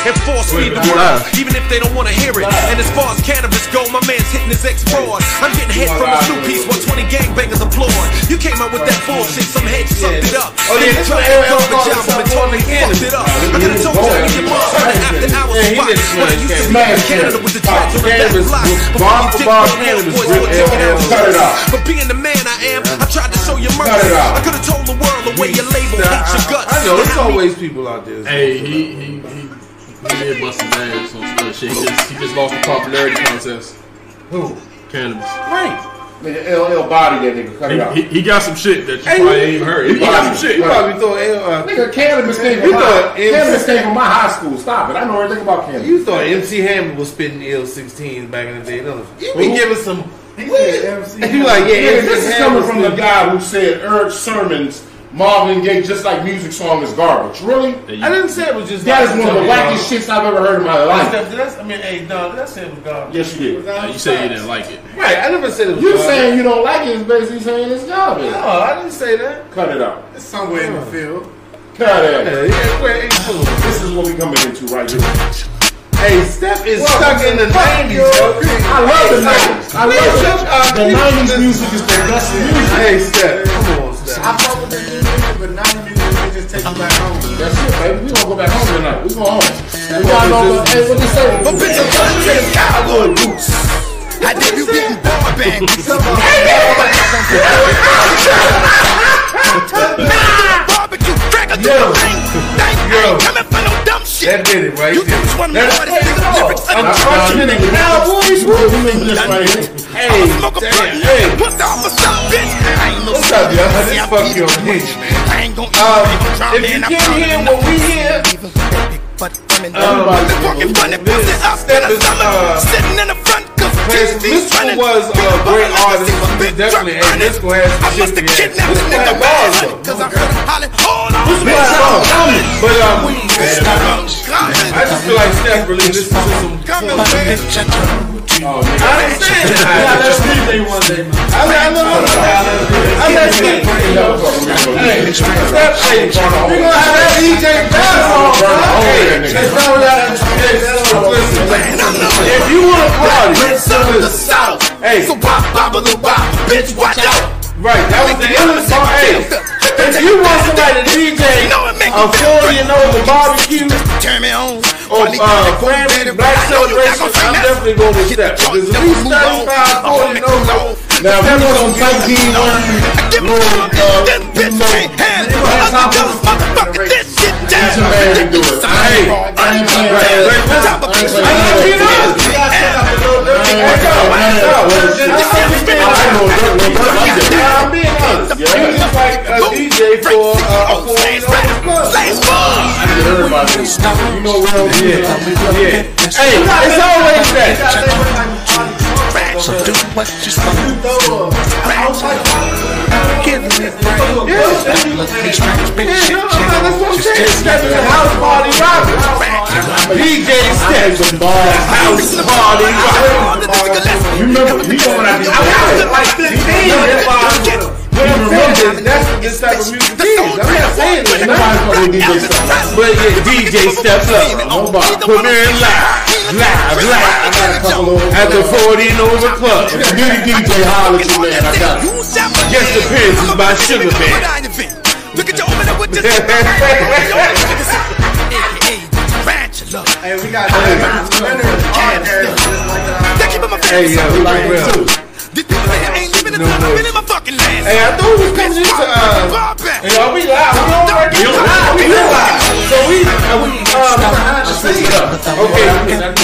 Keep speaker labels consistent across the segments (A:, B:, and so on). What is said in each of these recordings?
A: and force feed the world, even if they don't wanna hear it. And as far as cannabis go, my man's hitting his ex broad. I'm getting hit from his new piece while 20 gangbangers applaud. You came out with that bullshit, some head sucked it up.
B: Oh, yeah, this
A: Tried to
B: one, Aaron
A: cover
B: Carter,
A: job and
B: South
A: totally
B: Carolina
A: fucked it up.
B: Canada.
A: I could have told you to
B: Yeah,
A: get your mom's on
B: he
A: an after hours
B: did
A: spot.
B: smash
A: When I used to be
B: that.
A: in Canada with the
B: Top
A: tractor and
B: cannabis
A: back blocks.
B: was
A: Before you
B: bomb for
A: dick
B: bomb
A: down there,
B: cannabis,
A: boys
B: Rip
A: were taking
B: L.L.
A: out
B: Cut it out.
A: But being the man I am, I tried to show you
B: Cut
A: mercy.
B: it out.
A: I could have told the world the way you label
B: Nah,
A: hates your guts.
B: I, I know
A: and
B: there's
A: how
B: always people out there.
C: Hey, he he he, he did bust his ass on some shit. He just, he just lost the popularity contest.
B: Who?
C: Cannabis.
B: Right. LL body that nigga. Cut it out.
C: He, he, he got some shit that you
B: Hey,
C: probably ain't heard. He got some shit.
B: You probably thought L. Uh,
D: Nigga, cannabis came
B: You
D: from my,
B: thought it was-
D: cannabis came from my high school. Stop it. I know everything about cannabis.
B: you thought MC Hammer was spitting L16s back in the day. No, you be giving some. And you like, yeah,
D: Nigga,
B: MC
D: this is
B: Hammer
D: coming from the
B: spitting-
D: guy who said Eric's sermons, Marvin Gaye, just like music song is garbage. Really?
B: I didn't say it was just.
D: That is one of the wackest shits I've ever heard in my life.
B: That's, that's, I mean, hey, no, that's it was garbage.
D: Yes, you did.
C: Now, you say you didn't like it.
B: Right, I never said it was
D: You
B: garbage.
D: saying you don't like it is basically saying it's garbage.
B: No, I didn't say that.
D: Cut it out.
E: It's somewhere in the field.
D: Cut it out.
B: Yeah, yeah, where ain't cool.
D: This is what we coming into right here.
B: Hey, Steph is
E: Welcome
B: stuck
E: to
B: in the
E: Fuck
B: 90s,
E: Your
B: yo.
E: Opinion.
B: I love the 90s. I love
D: The
B: the 90s.
D: 90s music is the best music.
B: Hey, Steph. Come on, Steph.
E: I fuck with the new music, but now the new music just take you back home.
D: That's it, baby. We gonna go back home tonight. We going home. We going home. Hey, what you say?
A: But bitch, I'm trying to get cowboy boots. I did you getting bar bang. Barbecue cracker do the thing. Thank you. ain't Coming for no dumb shit.
B: That did it right
A: You
B: there.
A: just want more than nigga lyrics and
D: I'm punching in the Cowboys. You mean this right here?
A: Hey, smoke a blunt,
B: hey.
A: What's the officer, bitch? I ain't no
B: What's up, y'all?
A: sucker.
B: This
A: See, I
B: fuck
A: beat it
B: your
A: with
B: bitch,
A: it. I ain't gonna
B: Um,
A: eat, ain't gonna try,
B: if you
A: man, I'm
B: can't
A: coming
B: hear
A: up.
B: what we hear,
A: Even big butt running down. Been walking funny, pussy up in the
B: Step is, uh,
A: summer. Sitting in the front, cause
B: Prince
A: TV's
B: Mystical
A: running.
B: was a
A: Big ball,
B: great
A: like I
B: artist.
A: see my
B: He
A: big truck
B: definitely had-
A: running.
B: Mystical had some
A: I
B: shit
A: must
B: to
A: have
B: get.
A: kidnapped the
B: Mystical
A: nigga
B: had
A: bad,
B: bars,
A: honey,
B: though.
A: cause I heard him hollering, hold on.
B: But
A: Come,
B: um,
A: come,
B: I just feel like Steph really listens to some.
A: come and bitch, I told you.
B: I didn't say that.
D: Let's leave they one day.
B: I mean, I know. I let Steph. Hey, Steph. Hey, we gonna have E that DJ Bass on, bro. Hey, that's how we gotta Listen,
A: Man, I know it.
B: if you wanna party,
A: Prince of the South.
B: Hey.
A: So wop, bobble, wop, bitch, watch out.
B: right? That was the end of the song. Hey, if you want somebody to
A: You
B: DJ
A: know it make
B: a
A: me feel
B: forty and over barbecue.
A: Turn me on.
B: Or
A: Only got a
B: uh,
A: cool
B: Grammy
A: better,
B: Black
A: but I know you not
B: Celebration,
A: gonna say
B: I'm
A: nothing.
B: definitely going with
A: Hit
B: Steph.
A: the
B: Because at
A: joint,
B: least
A: don't move
B: 35,
A: on.
B: 40 and over.
D: Now we
B: Steph is gonna
D: gonna take
B: take
D: these one.
A: I give a fuck. This bitch can't handle it. Undercover motherfucker, this shit down.
D: Your man can do it.
B: Hey,
D: I ain't playing that.
A: Top of this
D: I know you know. I know nothing about it.
B: I'm being honest. You just like a DJ for uh, a forty and over club.
D: Everybody, you know where I'm
B: Yeah,
D: at.
B: yeah. Hey, it's always that.
A: do what you want. Give me a break.
B: Yeah, that's
A: Let me scratch, bitch.
B: what I'm saying. Steph is a house party rocker. DJ Steph.
D: It's a bar.
B: House party rocker.
D: You remember, we going out
B: I mean, I was
D: there.
B: just like 15. That's why I was- What I'm saying is, that's what this type of music is. I'm not saying it's not.
D: Nobody's fucking with
B: But yeah,
D: DJ Steph.
B: DJ steps up.
D: Nobody.
B: Premier live, live,
D: I
B: live.
D: got a couple of.
B: At the 40 and over club.
D: Beauty DJ holler at you, man. I got it.
B: Yes, the Prince is by Sugar Man.
A: Look at your woman that would just. Hey, hey, Tarantula.
E: Hey, we got Leonard on there.
A: They keep on my
B: Hey,
A: face.
B: yeah, we like
D: Right,
B: well.
D: too.
A: These people say I ain't living the time I've been in my fucking last.
B: Hey, I thought we was coming into, uh,
A: Barbecue.
B: you know, we live. We on right now. We live. We live. So we, uh, we, um,
D: Switch it up.
B: Okay.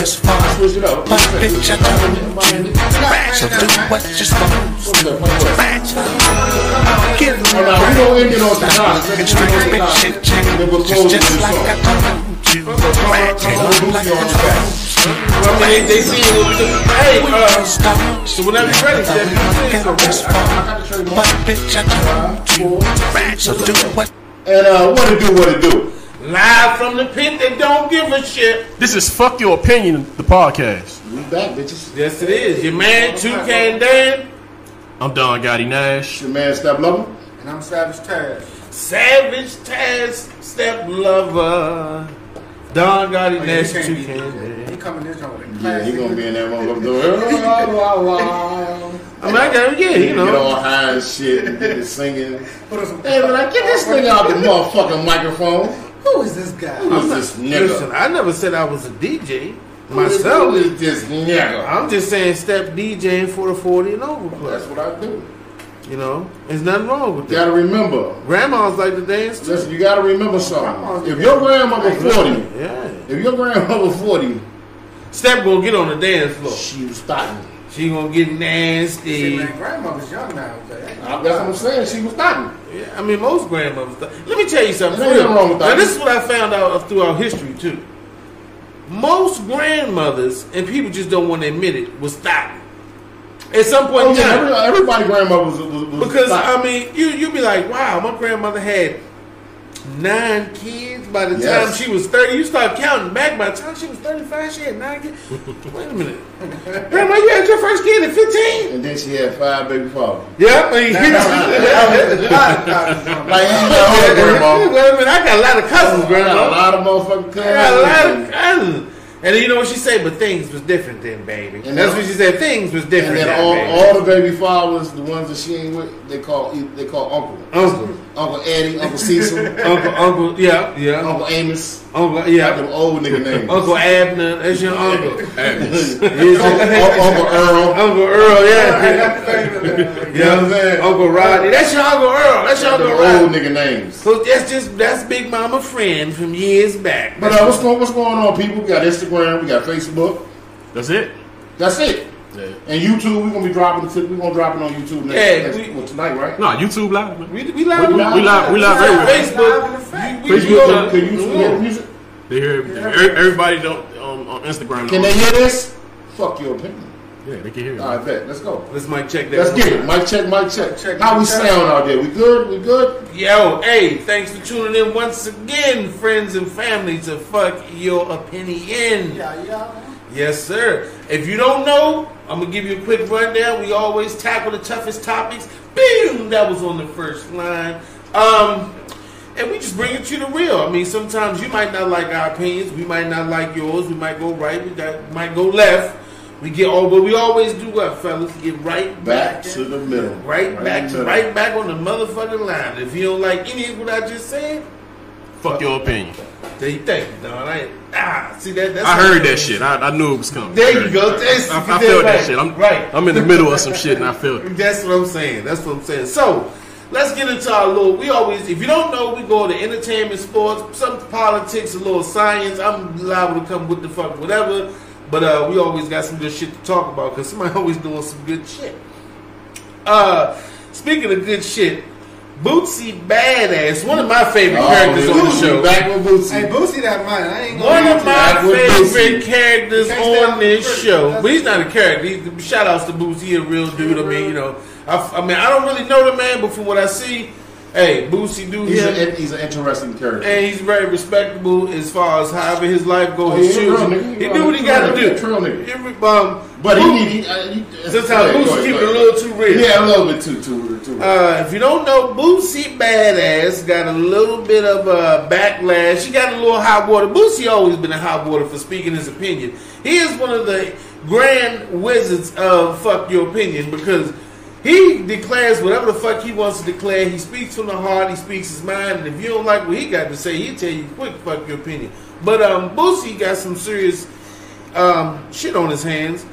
D: Switch it up.
A: Bitch, I told you. Tarantula, do what you're supposed
D: Switch it up.
A: to. Tarantula. Give me
D: Now, we don't end it on Tanaka.
A: Look at strange bitch shit
D: Then we'll
A: change.
D: close
A: Just, just
D: this
A: like
D: off.
A: I told you. Ratchet, like I told
B: I mean, they see what we do. Hey, uh, so whenever you're ready, Steph, you can sing something.
A: But bitch, I told you. Ratchet, do what
D: And uh, what it do, what it do.
B: Live from the pit that don't give a shit.
C: This is fuck your opinion, the podcast.
D: We back, bitches.
B: Yes, it is. Your man, 2K and Dan.
C: I'm Don Gotti Nash.
D: Your man Step Lover.
E: And I'm Savage Taz.
B: Savage Taz, Step Lover. Don got it.
C: Oh, yeah, he
B: Nasty
C: can't
B: too.
C: be-
B: Can.
C: He coming this joint with a
D: Yeah, he
C: classic.
D: gonna be in that motherfucker doing.
B: I mean, I got yeah, you
D: Get
B: know.
D: all high and shit and get to singing.
C: Put us some-
D: Hey, man, like, get this thing out the motherfucking microphone.
C: Who is this guy?
D: Who's this
B: Listen,
D: nigga?
B: I never said I was a DJ
D: Myself
B: myself.
D: is this nigga.
B: I'm just saying, step DJing for the 40 and over
D: That's
B: club.
D: what I do.
B: You know, there's nothing wrong with
D: You
B: that.
D: gotta remember.
B: Grandmas like to dance too.
D: Listen, you gotta remember something. If your grandmother 40,
B: Yeah.
D: if your grandmother 40,
B: Step gonna get on the dance floor.
D: she was starting.
B: She gonna get
C: Shit,
B: nasty.
C: man, grandmother's young now. Okay?
D: That's what I'm saying. She was starting.
B: Yeah, I mean, most grandmothers. th- Let me tell you something.
D: There ain't nothing wrong with
B: Now,
D: that.
B: this is what I found out throughout history too. Most grandmothers and people just don't want to admit it was thotting. At some point,
D: Oh,
B: in
D: yeah,
B: time,
D: every, everybody grandmother was, was, was
B: because
D: thotting.
B: I mean, you you be like, wow, my grandmother had nine kids by the
D: Yes.
B: time she was thirty. You start counting back by the time she was thirty five, she had nine kids. Wait a minute, grandma, you had your first kid at fifteen.
D: and then she had five baby fathers.
B: Yeah, I mean,
D: Like, you know, grandma.
B: Wait a minute, I got a lot of cousins,
D: I got
B: grandma.
D: a lot of motherfucking cousins.
B: I got a lot of cousins. And then you know what she said, but things was different then, baby.
D: And
B: That's
D: then-
B: what she said. Things was
D: And
B: different.
D: then
B: then, baby.
D: all, all the baby fathers, the ones that she ain't with, they call e, they call uncle,
B: uncle,
D: Uncle Eddie, Uncle Cecil,
B: uncle, uncle, yeah, yeah,
D: Uncle Amos.
B: uncle,
D: Got
B: yeah,
D: them old nigga names. Uncle,
B: uncle Abner, that's your uncle, Is
D: Uncle,
B: it-
D: Earl.
B: uncle Earl, yeah,
D: You know what I'm
B: yeah,
D: saying?
B: uncle Rodney, that's your uncle Earl, that's your
D: Got
B: uncle
D: them old
B: Rodney.
D: nigga names.
B: So that's just that's Big Mama friend from years back.
D: But uh, what's going what's going on, people? We got Instagram, we got Facebook.
E: That's it.
D: That's it.
E: Yeah.
D: And YouTube, we're gonna be dropping. T- we're gonna drop it on YouTube next,
B: Yeah,
D: next
B: we-
D: well, tonight, right?
E: Nah, YouTube live, man.
B: we we live,
D: We-
B: we,
D: we-
E: We live, we live
B: live on
E: everywhere.
B: Facebook. We, we,
D: Can
B: we,
E: Facebook.
D: you- can you YouTube hear the music?
E: They hear everything. Every- Everybody don't um, on Instagram.
D: Can they hear this? Fuck your opinion.
E: Yeah, they can hear.
D: All right, bet. Let's go.
B: let's mic check that.
D: Let's
B: one.
D: get it. Mic check, mic check.
C: Check,
D: How we
C: check.
D: sound out there? We good? We good?
B: Yo, hey, thanks for tuning in once again, friends and family, to Fuck Your Opinion.
C: Yeah, yeah.
B: Yes, sir. If you don't know, I'm gonna give you a quick rundown. We always tackle the toughest topics. Boom! That was on the first line. Um, and we just bring it to you the real. I mean, sometimes you might not like our opinions. We might not like yours. We might go right. We got, might go left. We get all, but we always do what, fellas? Get right
D: Back
B: back,
D: to the middle.
B: right, back,
D: in the
B: to,
D: middle.
B: right back on the motherfucking line. If you don't like any of what I just said,
E: Fuck your opinion.
B: there you thank you, dog. I ain't, ah, see that? That's
E: I heard that shit. I, I knew it was coming.
B: There you go. That's-
E: I, I
B: you did
E: felt
B: right.
E: that shit. I'm
B: Right.
E: I'm in the middle of some shit and I felt it.
B: That's what I'm saying. That's what I'm saying. So let's get into our little. We always, if you don't know, we go to entertainment, sports, some politics, a little science. I'm liable to come with the fuck whatever. But uh, we always got some good shit to talk about because somebody always doing some good shit. Uh, speaking of good shit, Bootsy Badass, one of my favorite
D: Oh,
B: characters on the
D: Bootsy,
B: show.
D: Back with Bootsy.
C: Hey, Boosie that money. I ain't gonna
B: One of my
D: Back with
B: favorite
D: Bootsy.
B: characters
C: Can't stay
B: on
C: out
B: this
C: the street.
B: show.
C: That's-
B: But he's not a character. He's, shout outs to Boots. He a real dude. I mean, you know, I, I mean, I don't really know the man, but from what I see, hey, Bootsy do
D: he's,
B: him.
D: an, he's an interesting character.
B: And he's very respectable as far as however his life goes.
D: Oh,
B: his
D: he a real
B: children.
D: nigga.
B: He
D: He
B: do what he
D: real
B: got to do.
D: nigga. He a true nigga.
B: He re- um,
D: but
B: Boo-
D: he, he, he, uh, he
B: Sometimes
D: go ahead,
B: Boosie
D: go
B: keep it
D: ahead,
B: a
D: go
B: little too real.
D: Yeah, a little bit too, too, too.
B: Uh, if you don't know, Boosie Badass got a little bit of a backlash. She got a little hot water. Boosie always been in hot water for speaking his opinion. He is one of the grand wizards of fuck your opinion because he declares whatever the fuck he wants to declare. He speaks from the heart. He speaks his mind. And if you don't like what he got to say, he tell you quick fuck your opinion. But um, Boosie got some serious um, shit on his hands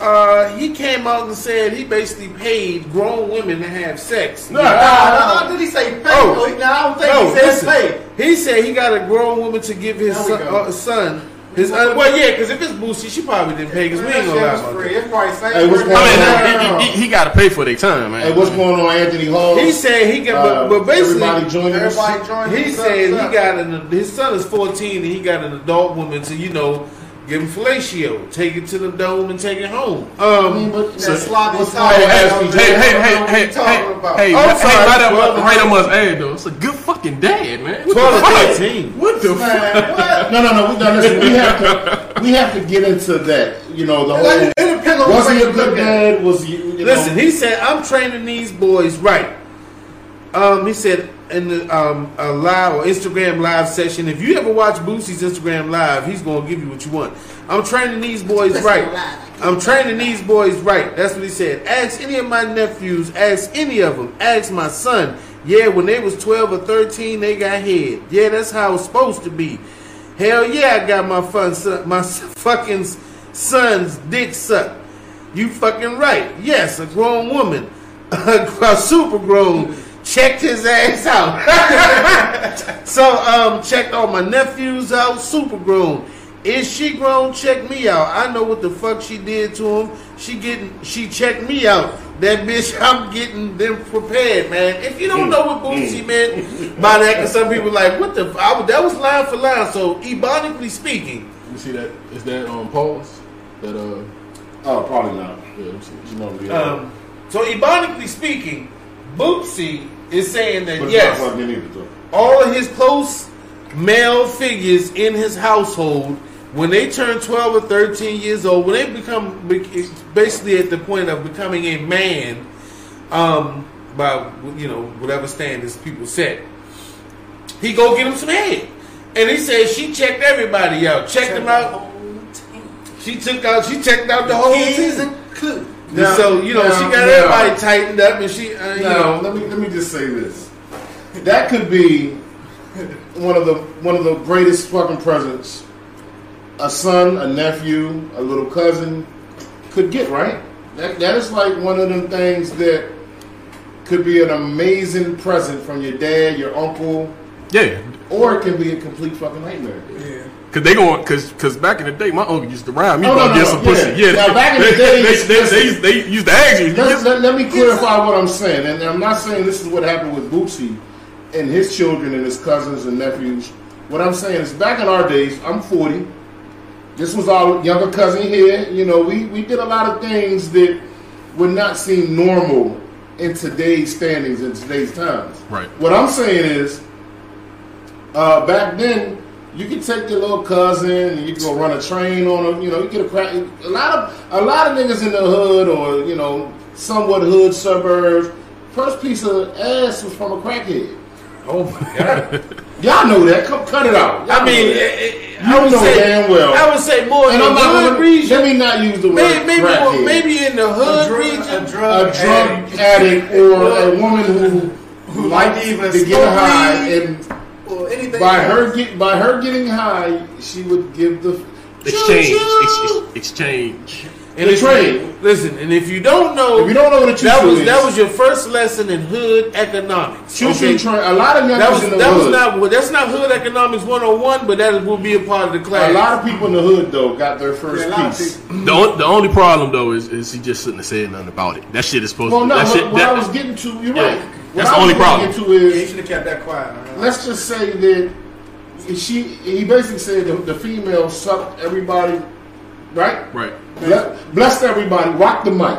B: uh, he came out and said he basically paid grown women to have sex.
D: Nah, nah,
B: Uh,
C: Did he say pay?
B: Oh.
C: Oh, now I don't think
B: No,
C: he said
B: listen.
C: pay.
B: He said he got a grown woman to give his
C: There we
B: son,
C: go.
B: uh, son his un- well, yeah, because if it's Boosie, she probably didn't pay. Because we ain't gonna lie
C: That shit
B: about
C: was free.
B: that.
C: It's probably same.
D: Hey, what's
C: price.
D: going
E: I mean, he, he, he got to pay for their time, man.
D: hey, what's going on, Anthony Hall?
B: He said he got,
D: Uh,
B: but, but
D: everybody
B: basically,
D: joining us.
C: Everybody joined.
B: he said he got an his son is fourteen and he got an adult woman to you know give him fellatio, take it to the dome and take it home.
D: I mean,
B: Um,
D: but
C: that sloppy
D: what's
C: tie.
D: wrong with
C: Hey,
D: SBJ?
E: Hey, hey, hey,
C: What
E: hey,
C: you
E: hey,
C: talking about?
E: hey, hey,
B: I'm sorry,
E: right up,
B: brother.
E: right up his ass, though. It's a good fucking dad, man. What
B: twelve
E: the
B: or
E: fuck?
B: thirteen.
E: What the fuck?
C: Man, what?
D: No, no, no. We, no listen, we have to, we have to get into that. You know, the
C: Like,
D: whole.
C: It depends on
D: Was
C: what
D: he a
C: you look
D: good
C: at.
D: dad? Was he? You know,
B: Listen, he said, I'm training these boys right. Um, he said, in the um, a live or Instagram live session. If you ever watch Boosie's Instagram live, he's gonna give you what you want. I'm training these boys
F: Listen
B: right.
F: live.
B: I'm training these boys right. That's what he said. Ask any of my nephews. Ask any of them. Ask my son. Yeah, when they was 12 or 13, they got head. Yeah, that's how it's supposed to be. Hell yeah, I got my fun son, my fucking son's dick sucked. You fucking right. Yes, a grown woman, a super grown, checked his ass out. so, um, checked all my nephews out, super grown. Is she grown? Check me out. I know what the fuck she did to him. She getting, she checked me out. That bitch, I'm getting them prepared, man. If you don't know what Boosie meant by that, because some people like, what the? F-? I, was- that was line for line. So, ebonically speaking,
E: You see that? Is that um pause? That uh,
D: Oh, probably not.
E: yeah, let me see.
D: You know, yeah.
B: um, so ebonically speaking, Boosie is saying that
D: but it's
B: yes,
D: not plugged in either, though.
B: all of his close male figures in his household, when they turn 12 or 13 years old, when they become be- basically at the point of becoming a man, um, by you know whatever standards people set, he go get him some head, and he says she checked everybody out, checked them out. She took out, she checked out the whole
F: Kids
B: season.
F: included.
D: Now-
B: so you know
D: now-
B: she got
D: now-
B: everybody tightened up, and she uh, you know
D: Now, let me let me just say this. That could be one of the one of the greatest fucking presents a son, a nephew, a little cousin could get, right? That that is like one of them things that could be an amazing present from your dad, your uncle,
E: Yeah,
D: or it can be a complete fucking nightmare.
E: cause they going cause cause back in the day, my uncle used to rhyme me
D: Oh, no,
E: about
D: no,
E: get
D: no,
E: some
D: yeah.
E: pussy. Yeah,
D: Now, back in the
E: they-
D: day,
E: they, they,
D: listen.
E: they, they, used to ask you. you
D: Let,
E: get-
D: let, let me clarify what I'm saying, and I'm not saying this is what happened with Bootsy and his children and his cousins and nephews. What I'm saying is, back in our days, I'm 40. This was our younger cousin here. You know, we, we did a lot of things that would not seem normal in today's standings in today's times.
E: Right.
D: What I'm saying is, uh, back then, you could take your little cousin and you could go run a train on them. You know, you get a crack. A lot of a lot of niggas in the hood or you know somewhat hood suburbs. First piece of ass was from a crackhead.
B: oh my god.
D: Y'all know that. Come cut it out. Y'all
B: I mean,
D: know
B: it-
D: that.
B: it-
D: You
B: I would
D: know
B: say
D: damn well.
B: I would say more in
D: and
B: the
D: I'm not
B: hood
D: gonna
B: region.
D: Let me not use the word
B: Maybe maybe, more-
D: crackhead.
B: maybe in the hood region.
C: A
D: a
C: drug
D: drug
C: addict.
D: addict or a woman who who
C: Who
D: liked
C: liked even
D: to get
C: smoke
D: high
C: weed.
D: and
C: Or anything.
D: by
C: else.
D: her get by her getting high, she would give the
E: exchange, ex-
D: Choo-choo.
E: ex- exchange.
B: and
D: the
B: if-
D: trade.
B: Listen, and if you don't know,
D: If you don't know what a choo-choo
B: that was
D: is,
B: that was your first lesson in hood economics.
D: choo
B: okay?
D: train. A lot of young
B: That was
D: in the
B: that was
D: hood.
B: not well, that's not hood economics 101, but that will be a part of the class.
D: a lot of people in the hood though got their first
C: Yeah, a lot of
D: piece.
C: people.
E: The, on, the only problem though is, is he just shouldn't have said nothing about it. That shit is supposed
D: Well,
E: to.
D: no,
E: that
D: what,
E: shit,
D: what
E: that,
D: I was getting to, you're
E: Yeah.
D: right. What I
E: That's the only
D: was
E: problem.
D: Getting to
C: Yeah, you
D: is
C: should have kept that quiet. man.
D: let's just say that she he basically said the, the female sucked everybody, right?
E: right.
D: Ble- Blessed everybody. Rock the mic.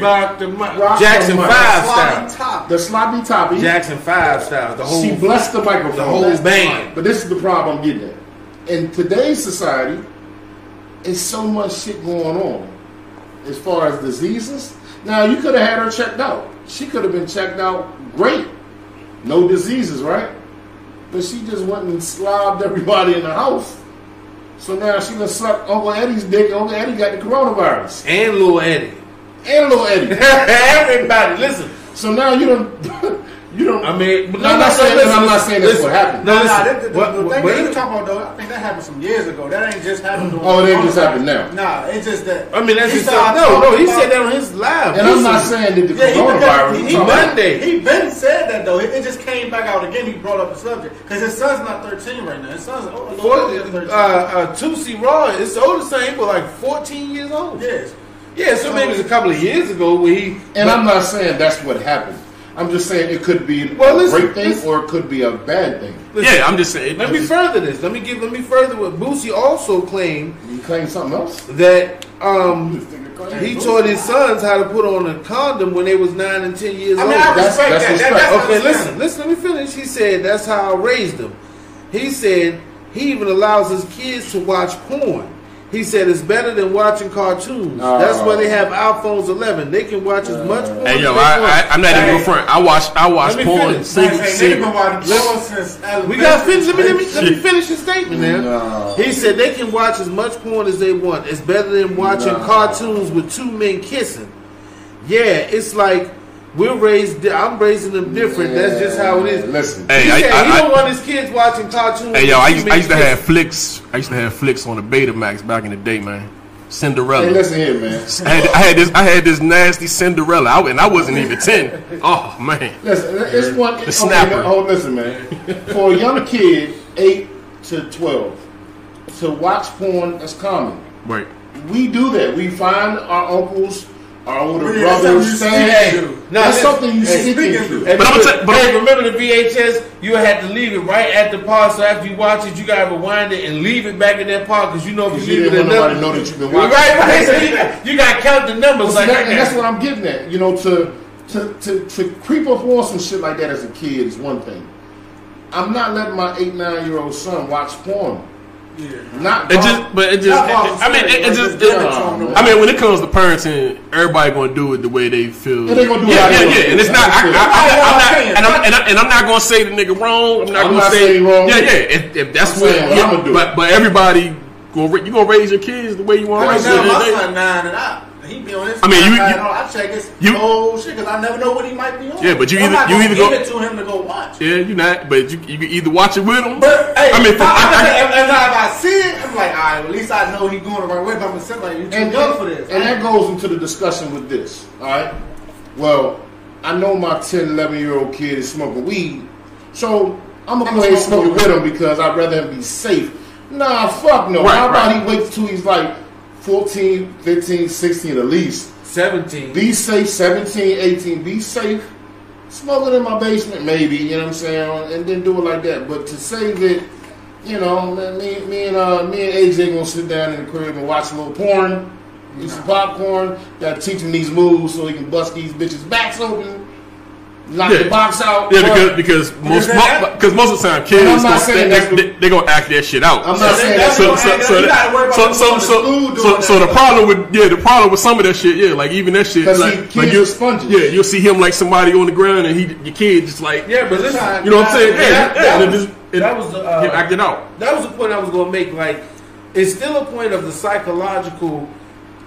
B: Rock the mic.
D: Rock the
B: Jackson
D: mic.
B: Five
C: Sloppy
B: style.
C: top.
D: The sloppy toppy.
B: Jackson Five style. The whole
D: she blessed Oh, the microphone.
B: the whole
D: Blessed
B: band.
D: But this is the problem I'm getting at. In today's society, it's so much shit going on as far as diseases. Now, you could have had her checked out. She could have been checked out great. No diseases, right? But she just went and slobbed everybody in the house. So now she done sucked Uncle Eddie's dick. Uncle Eddie got the coronavirus.
B: and Lil Eddie.
D: And little Eddie.
B: Everybody, listen.
D: So now you don't. You don't.
B: I mean,
D: I'm not saying- I'm not saying that's what happened.
B: No,
C: Nah,
B: listen,
C: that- the, the,
B: what-
C: the
B: what-
C: thing
B: wait
C: that
B: a-
C: you talking about though, I think that happened some years ago. That ain't just happened. to-
D: Oh, it ain't just happened now.
C: Nah, it's just that.
B: I mean, that's
C: he
B: just
C: started
B: no, no.
C: talking
B: He
C: about-
B: said that on his live.
D: And I'm
B: Listen.
D: not saying that the
C: Yeah, he,
D: coronavirus.
C: he,
D: I'm
C: he,
D: talking about-
B: Monday.
C: He been said that though. It, it just came back out again. He brought up the subject because his son's not 13 right now. His son's oh, a little
B: Four,
C: older than
B: uh,
C: 13.
B: uh, Tootsie Raw is older than him, but like 14 years old.
C: yes.
B: Yeah, so maybe it's a couple of years ago where he.
D: And I'm not saying that's what happened. I'm just saying it could be
B: Well,
D: a
B: listen,
D: great thing
B: listen.
D: or it could be a bad thing.
E: Yeah, I'm just saying.
B: Let me further this. Let me give. Let me further what Boosie also claimed
D: You claim something else?
B: that um, he
D: Boosie.
B: taught his sons how to put on a condom when they was nine and ten years
C: I
B: old.
C: mean, I
D: that's-
C: respect
D: that's
C: that. that.
D: respect.
C: That's
B: Okay,
C: understandable.
B: listen, listen, let me finish. He said that's how I raised him. He said he even allows his kids to watch porn. He said it's better than watching cartoons.
D: Oh. Uh.
B: That's why they have iPhones 11. They can watch as much porn.
E: Hey
B: as
E: yo,
B: they want.
E: I, I I'm not even gonna front. I watch I watch
B: Let me
E: porn
B: finish.
C: Like,
E: single
C: hey, they've
E: single.
C: been watching porn since
B: We
C: elementary.
B: got to finish. Let me, let me, let me finish the statement there.
D: No.
B: He said they can watch as much porn as they want. It's better than watching
D: No.
B: cartoons with two men kissing. Yeah, it's like we're raised. di- I'm raising them different. That's just how it is.
D: Listen,
B: He
E: Hey,
B: said
E: I,
B: he
E: I,
B: don't
E: I,
B: want his kids watching cartoons.
E: hey
B: with
E: yo, I
B: two
E: used,
B: men
E: I used to
B: kissing.
E: have flicks. I used to have flicks on the Betamax back in the day, man. Cinderella.
D: hey, listen here, man.
E: I had, I had this I had this nasty Cinderella out and I wasn't even ten. Oh man.
D: Listen, it's one. okay,
E: snapper.
D: Oh, listen, man. For a young kid, eight to twelve, to watch porn that's common.
E: Wait.
D: We do that. We find our uncles, our older
C: Yeah,
D: brothers.
C: that's something you sneak
D: Saying,
C: into.
B: Now,
D: that's
B: listen,
D: something you
C: hey,
D: sneak
C: speaking
D: into.
C: to-
B: Hey,
E: But I'm
B: remember-
E: ta- but
B: hey,
E: I'm-
B: remember the VHS? You had to leave it right at the part. So after you watch it, you gotta rewind it and leave it back in that part because you know if
D: 'Cause
B: you
D: you
B: leave it
D: didn't want nobody
B: another.
D: to know that you've been watching.
B: Right, right. So you, got- you gotta count the numbers
D: So
B: like
D: that- and that's what I'm getting at. You know, to, to to to creep up on some shit like that as a kid is one thing. I'm not letting my eight nine year old son watch porn.
C: Yeah.
D: Not
E: It just, but it just,
C: Not Bob's
E: I mean, it, it
C: Like,
E: just,
C: just
E: it-
C: general tone.
E: I mean, when it comes to parenting, everybody gonna do it the way they feel.
D: Yeah, they gonna do it
E: yeah,
D: how they
E: yeah,
D: want
E: yeah.
D: to.
E: And it's not, I, I, I,
C: I'm
E: I'm
C: saying.
E: not, and I'm, and, I, and I'm not gonna say the nigga wrong. I'm
D: I'm
E: not gonna
D: not
E: say,
D: saying wrong.
E: yeah, yeah. If, if that's
D: I'm
E: what,
D: saying what
E: yeah,
D: I'ma do.
E: But, but everybody gonna, ra- you gonna raise your kids the way you want to
C: Right
E: raise
C: now,
E: them.
C: my
E: They-
C: son nine and I. He be on Instagram.
E: I mean, you-
C: I,
E: you-
C: I check his
E: you-
C: whole shit because I never know what he might be on.
E: Yeah, but you
C: I'm
E: either-
C: not
E: you
C: gonna
E: either
C: give
E: go-
C: it to him to go watch.
E: Yeah, you not, but you, you can either watch it with them.
C: But hey,
E: I mean, for-
C: I,
E: I- I-
C: if, if I see it, I'm like, all right, well, at least I know he's going the right way. But I'm gonna sit like, you too
D: and,
C: young for this.
D: and that goes into the discussion with this. All right. Well, I know my 10, 11 year old kid is smoking weed, so I'm gonna go ahead and smoke it with him because I'd rather him be safe. Nah, fuck no.
E: Right,
D: How about
E: right.
D: he waits till he's like 14, 15, 16 at least?
B: Seventeen.
D: Be safe, 17, 18, be safe. Smoke it in my basement, maybe, you know what I'm saying? And then do it like that. But to say that, you know, man, me, me and uh, me and AJ gonna sit down in the crib and watch a little porn, eat some popcorn, gotta teach him these moves so he can bust these bitches' backs open, knock
E: Yeah.
D: the box out.
E: Yeah,
D: But
E: because because most
C: that-
E: because most of the time
D: And I'm not
E: kids gonna,
D: saying
E: they,
D: that's what-
E: they, they gonna act that shit out.
D: I'm not saying that's
E: so
C: what-
E: so
C: you gotta worry
E: so
C: about
E: so
C: people
E: so
C: going to school
E: so, so,
C: doing
E: so the
C: that.
E: problem with yeah the problem with some of that shit yeah like even that shit
D: 'Cause
E: like,
D: see,
E: like
D: kids
E: you'll-
D: are sponges.
E: yeah you'll see him like somebody on the ground and he your kid just like
B: Yeah, but listen,
E: you know what I'm saying yeah,
B: that,
E: yeah,
B: that
E: and
B: was,
E: it just- it-
B: that was the, uh,
E: him acting out
B: that was the point I was going to make. Like, it's still a point of the psychological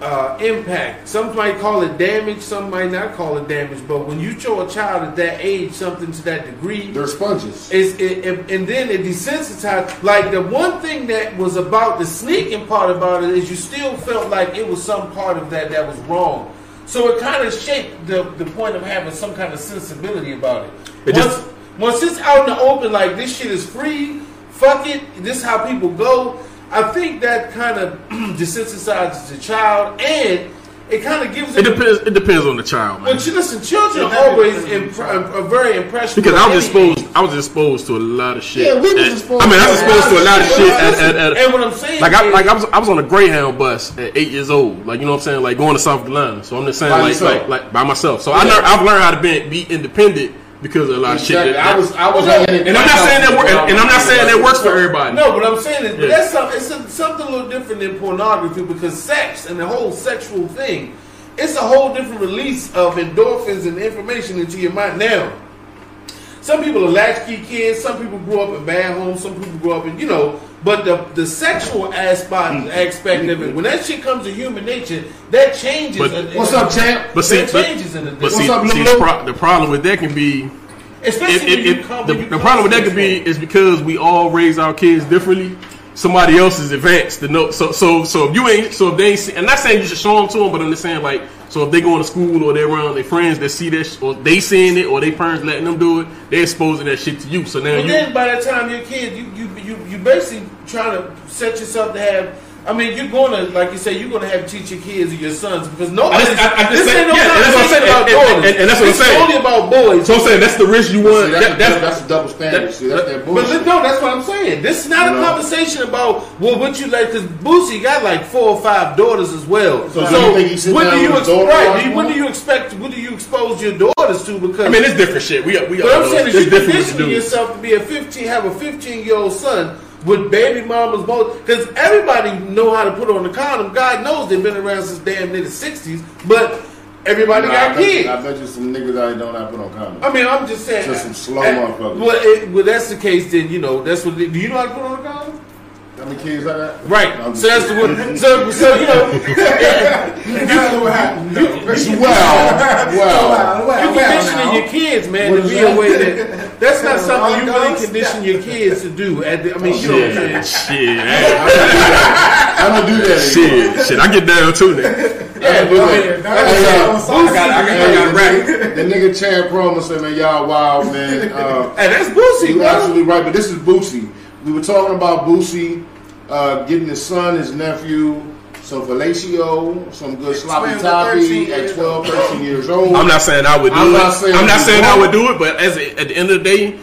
B: uh, impact. Some might call it damage, some might not call it damage. But when you show a child at that age something to that degree,
D: they're sponges.
B: it's, it, it- and then it desensitized. Like the one thing that was about the sneaking part about it is you still felt like it was some part of that that was wrong. So it kind of shaped the, the point of having some kind of sensibility about it.
E: It
B: once,
E: just-
B: once it's out in the open, like this shit is free, fuck it, this is how people go. I think that kind of desensitizes the child and it kind of gives
E: it
B: it.
E: depends it depends on the child man
B: but you listen, children
C: Yeah,
B: are
C: that
B: always
C: depends
B: impre- are very impressionable.
E: because I was
B: Anything.
E: exposed I was exposed to a lot of shit
D: Yeah, we was
E: At-
D: exposed
E: I mean I was
D: to a
E: exposed
D: lot
E: to a
D: of
E: lot of
D: shit.
E: shit at, at, at,
B: And what I'm saying,
E: Like I
B: is-
E: like I was I was on a Greyhound bus at eight years old. Like you know what I'm saying. Like going to South Carolina. So I'm just saying
D: By
E: like,
D: yourself.
E: like like by myself. So I learned I've learned how to be, be independent because of a lot
D: Exactly.
E: of shit.
D: I
E: That,
D: was, I was,
E: and I'm not saying that work, and, and I'm not saying that works for everybody.
B: no, but I'm saying is, but
E: Yeah.
B: that's something. It's a, something a little different than pornography because sex and the whole sexual thing, it's a whole different release of endorphins and information into your mind. Now, some people are latchkey kids. Some people grew up in bad homes. Some people grew up in you know. But the the sexual aspect
E: Mm.
B: aspect of it, when that shit comes to human nature, that changes.
E: But-
B: a-
D: What's up, champ?
E: but see,
B: that
E: but,
B: changes in the
E: but
B: difference.
E: see,
D: What's up,
E: see
D: Lil
E: the,
D: Lil?
E: pro- the problem with that can be
B: especially
E: if,
B: when
E: if,
B: you
E: if
B: come
E: the,
B: when you
E: the
B: come
E: problem with
B: to
E: that could
B: this
E: be
B: point.
E: is because we all raise our kids differently. Somebody else is advanced to know. So so so if you ain't so if they ain't see, and not saying you should show them to them, but I'm just saying like so if they going to school or they're around their friends that see that sh- or they seeing it or their parents letting them do it, they're exposing that shit to you. So now
B: But
E: you
B: then by the time you're a kid, you you you you basically trying to set yourself to have. I mean, you're gonna like you say, you're gonna have to teach your kids or your sons because nobody.
E: I just- I- I just
B: this
E: say-
B: ain't no
E: yeah, and that's what I'm
B: conversation
E: saying,
B: about
E: and- and-
B: daughters.
E: and- and that's what I'm
B: This is
E: saying.
B: Only about boys.
E: so I'm saying that's the risk you want.
D: See, that's,
E: That-
D: that's,
E: that's-
D: a double standard.
E: that-
D: see, that's that
B: But
D: bullshit.
B: look, no, that's what I'm saying. This is not
D: No.
B: a conversation about well, what you like because Boosie got like four or five daughters as well.
D: So
B: So,
D: do you think he sit
B: what
D: down
B: do you
D: with his daughter
B: expect?
D: watch
B: Right, do you- what
D: porn?
B: do you expect? What do you expose your daughters to? Because
E: I mean, it's different shit. We we all
B: But I'm
E: know
B: saying
E: it's
B: is you
E: different what you
B: conditioning
E: do.
B: yourself to be a 15, have a 15 year old son with baby mamas both because everybody know how to put on a condom. God knows they've been around since damn near the sixties, but everybody
D: Nah,
B: got
D: I, bet
B: kids.
D: you, I bet you some niggas out here don't have put on condoms.
B: I mean, I'm just saying.
D: Just some slow
B: I-
D: motherfuckers.
B: Well, it, well, that's the case. Then you know that's what. They, do you know how to put on a condom?
D: How many kids like that?
B: Right. So that's the one. So, so you know, you
G: That's what happened.
D: well,
G: Well,
D: well.
G: well,
B: conditioning
G: now.
B: your kids, man, to be a way that that's not something you really condition your kids to do. At the, I mean, you know what I'm saying.
E: Shit, shit, hey,
D: I don't do that anymore.
E: shit, shit. I get down to it.
G: I
D: Yeah, but look,
G: mean, that's what I'm
D: I
G: saying.
D: got, I got, I got
G: Hey,
D: right. The nigga Chad Promo said, "Man, y'all wild, man." Uh,
B: And that's bullshit,
D: You're
B: bro.
D: absolutely right, but this is Boosie. We were talking about Boosie uh, getting his son, his nephew, some fellatio, some good sloppy
C: 12 to
D: toppy
C: 13
D: at
C: years
D: 12, 13 years old.
E: I'm not saying I would do
D: I'm
E: it.
D: not saying
E: I'm not
D: you
E: saying I
D: won't.
E: would do it, but as a, at the end of the day,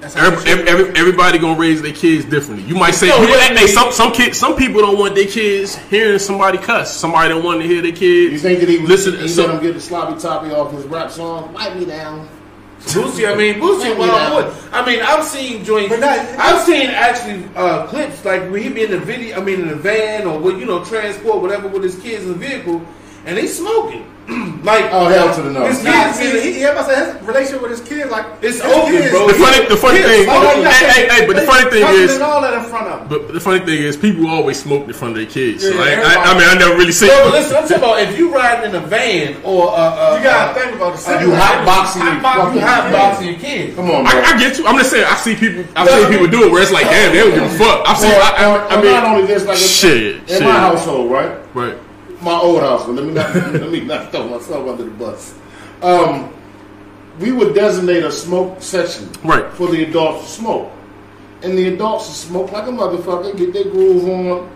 C: That's how
E: every,
C: they should
E: every,
C: be.
E: every- everybody gonna raise their kids differently. You might say,
B: No,
E: you-
B: yeah.
E: hey, some some kids, some people don't want their kids hearing somebody cuss. Somebody don't want to hear their kids.
D: You think that he
E: listen?
D: He
E: so-
D: let him get the sloppy toppy off his rap song? Wipe me down.
B: Boosie, I mean, Boosie, well, I would. I mean, I've seen joints.
C: But not-
B: I've seen actually uh, clips like when he be in the video. I mean, in the van or what you know, transport whatever with his kids in the vehicle, and they smoking. like,
D: Oh hell to the no!
B: His
D: He
C: Nah,
B: kids
C: see,
B: in
C: he,
B: the-
C: he, yeah, I'm about to say his relationship with his kids, like
B: It's
C: his
B: open,
C: kids-
B: bro.
E: the funny, the funny
B: Yeah,
E: thing,
C: Oh, like,
E: hey, hey, hey, but the
C: they
E: funny thing
C: cussing
E: is,
C: and all that in front of him.
E: But the funny thing is, people always smoked in front of their kids.
C: Yeah,
E: So I, I, I
C: everybody-
E: mean, I never really seen.
B: no, but listen, I'm talking about if you riding in a van or uh, uh,
C: You gotta
B: uh,
C: think about the
D: You hot boxing,
B: hot box, you hot boxing
D: boxing.
B: your kids.
D: Come on, bro.
E: I, I get you. I'm just saying. I see people. I've seen people do it where it's like, damn, they don't give a fuck. I've seen.
D: Or-
E: I,
D: or-
E: I, I
D: or not
E: mean,
D: only this, like
E: shit,
D: in
E: shit.
D: my household, right?
E: right.
D: my old house, but let me not let me not throw myself under the bus. Um, we would designate a smoke section
E: Right.
D: for the adults to smoke, and the adults would smoke like a motherfucker, get their groove on,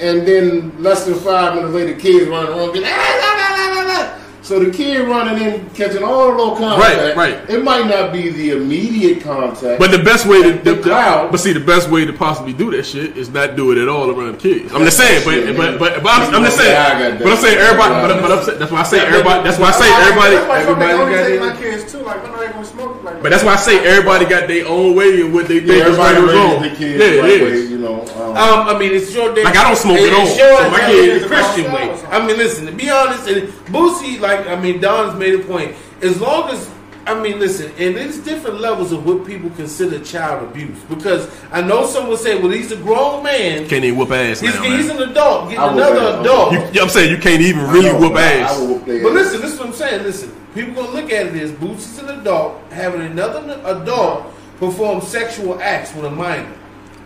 D: and then less than five minutes later, kids running around. Get, "Ah, ah, ah, ah, ah, ah." So the kid running in, catching all the low contact.
E: Right, right.
D: It might not be the immediate contact,
E: But the best way to,
D: The crowd-
E: but see, the best way to possibly do that shit is not do it at all around kids. I'm just saying,
D: Shit,
E: but
D: man.
E: but but, but I'm, I'm just
D: Yeah, I got
E: saying,
D: that.
E: but I'm saying everybody, but, but I'm saying, that's why I say everybody. That's why I say everybody.
C: Everybody
B: everybody got
C: got
B: it.
C: my kids too. Like, when are they gonna smoke? Like,
E: But that's why I say everybody got their own way and what they think
D: yeah,
E: is right
D: everybody
E: or
D: raises
E: wrong.
D: their kids
E: yeah,
D: right
E: it
D: way,
E: is.
D: you know. Um,
B: Um, I mean, it's your day.
E: Like, I don't smoke at all,
B: It's your
E: so my
B: day
E: kid-
B: the Christian way. I mean, listen. To be honest, and Boosie, like, I mean, Don's made a point. As long as, I mean, listen, and there's different levels of what people consider child abuse. Because I know some will say, well, he's a grown man.
E: Can't even whoop ass
B: He's,
E: now,
B: he's
E: man.
B: an adult getting
D: I would
B: another
D: rather-
B: adult.
E: You, yeah, I'm saying you can't even really
D: I know,
E: whoop
D: I-
E: ass.
D: I would whoop their
B: But
D: ass.
B: listen, this is what I'm saying. Listen, people gonna look at it as Boosie's an adult having another adult perform sexual acts with a minor.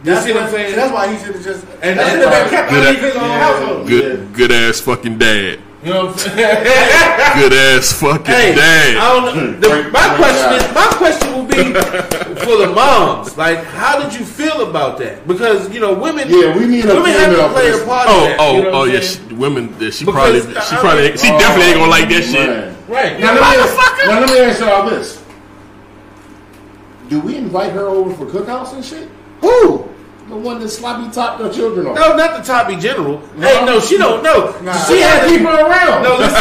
B: You
C: that's
B: see what I'm
C: why-
B: saying?
C: That's why he should have just.
B: And
C: And
B: that's
C: that's should have
B: why-
C: been kept
E: Good
C: out
E: at-
C: of his own
D: Yeah.
C: household.
E: Good, good ass fucking dad.
B: you know what I'm saying?
E: Good ass fucking
B: hey,
E: dad.
B: I
E: Hmm.
B: don't know. The, my
D: Great
B: question
D: guy.
B: is, my question will be for the moms. Like, how did you feel about that? Because you know, women.
D: Yeah, we need a
B: women have
D: female
B: to play
D: person.
B: a part.
E: Oh,
B: in that,
E: oh,
B: you know what
E: oh,
B: I'm
E: yeah.
B: saying?
E: She, women, that she
B: Because
E: probably,
B: I-
E: she
B: I
E: probably,
B: mean-
E: she definitely ain't gonna like that shit.
D: Oh, man.
B: Right.
D: Now let, me ask, now let me ask y'all this: Do we invite her over for cookouts and shit? Who? The one that sloppy topped her children on.
B: No, not the Toppy General. Hey, no, she don't know.
D: She
B: She had
D: had to keep her around.
B: No, listen.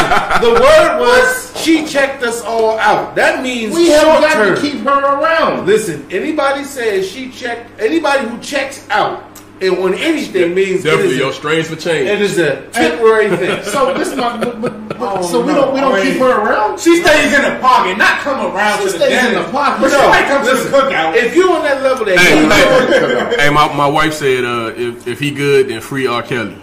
B: the word was she checked us all out. That means
D: we
B: short
D: have got
B: term.
D: to keep her around.
B: Listen, anybody says she checked. Anybody who checks out and on anything means it
E: Definitely,
B: is,
E: your
B: a,
E: strains for
B: it
E: change.
B: is a temporary thing.
D: So this not. But, but, but,
C: Oh,
D: so we
C: no.
D: don't we don't keep her around.
C: She stays in the pocket, not come around
D: She
C: to the
D: stays in
C: dinner.
D: the pocket.
C: But she
D: No,
C: might come to the cookout.
B: If you're on that level, that
E: Hey,
B: you know,
E: hey, hey, my, my wife said, uh, if if he good, then free R. Kelly.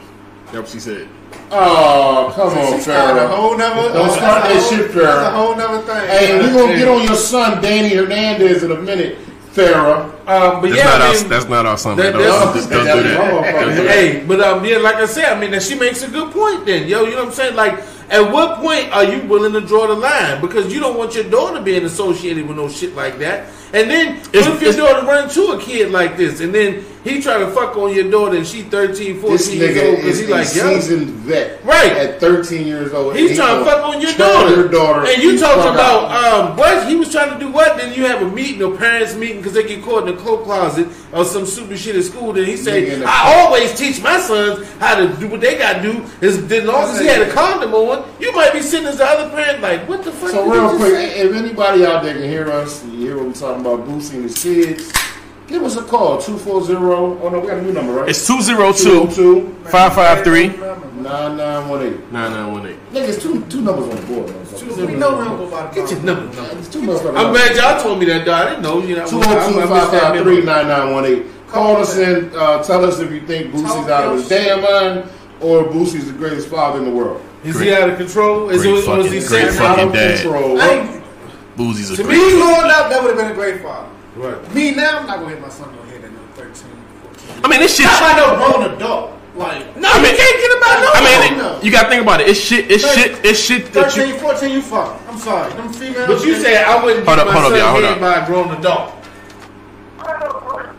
E: That's what she said.
D: Oh come on,
C: She started a
D: Farrah.
C: whole nother.
D: Don't start that shit, Farrah.
C: That's a whole nother thing.
D: Hey, we're gonna get on your son Danny Hernandez in a minute, Farrah.
B: um, but
E: That's
B: yeah,
E: not
B: I
E: our,
B: mean,
E: that's not our son.
B: that-
E: Don't,
B: that's-
E: don't, don't do that. Don't do that.
B: Hey, but um, yeah, like I said, I mean, that she makes a good point. Then, yo, you know what I'm saying? Like, at what point are you willing to draw the line? Because you don't want your daughter being associated with no shit like that. And then,
E: It's-
B: what if your
E: it's-
B: daughter run into a kid like this, and then he try to fuck on your daughter, and she 13, 14
D: This
B: years old,
D: nigga
B: because
D: is
B: he
D: a
B: like, yo,
D: seasoned vet.
B: Right.
D: At 13 years old.
B: He's
D: and he
B: trying to
D: gonna
B: fuck on your
D: tell
B: daughter.
D: Your daughter.
B: And you
D: he
B: talking
D: fuck
B: about
D: out.
B: um, what he was trying to do? What? Then you have a meeting, a parents meeting, because they get caught in the coat closet or some stupid shit at school. Then he
D: Nigga in
B: said,
D: the
B: "I always teach my sons how to do what they got to do." Is then as long as he had a condom on, you might be sitting as the other parent like, "What the fuck?"
D: So
B: did you
D: real
B: just
D: quick,
B: say?"
D: if anybody out there can hear us, you hear what we're talking about, Boosie and his kids. Give us a call, 240. Oh, no, we got a new number, right?
E: It's 202 553
D: 9918.
E: 9918.
D: Niggas, two, two numbers on the board. motherfucker.
C: We know we don't go by the
B: Get your
C: phone.
B: number. number.
D: It's two motherfuckers.
B: I'm glad y'all told me that, dog. I didn't know. You know, I- I- I missed that memory.
D: 202-553-9918. Call us and uh, tell us if you think Boosie's
C: Talk
D: out of his
C: your
D: damn mind or Boosie's the greatest father in the world.
B: Is he out of control? Is
E: Great
B: it, was he
E: fucking-
B: saying
E: great
B: that?
D: Out of
E: fucking dad.
D: control.
C: I ain't-
E: Boozy's a
C: To
E: great.
C: me, growing up, that would have been a great father.
B: Right.
C: Me now, I'm not gonna hit my son on the head at no 13, 14.
E: I mean, this shit.
C: Not by no grown adult. Like, no,
E: I mean,
C: get him out. No,
E: I mean,
C: no.
E: it- you gotta think about it. It's shit. It's
C: Thirteen.
E: shit. It's shit that you.
C: 13, 14, you fuck. I'm sorry. Them females.
B: But you said I wouldn't
E: Hold
B: get
E: up,
B: my
E: hold up,
B: son
E: y'all, hold
B: hit
E: up.
B: by a grown adult.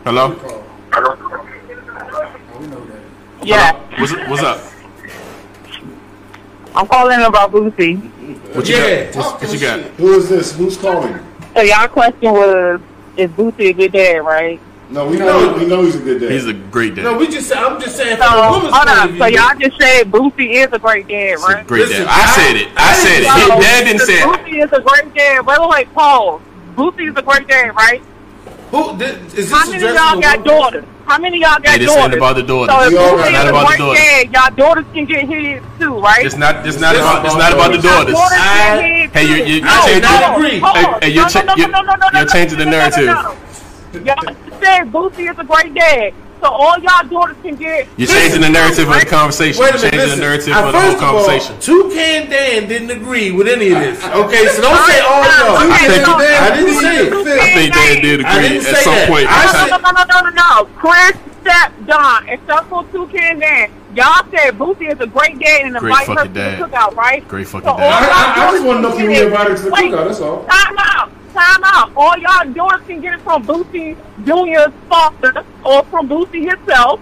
E: Hello.
F: Yeah,
E: What's, what's up?
F: I'm calling about Boosie.
E: What you
B: Yeah.
E: got? What's- What you got?
D: Who is this? Who's calling?
F: So y'all question was, is Boosie a good dad, right?
D: No, we know we know he's a good dad.
E: He's a great dad.
B: No, we just. I'm just saying.
F: So
B: From a woman's
F: hold
B: point
F: on.
B: of
F: So
B: view-
F: y'all just said Boosie is a great dad,
E: It's a
F: right?
E: great
B: Listen,
E: dad. I said it. I said it. His
F: So,
E: dad didn't say it.
F: Boosie is a great dad. Wait, wait, wait, pause. Boosie is a great dad, right?
B: Who thi- is
F: How
B: this?
F: many of y'all
B: addressing
F: got
B: the woman?
F: daughters? How many of y'all got
E: Hey, this
F: daughters?
E: ain't about the daughters.
F: So if
D: We all right.
F: Boosie
E: Not
F: is
E: about the
F: a great
E: daughters.
F: dad, y'all daughters can get hit too, right?
E: It's not. It's not
B: This
E: about. It's not
D: about
E: about the
F: Y'all
E: daughters.
F: daughters
B: I-
F: get hit
E: Hey,
F: too.
E: you- you- you
F: No,
E: changed-
F: no,
B: agree.
F: hold
E: Hey,
F: on.
E: hey, you're
F: No,
E: cha-
F: no, no,
E: you're-
F: no, no, no,
E: you're
F: no,
E: changing the
F: no, no, no,
E: narrative.
F: no. Y'all said Boosie is a great dad, so all y'all daughters can get.
E: You're changing the narrative of the conversation.
B: Wait a minute,
E: You're changing
B: listen.
E: the narrative
B: I-
E: of the whole
B: first of all,
E: conversation.
B: Toucan Dan didn't agree with any of this. Okay, so don't say all
F: All
B: y'all.
F: right,
E: I think-
F: no.
B: I didn't say it.
F: Toucan
E: I think
F: Dan.
E: Dan did
B: I
E: agree
B: didn't
E: at
B: say
E: some
B: that.
E: point.
B: I
F: No, no, no, no, no, no, no. Chris, Step, Don, and Circle Two Can Dan. Y'all said Boosie is a great dad and a
E: Great
F: vice versa
E: fucking
F: to the
E: dad.
F: cookout, right?
E: Great fucking
F: So
E: dad.
F: all
D: I, I, I
F: y'all
D: just want to know if
F: daughters
D: you
F: can
D: were invited to the
F: Wait,
D: cookout. That's all.
F: Time out. Time out. All y'all daughters can get it from Boosie Junior's father or from Boosie himself.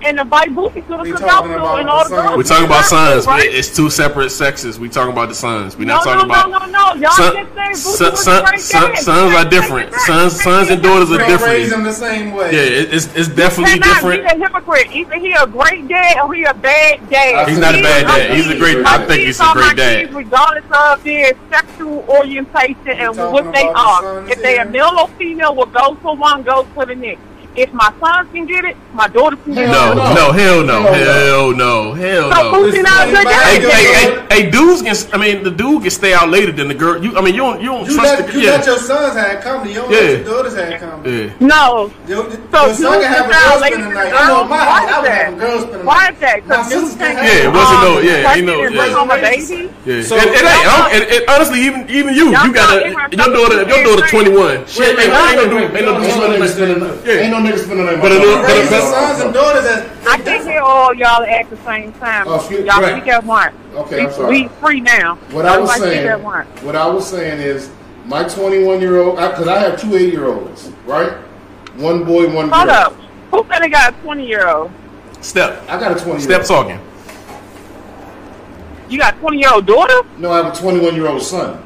F: And invite Boosie to the
C: We
F: cookout
C: talking
F: too,
C: about
F: and all
C: the
F: the
C: son.
F: girls.
E: We're talking about sons. but
F: Right?
E: It's two separate sexes. We're talking about the sons. We're not
F: no,
E: talking
F: no,
E: about.
F: no, no, no. Y'all
E: Son-
F: just said Boosie
E: son-
F: was
E: son-
F: a great
E: son-
F: dad.
E: sons are different. Sons, sons and daughters are
C: Don't raise
E: different.
C: them the same way.
E: Yeah, it- it's it's definitely
F: cannot
E: different.
F: be a hypocrite. Either he a great dad or he a bad dad.
D: He's not a bad dad.
F: my
D: He's a
F: kid.
D: great-
F: My
D: I
E: think he's
F: kids
E: a
F: are my
E: great dad.
F: kids Regardless of their sexual orientation and
C: talking
F: what they
C: about the
F: are.
C: sons
F: If they are
C: here?
F: male or female, what goes for one goes for the next. If my sons can get it, my daughters can get
E: No,
F: it.
D: No.
E: no, hell no,
D: Hell no.
E: hell no, hell
F: So
E: no.
F: who's in our good
E: Hey,
F: dad?
E: hey, hey, hey, dudes can. I mean, the dude can stay out later than the girl. You, I mean, you don't, you don't
C: You,
E: trust
C: let,
E: the
C: you
E: yeah.
C: let your sons have company. You don't
E: Yeah.
C: let your daughters have company.
E: yeah.
F: No.
C: Your, your
F: So you
C: son can have a
F: decide
C: girl
F: later
C: spending the
F: than
C: night. I know
F: girls?
C: my
F: Why
C: house. I
F: is
C: would
F: that?
C: have a girl spending the night.
F: Why is that?
C: My
F: Because
C: sisters
F: sisters
C: can
F: can't
C: have
E: Yeah, it
F: have
E: wasn't no-
F: um,
E: yeah, ain't no-
F: pregnant and
E: yeah.
F: bring home a baby.
E: Yeah.
B: So-
E: So, and, and, hey, I'm- and- and honestly, even even you,
F: Y'all
E: you got a your
F: not
E: daughter. Your daughter twenty one. Shit, ain't ain't no dude. Ain't no
D: Ain't
E: dude.
D: no niggas spending
E: Yeah.
D: Ain't no niggas spending their
E: But a little- but a-
C: Raise your
E: but-
C: sons and daughters as
F: I can't hear all y'all at the same time.
D: Oh, excuse-
F: y'all
D: right.
F: speak at once.
D: Okay,
F: we,
D: I'm sorry.
F: we free now.
D: What I was
F: Everybody speak
D: saying,
F: at once.
D: what I was saying is, my 21 year old, because I, have two eight year olds, right? One boy, one girl.
F: Hold up. Who finna got a 20 year old?
E: Step,
D: I got a 20 year
E: step
D: old.
E: talking.
F: You got 20 year old daughter?
D: No, I have a 21 year old son.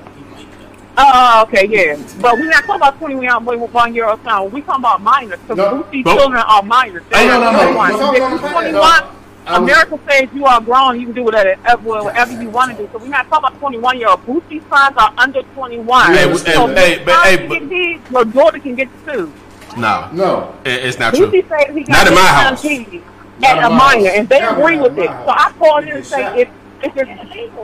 F: Oh, okay, yeah. But we're not talking about 21 year old boy with one year old son. we talking about minors. Because
D: No.
F: Boosie
E: Nope.
F: children are minors. They're
D: Oh, no,
F: not
D: no, no.
F: 21.
D: No,
C: no,
F: If you're
C: no, no.
F: 21,
D: I was-
F: America says you are grown. You can do whatever, whatever you want to do. So we're not talking about 21 year old. Boosie's sons are under 21.
D: Hey,
E: Hey,
D: what's-
E: hey,
F: so
E: hey,
F: if
E: but
F: your
E: hey,
F: son
E: but
F: can get these, your daughter can get two.
E: nah,
D: No.
E: it- it's not true.
F: Boosie said he
E: Not
F: got
E: in my
F: his
E: house.
F: son cheated
D: Not in
F: at a
D: my
F: minor,
D: house.
F: and they
C: Not
F: agree
C: in
F: with
C: my
F: it.
C: house.
F: So I called in
C: You
F: and
C: get
F: say,
C: shot.
F: if, if it's,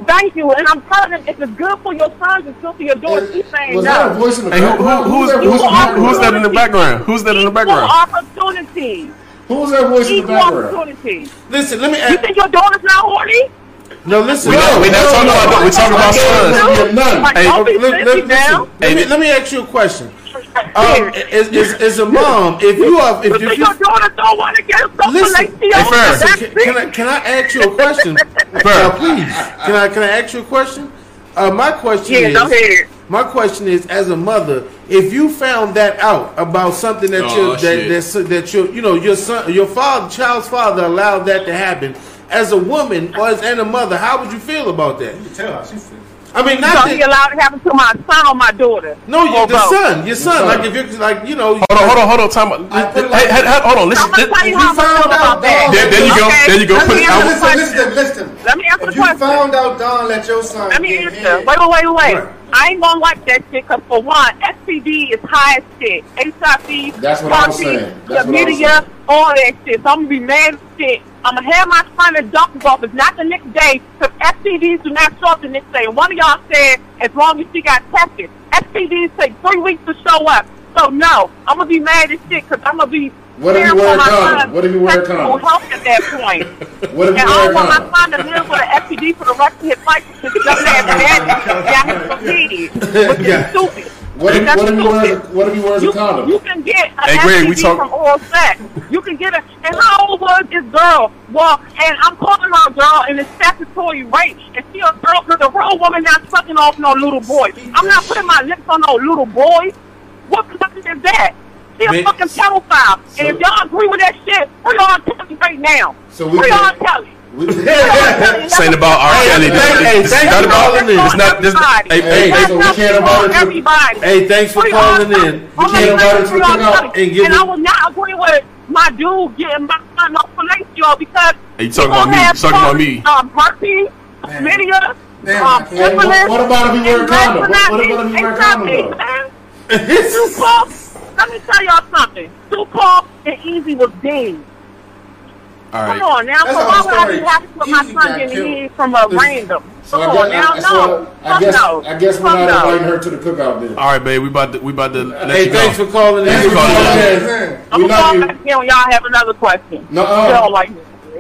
F: thank you, and I'm telling them if it's good for your sons, it's good for your daughters. He's saying
D: was that a
F: no.
D: voice in the
E: Hey, who, who,
D: background?
E: who's,
D: that
E: who's,
D: voice in the
E: who, who's
D: background?
E: that in the background? Who's that in the
F: Equal
E: background?
F: opportunity.
D: Who's that voice in the
F: Equal
D: background?
F: opportunity.
B: Listen, let me
F: You
B: ask.
F: think your daughter's not horny?
B: No, listen.
E: We not, we not talking about that. We're talking about sons.
D: You're none.
F: Like,
E: Hey,
F: don't
B: Okay,
F: be
B: let, let,
F: sissy now.
B: listen, let me let me ask you a question. Um, as, as, as a mom, if you are if,
F: You
B: if
F: think
B: you
F: your daughter don't want to get herself
B: Listen,
F: like the
E: hey,
F: other?
E: Ferris,
F: That's
B: can, can I
F: it.
B: can I ask you a question? Now, please, can I can I ask you a question? Uh, my question
F: Yeah,
B: is.
F: go ahead.
B: My question is, as a mother, if you found that out about something that
E: Oh,
B: your that,
E: shit.
B: that so- that your you know your son your father child's father allowed that to happen, as a woman or as and a mother, how would you feel about that?
C: you tell how she feels.
B: I mean, not
F: So he
B: that,
F: allowed it happen to my son or my daughter?
B: no, your
F: Or
B: the
F: both?
B: son, your son.
D: son.
B: Like if you're like you know,
E: Hold on, hold on, hold on. Time. out.
C: I put it
E: Hey,
C: like-
E: hey, hey, hold on. Listen.
F: I'm gonna
E: this-
F: tell you
B: you
F: how I
B: found
F: feel about
B: out,
F: that.
E: there, there you go.
F: Okay,
E: There you go.
F: let
E: Put
F: me
E: it
F: ask
E: out.
F: you a
C: Listen,
F: question.
C: listen, listen.
F: Let me answer the
C: If you
F: question.
C: found out Don let your son
F: Let me
C: get
F: answer.
C: head,
F: Wait, wait, wait, wait. wait. I ain't gonna like that shit because for one, STD is high as shit. HIV,
D: That's what I was
F: Party,
D: saying. That's
F: the
D: what I was
F: media,
D: saying.
F: all that shit. So I'm gonna be mad as shit. I'm gonna have my son in doctor's office, not the next day, because STDs do not show up the next day. And one of y'all said as long as she got tested, STDs take three weeks to show up. So no, I'm gonna be mad as shit because I'm gonna be.
D: What if you
F: fearing
D: wear
F: for
D: a
F: my
D: condom?
F: son's
D: What if you wear a
F: sexual
D: condom?
F: Health at that point.
D: What if
F: And
D: you
F: I
D: wear a
F: don't want my
D: condom?
F: son to live with an STD for the rest of his life because he doesn't have that. Yeah, he's competed, which is stupid.
D: What if,
F: That's
D: what if you wear
F: stupid.
D: a, what if you wear a
F: You,
D: condom?
F: you can get an
E: Hey, Greg, we
F: STD
E: talk-
F: from oral sex. You can get a. And how old was this girl? Well, and I'm calling her a girl, and it's statutory rape. And she a girl because a real woman not sucking off no little boy. I'm not putting my lips on no little boy. What fucking is that? She a
B: Man-
F: fucking pedophile. and if y'all agree with that shit, free R. Kelly right now.
D: So we
F: free
D: can-
F: R. Kelly.
D: We-
F: This ain't about R. Kelly. This,
B: Hey,
F: this, this
B: thank
F: is
B: you for
F: not about
B: calling in.
F: It's not. This, hey, hey,
D: Hey, so we can't about it to-
F: everybody.
B: Hey, thanks for
F: Free
B: calling
F: Oscar.
B: in.
D: We
F: I'm
D: can't
F: gonna
D: about it
F: say
D: to
F: free
D: the
F: Oscar.
D: count
B: and give
F: And
B: it-
F: I will not agree with my dude getting my son off fellatio because
E: Hey, you talking about me. You talking about me.
F: Um, herpes, chlamydia,
C: Damn,
F: um,
C: I can't.
F: syphilis,
D: What about if we wear a
F: and last
D: condom?
F: but
D: What- what about
F: not
D: if
F: least,
D: we wear a
F: HIV,
D: condom, though?
F: man. Tupac, let me tell y'all something. Tupac and Easy was dead.
E: All
F: Come
E: right.
F: on now,
C: That's
F: so
C: our
F: why would I
C: story.
F: be happy with my
C: Easy
F: son
C: got
F: getting
C: killed.
F: hit from a random?
D: So
F: Come
D: I
F: on
D: guess,
F: now,
D: I, so
F: no.
D: I guess,
F: Fuck no.
D: I guess we're
F: Fuck
D: not
F: no.
D: inviting her to the cookout then.
E: All right, babe. We about to we about to let
B: Hey,
E: you go.
B: thanks for calling in.
E: Thanks for calling in.
D: Yes,
F: I'm
D: we love
F: gonna call
D: you.
F: back in when y'all have another question.
D: Nuh-uh.
F: Y'all like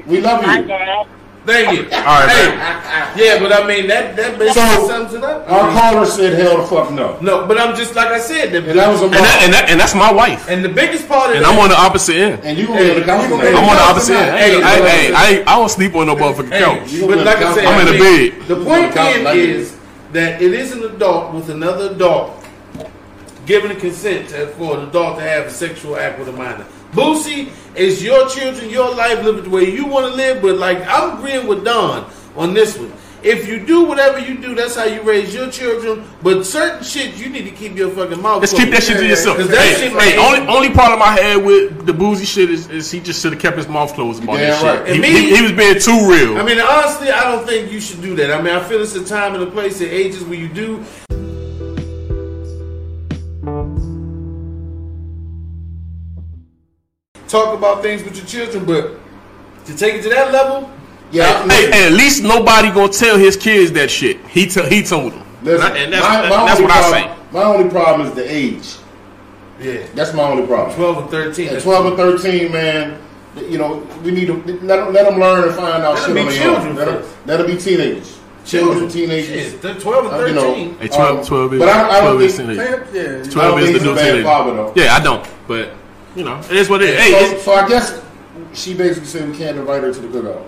D: We love
F: My
D: you.
F: dad.
B: Thank you.
E: All right,
B: Hey,
E: babe.
B: yeah, but I mean that that basically
D: So-
B: sums it up.
D: Our caller said, "Hell the fuck no,"
B: no, but I'm just like I said. The,
D: and that was a
E: And that,
D: bar.
E: and that and that's my wife.
B: and the biggest part of
E: And
B: that,
E: I'm on the opposite end.
D: And you gonna be on the couch
C: gonna
D: tonight.
E: I'm on the opposite end.
B: Hey,
E: Hey, hey, hey, I ain't- I don't sleep on no motherfucking couch.
D: you gonna
B: but
D: be
B: like I
D: on
B: said,
E: I'm in
B: I
E: the
B: mean,
E: bed.
B: The
D: You
B: point
D: gonna
B: being
D: like it.
B: is that it is an adult with another adult giving a consent to, for an adult to have a sexual act with a minor. Boosie, it's your children, your life, live it the way you want to live. But like I'm agreeing with Don on this one. If you do whatever you do, that's how you raise your children. But certain shit, you need to keep your fucking mouth.
E: Let's keep that shit to yourself.
B: Cause that
E: hey,
B: shit
E: hey,
B: might-
E: only only problem I had with the boozy shit is, is he just should have kept his mouth closed about
D: Damn
E: that
D: right.
E: shit. He,
B: And me-
E: he- he was being too real.
B: I mean, honestly, I don't think you should do that. I mean, I feel it's a time and a place and ages where you do. Talk about things with your children, but to take it to that level,
D: Yeah, I-
E: hey, hey, at least nobody gonna tell his kids that shit. He t- he told them.
D: listen,
E: and, I- and that's,
D: my- my
E: that- that's
D: only
E: what I
D: problem-
E: say.
D: My only problem is the age.
B: yeah,
D: That's my only problem.
B: 12 and 13.
D: At
B: that's-
D: 12 and 13, man, th- you know, we need to let them, let 'em learn and find out
B: Let 'em
D: shit
B: be
D: on their
B: children
D: own. Let 'em-
B: first.
D: Let them be teenagers. Children, teenagers.
B: Shit, they're 12 and
D: Uh,
B: 13.
D: you know,
E: Hey, 12,
D: Um,
E: 12 is,
D: but I- I don't
E: 12 is
D: think-
E: teenage.
C: Yeah.
E: 12
D: I don't
E: is
D: think
E: the
D: he's a
E: new
D: bad
E: teenager.
D: father, though.
E: Yeah, I don't. But, you know, it is what it is. Hey,
D: So,
E: it's,
D: so I guess she basically said we can't invite her to the cookout.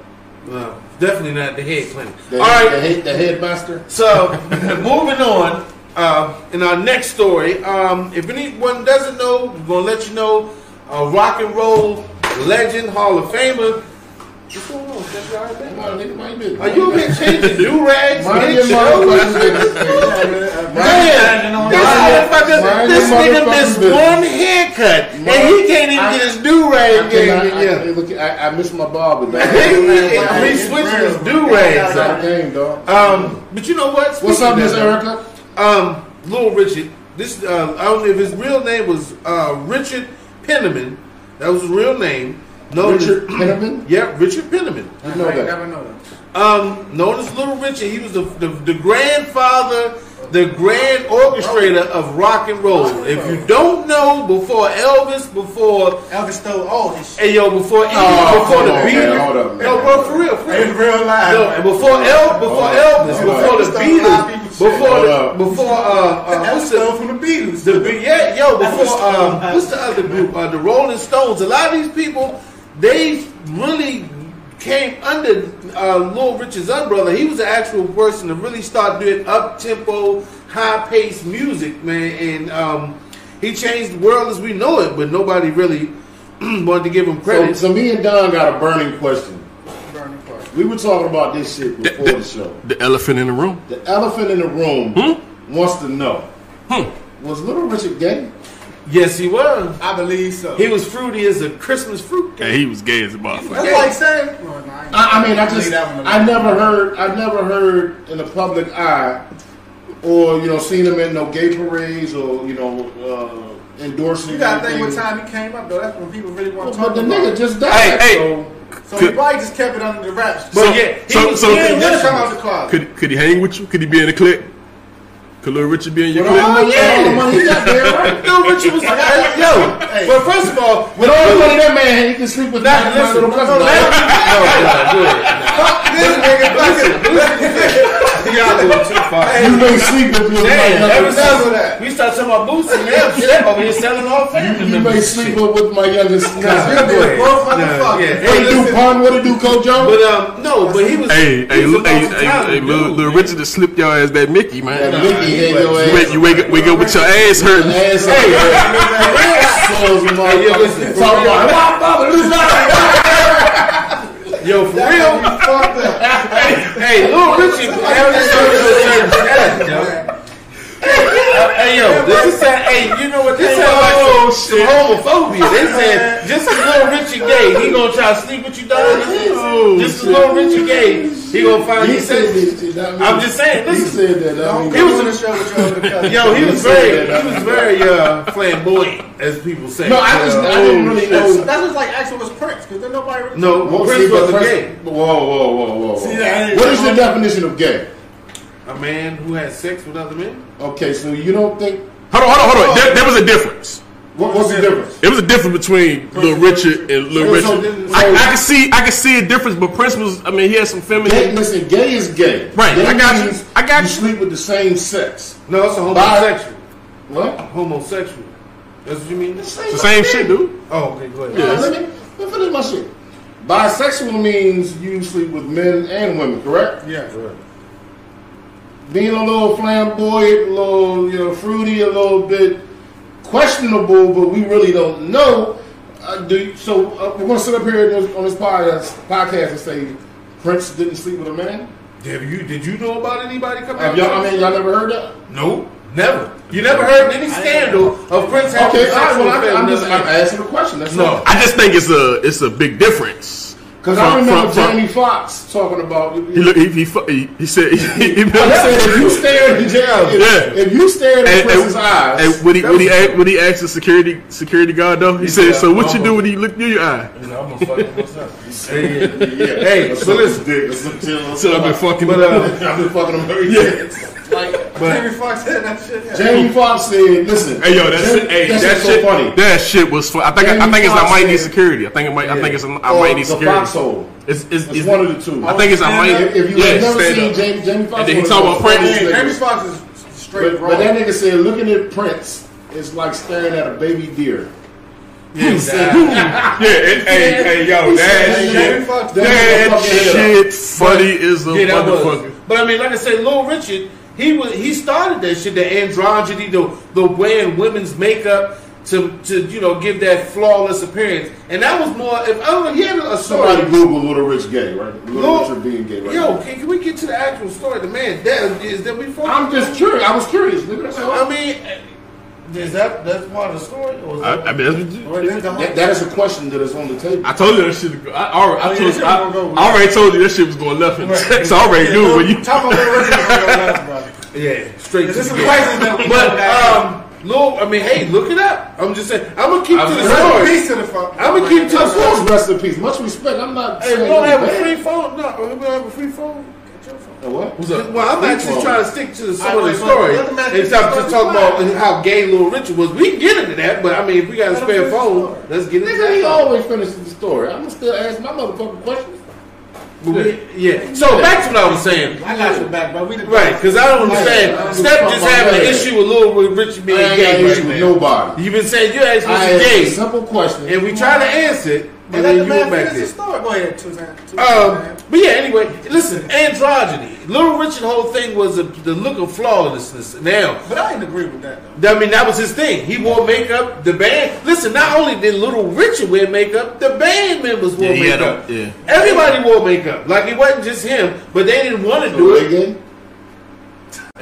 B: No, definitely not the head clinic.
D: The,
B: All right,
D: the, head, the headmaster.
B: So, moving on, uh, in our next story, um, if anyone doesn't know, we're going to let you know a rock and roll legend, Hall of Famer. What's going on? Steph? You all right, man?
D: Come on, nigga, mind your business.
B: Are you been changing do rags?
D: Mind your motherfucking business. nigga. Mind-
B: Man, this
D: Mind
B: motherfucker,
D: your
B: this nigga
D: motherfucking
B: missed
D: business.
B: one haircut, and he can't even
D: I-
B: get his do
D: I
B: rag
D: cannot- I- I-
B: game.
D: look, I, I missed my ball with that.
B: Yeah, he switched his do rags.
D: It's our game, dog.
B: Um, but you know what?
D: What's
B: Speaking
D: up,
B: of
D: Miss
B: that, though,
D: Erica?
B: Um, Little Richard. This uh, I don't know if his real name was uh, Richard Penniman. That was his real name. Known
D: Richard
B: As,
D: Penniman?
B: yeah, Richard Penniman.
D: You know that.
C: never know that.
B: Um, known as Little Richard. He was the, the the grandfather, the grand orchestrator of rock and roll. If you don't know, before Elvis, before
C: Elvis stole all his shit.
B: hey yo, before Elvis,
D: Oh,
B: before the
D: come on,
B: Beatles.
D: man, hold up, man.
B: no, bro, for real, for real.
C: In real life.
B: No, and before El, before
D: Hold up.
B: Elvis,
D: Hold
B: before
C: up.
B: the Beatles, before
D: Hold
B: the,
D: up.
B: before uh, uh
C: Elvis
B: what's the,
C: stole from the Beatles.
B: the Be- yeah yo before
C: Elvis Stone.
B: um, what's the other group uh, the Rolling Stones. A lot of these people they really came under uh, Little Richard's umbrella. He was the actual person to really start doing up tempo, high paced music, man, and um, he changed the world as we know it. But nobody really wanted to give him
D: So,
B: credit.
D: so me and Don got a burning question.
C: Burning part.
D: We were talking about this shit before
E: the-
D: the show.
E: the elephant in the room. Hmm?
D: The elephant in the room wants to know: Was Little Richard gay?
B: Yes, he was.
C: I believe so.
B: He was fruity as a Christmas fruit.
E: Yeah, he was gay as a motherfucker.
C: That's like saying. Well, no, I ain't-
D: I, I mean, I just
C: Leave that one
D: I
C: alone.
D: never heard I never heard in the public eye, or you know, seen him in no gay parades or you know uh, endorsing.
C: You gotta think what
D: anything.
C: time he came up though. That's when people really want
D: Well,
C: to
D: But
C: talk
D: the
C: about.
D: nigga
C: it.
D: just died.
E: hey.
D: so
C: so he probably just kept it under the wraps.
E: So-
B: But yeah, he
E: so-
B: was
E: so-
B: in
C: He didn't
B: with
C: come
B: him.
C: out the closet.
E: Could could he hang with you? Could he be in the clique? Could Lil Richard be in your
D: with all,
E: clique?
C: Oh,
D: the- with all
B: yeah.
D: the money he got there, right?
B: No, Richard was like, yo.
C: Hey.
B: But first of all,
D: With all the money that man had, he can sleep with
B: Now,
D: that
B: listen,
D: little
B: no,
D: cousin.
B: let- no, no, go ahead.
C: This nigga fucking-
B: Y'all going too far.
D: You may sleep with your
B: Damn,
D: my
B: ever
D: younger
B: since
D: cousin.
B: we started talking about Boosie, yeah, shit, over here selling all family
D: You may
B: members.
D: sleep with, with my youngest cousin.
C: This nigga broke
B: No, yeah.
D: What
C: motherfucker.
B: Hey,
D: it do, pun? What it do, Kojo?
B: But um, no, but he was.
E: Hey, hey,
B: he was
E: Lil-
B: a
E: hey,
B: multi-talented
E: hey, hey, Lil
B: dude.
E: Lil Richard just slipped your ass that Mickey,
D: That
E: man.
D: Mickey had your
E: You wake,
D: ass.
E: you wake up, wake up with your ass hurting.
D: Ass
B: Hey,
D: up.
B: Hey, yo, listen, for
D: Talk
B: real.
D: about my father. this guy.
B: Yo, for real. hey, hey, Lil Richie, Aaron is going to a certain status, yo. Uh, Hey, yo, this is that. Hey, you know what? This sounds like
E: Oh,
B: some,
E: shit.
B: some homophobia. They said just as Lil Richie gay, he gonna try to sleep with you, dog.
E: Oh,
B: Just as Lil Richie gay, he gonna find.
D: He
B: He
D: said
B: said,
D: this. not me.
B: I'm just saying.
D: He
B: Listen,
D: said that. I mean,
C: He was in the show with your other cousin.
B: yo, he
D: he
B: was
D: said
B: very,
D: that,
B: he was very uh, flamboyant, as people say.
D: No, I just I didn't really know.
C: That was like actual was Prince, because then nobody really.
B: No,
D: Whoa, see,
B: Prince
D: but
B: was a
D: Prince-
B: gay.
D: Whoa, whoa, whoa, whow,
C: See,
D: whoa.
C: that ain't-
D: What is your definition of gay?
B: A man who had sex with other men.
D: Okay, so you don't think
E: Hold on, hold on, hold on. There, there was a difference.
D: what, what's the difference?
E: There was a difference between Lil Richard and Lil
D: So- so-
E: Richard. I, I can see, I can see a difference, but Prince was. I mean, he had some
D: Gay,
E: feminine.
D: listen, gay is gay.
E: Right,
D: Gay
E: I got you.
D: means
E: I got you.
D: sleep with the same sex.
B: No, it's a homosexual.
D: What?
B: Homosexual. That's what you mean?
E: It's the same shit, dude.
B: Oh, okay, go ahead.
D: Yeah, let me let me finish my shit. Bisexual means you sleep with men and women, correct?
C: Yeah.
D: being a little flamboyant, a little you know fruity, a little bit questionable, but we really don't know. Uh, do you, so uh, we're gonna sit up here on this, on this podcast, podcast and say Prince didn't sleep with a man.
B: Have you, did you know about anybody coming
D: Have
B: out?
D: y'all, I mean, y'all never heard that?
B: no, never. You never heard any scandal of Prince having
D: Okay,
B: sex
D: all right. Well,
B: with
D: I, I'm just I'm
B: another man.
D: asking a question. That's
B: No.
D: all.
E: I just think it's a, it's a big difference.
D: Because I
E: From-
D: remember
E: from- from-
D: Jamie Foxx talking about.
E: He look, he, he, fu- he, he said, he, he, he
D: I said, if you stared in jail, if,
E: Yeah.
D: if you stared in
E: And-
D: Prince's
E: and-
D: eyes,
E: And when he when he asked, when he asked the security security guard though, he said, "So what you do when he looked in your eye?"
B: I'm gonna fuck myself.
D: yeah,
B: Hey, so listen.
E: So I've been fucking.
B: But, uh,
D: I've been fucking him every day.
C: Jamie Foxx said that shit. Yeah.
D: Jamie Foxx said, "Listen,
E: hey yo, that's
D: Jamie-
E: hey,
D: that
E: that,
D: shit's so
E: shit.
D: funny.
E: That shit was. Fun. I think I, I think it's I
D: Jamie
E: might need
D: Foxx said-
E: security. I think it might. I think it's I
D: Or
E: might need
D: the
E: security.
D: foxhole.
E: It's, it's,
D: It's one of the two.
E: I think it's I might.
D: If, if you
E: yeah,
D: have never
E: stand
D: seen
E: up.
D: Jamie, Jamie Foxx,
E: And then he
D: was
E: talking
D: one
E: about
D: of the
E: Prince.
D: funniest
C: Jamie
D: niggas.
C: Fox is straight
D: But,
C: wrong.
D: but that nigga said, looking at Prince is like staring at a baby deer. He said,
E: Yeah, and, hey, hey, yo, that
D: Jamie
E: shit,
D: Foxx-
E: that
D: Jamie Foxx-
E: shit, funny is a
B: Yeah, that was.
E: motherfucker.
B: But I mean, like I said, Lil Richard, he was he started that shit, the androgyny, the the wearing women's makeup to to you know give that flawless appearance, and that was more. If I don't hear a story,
D: Somebody Google Little Rich gay, right? Little
B: Lil-
D: Richard being gay, right?
B: yo,
D: now.
B: can, can we get to the actual story? The man that is that we.
D: I'm just curious. I was curious. Nigga, that's all.
B: I mean, uh, is that that's part of the story? Or is
E: I,
B: that,
E: I mean, that's what you-
C: Or then the whole-
D: that, that is a question that is on the table.
E: I told you that shit. was go- I, I, already- I,
C: Oh, yeah,
E: told,
C: that shit
E: I,
C: gonna go with
E: I already told you that shit was going left in the text. I already knew when you.
C: Top of the original left, brother.
B: yeah, straight to
C: This
B: the
C: is some
B: gate.
C: places that we
B: But um, Lil, I mean, hey, look it up. I'm just saying, I'm gonna keep to the
C: Rest in
B: story.
C: peace to the fuck.
B: I'ma keep to-
D: Of course, rest in peace. Much respect. I'm not.
B: Hey, we
D: saying
B: don't have a
D: anything
B: free
D: bad.
B: phone. No, we don't have a free phone.
D: Uh, What?
B: Well, I'm
D: Free
B: actually
D: phone.
B: trying to stick to the
C: I
B: some of the
C: was-
B: story.
C: let them ask
B: And
C: you
B: stop
C: the
B: just
C: story.
B: talking about how gay Little Richard was. We can get into that, but I mean, if we got a
C: Let them
B: spare
C: finish the
B: phone,
C: story.
B: let's get into
D: Nigga, he
B: that.
D: always finishes the story. I'm gonna still ask my motherfucking questions.
B: But we- Yeah. So back to what I was saying.
C: I got your back, bro. We the
B: Right, because I don't
C: Oh,
B: understand.
D: I'm
B: Step
D: just
B: just
D: talking
B: having
D: about
B: an
D: that.
B: issue with Little Richard being
D: I ain't got
B: gay
D: an
B: right
D: issue with
B: now.
D: nobody.
B: You've been saying you're actually
D: I asked a
B: gay,
D: simple question.
B: and we try to answer it, and
C: But let
B: then
C: the
B: you went
C: man
B: back
C: finish the
B: there.
C: story. Go ahead,
B: Um,
C: Tuzan.
B: but yeah, anyway, listen, androgyny. Little Richard whole thing was a, the look of flawlessness. Now,
C: but I didn't agree with that, though.
B: I mean, that was his thing. He wore makeup. The band. Listen, not only did Little Richard wear makeup, the band members wore
E: Yeah, he had
B: makeup.
E: a- yeah.
B: Everybody wore makeup. Like it wasn't just him, but they didn't want to do
D: do it
B: it.
D: again.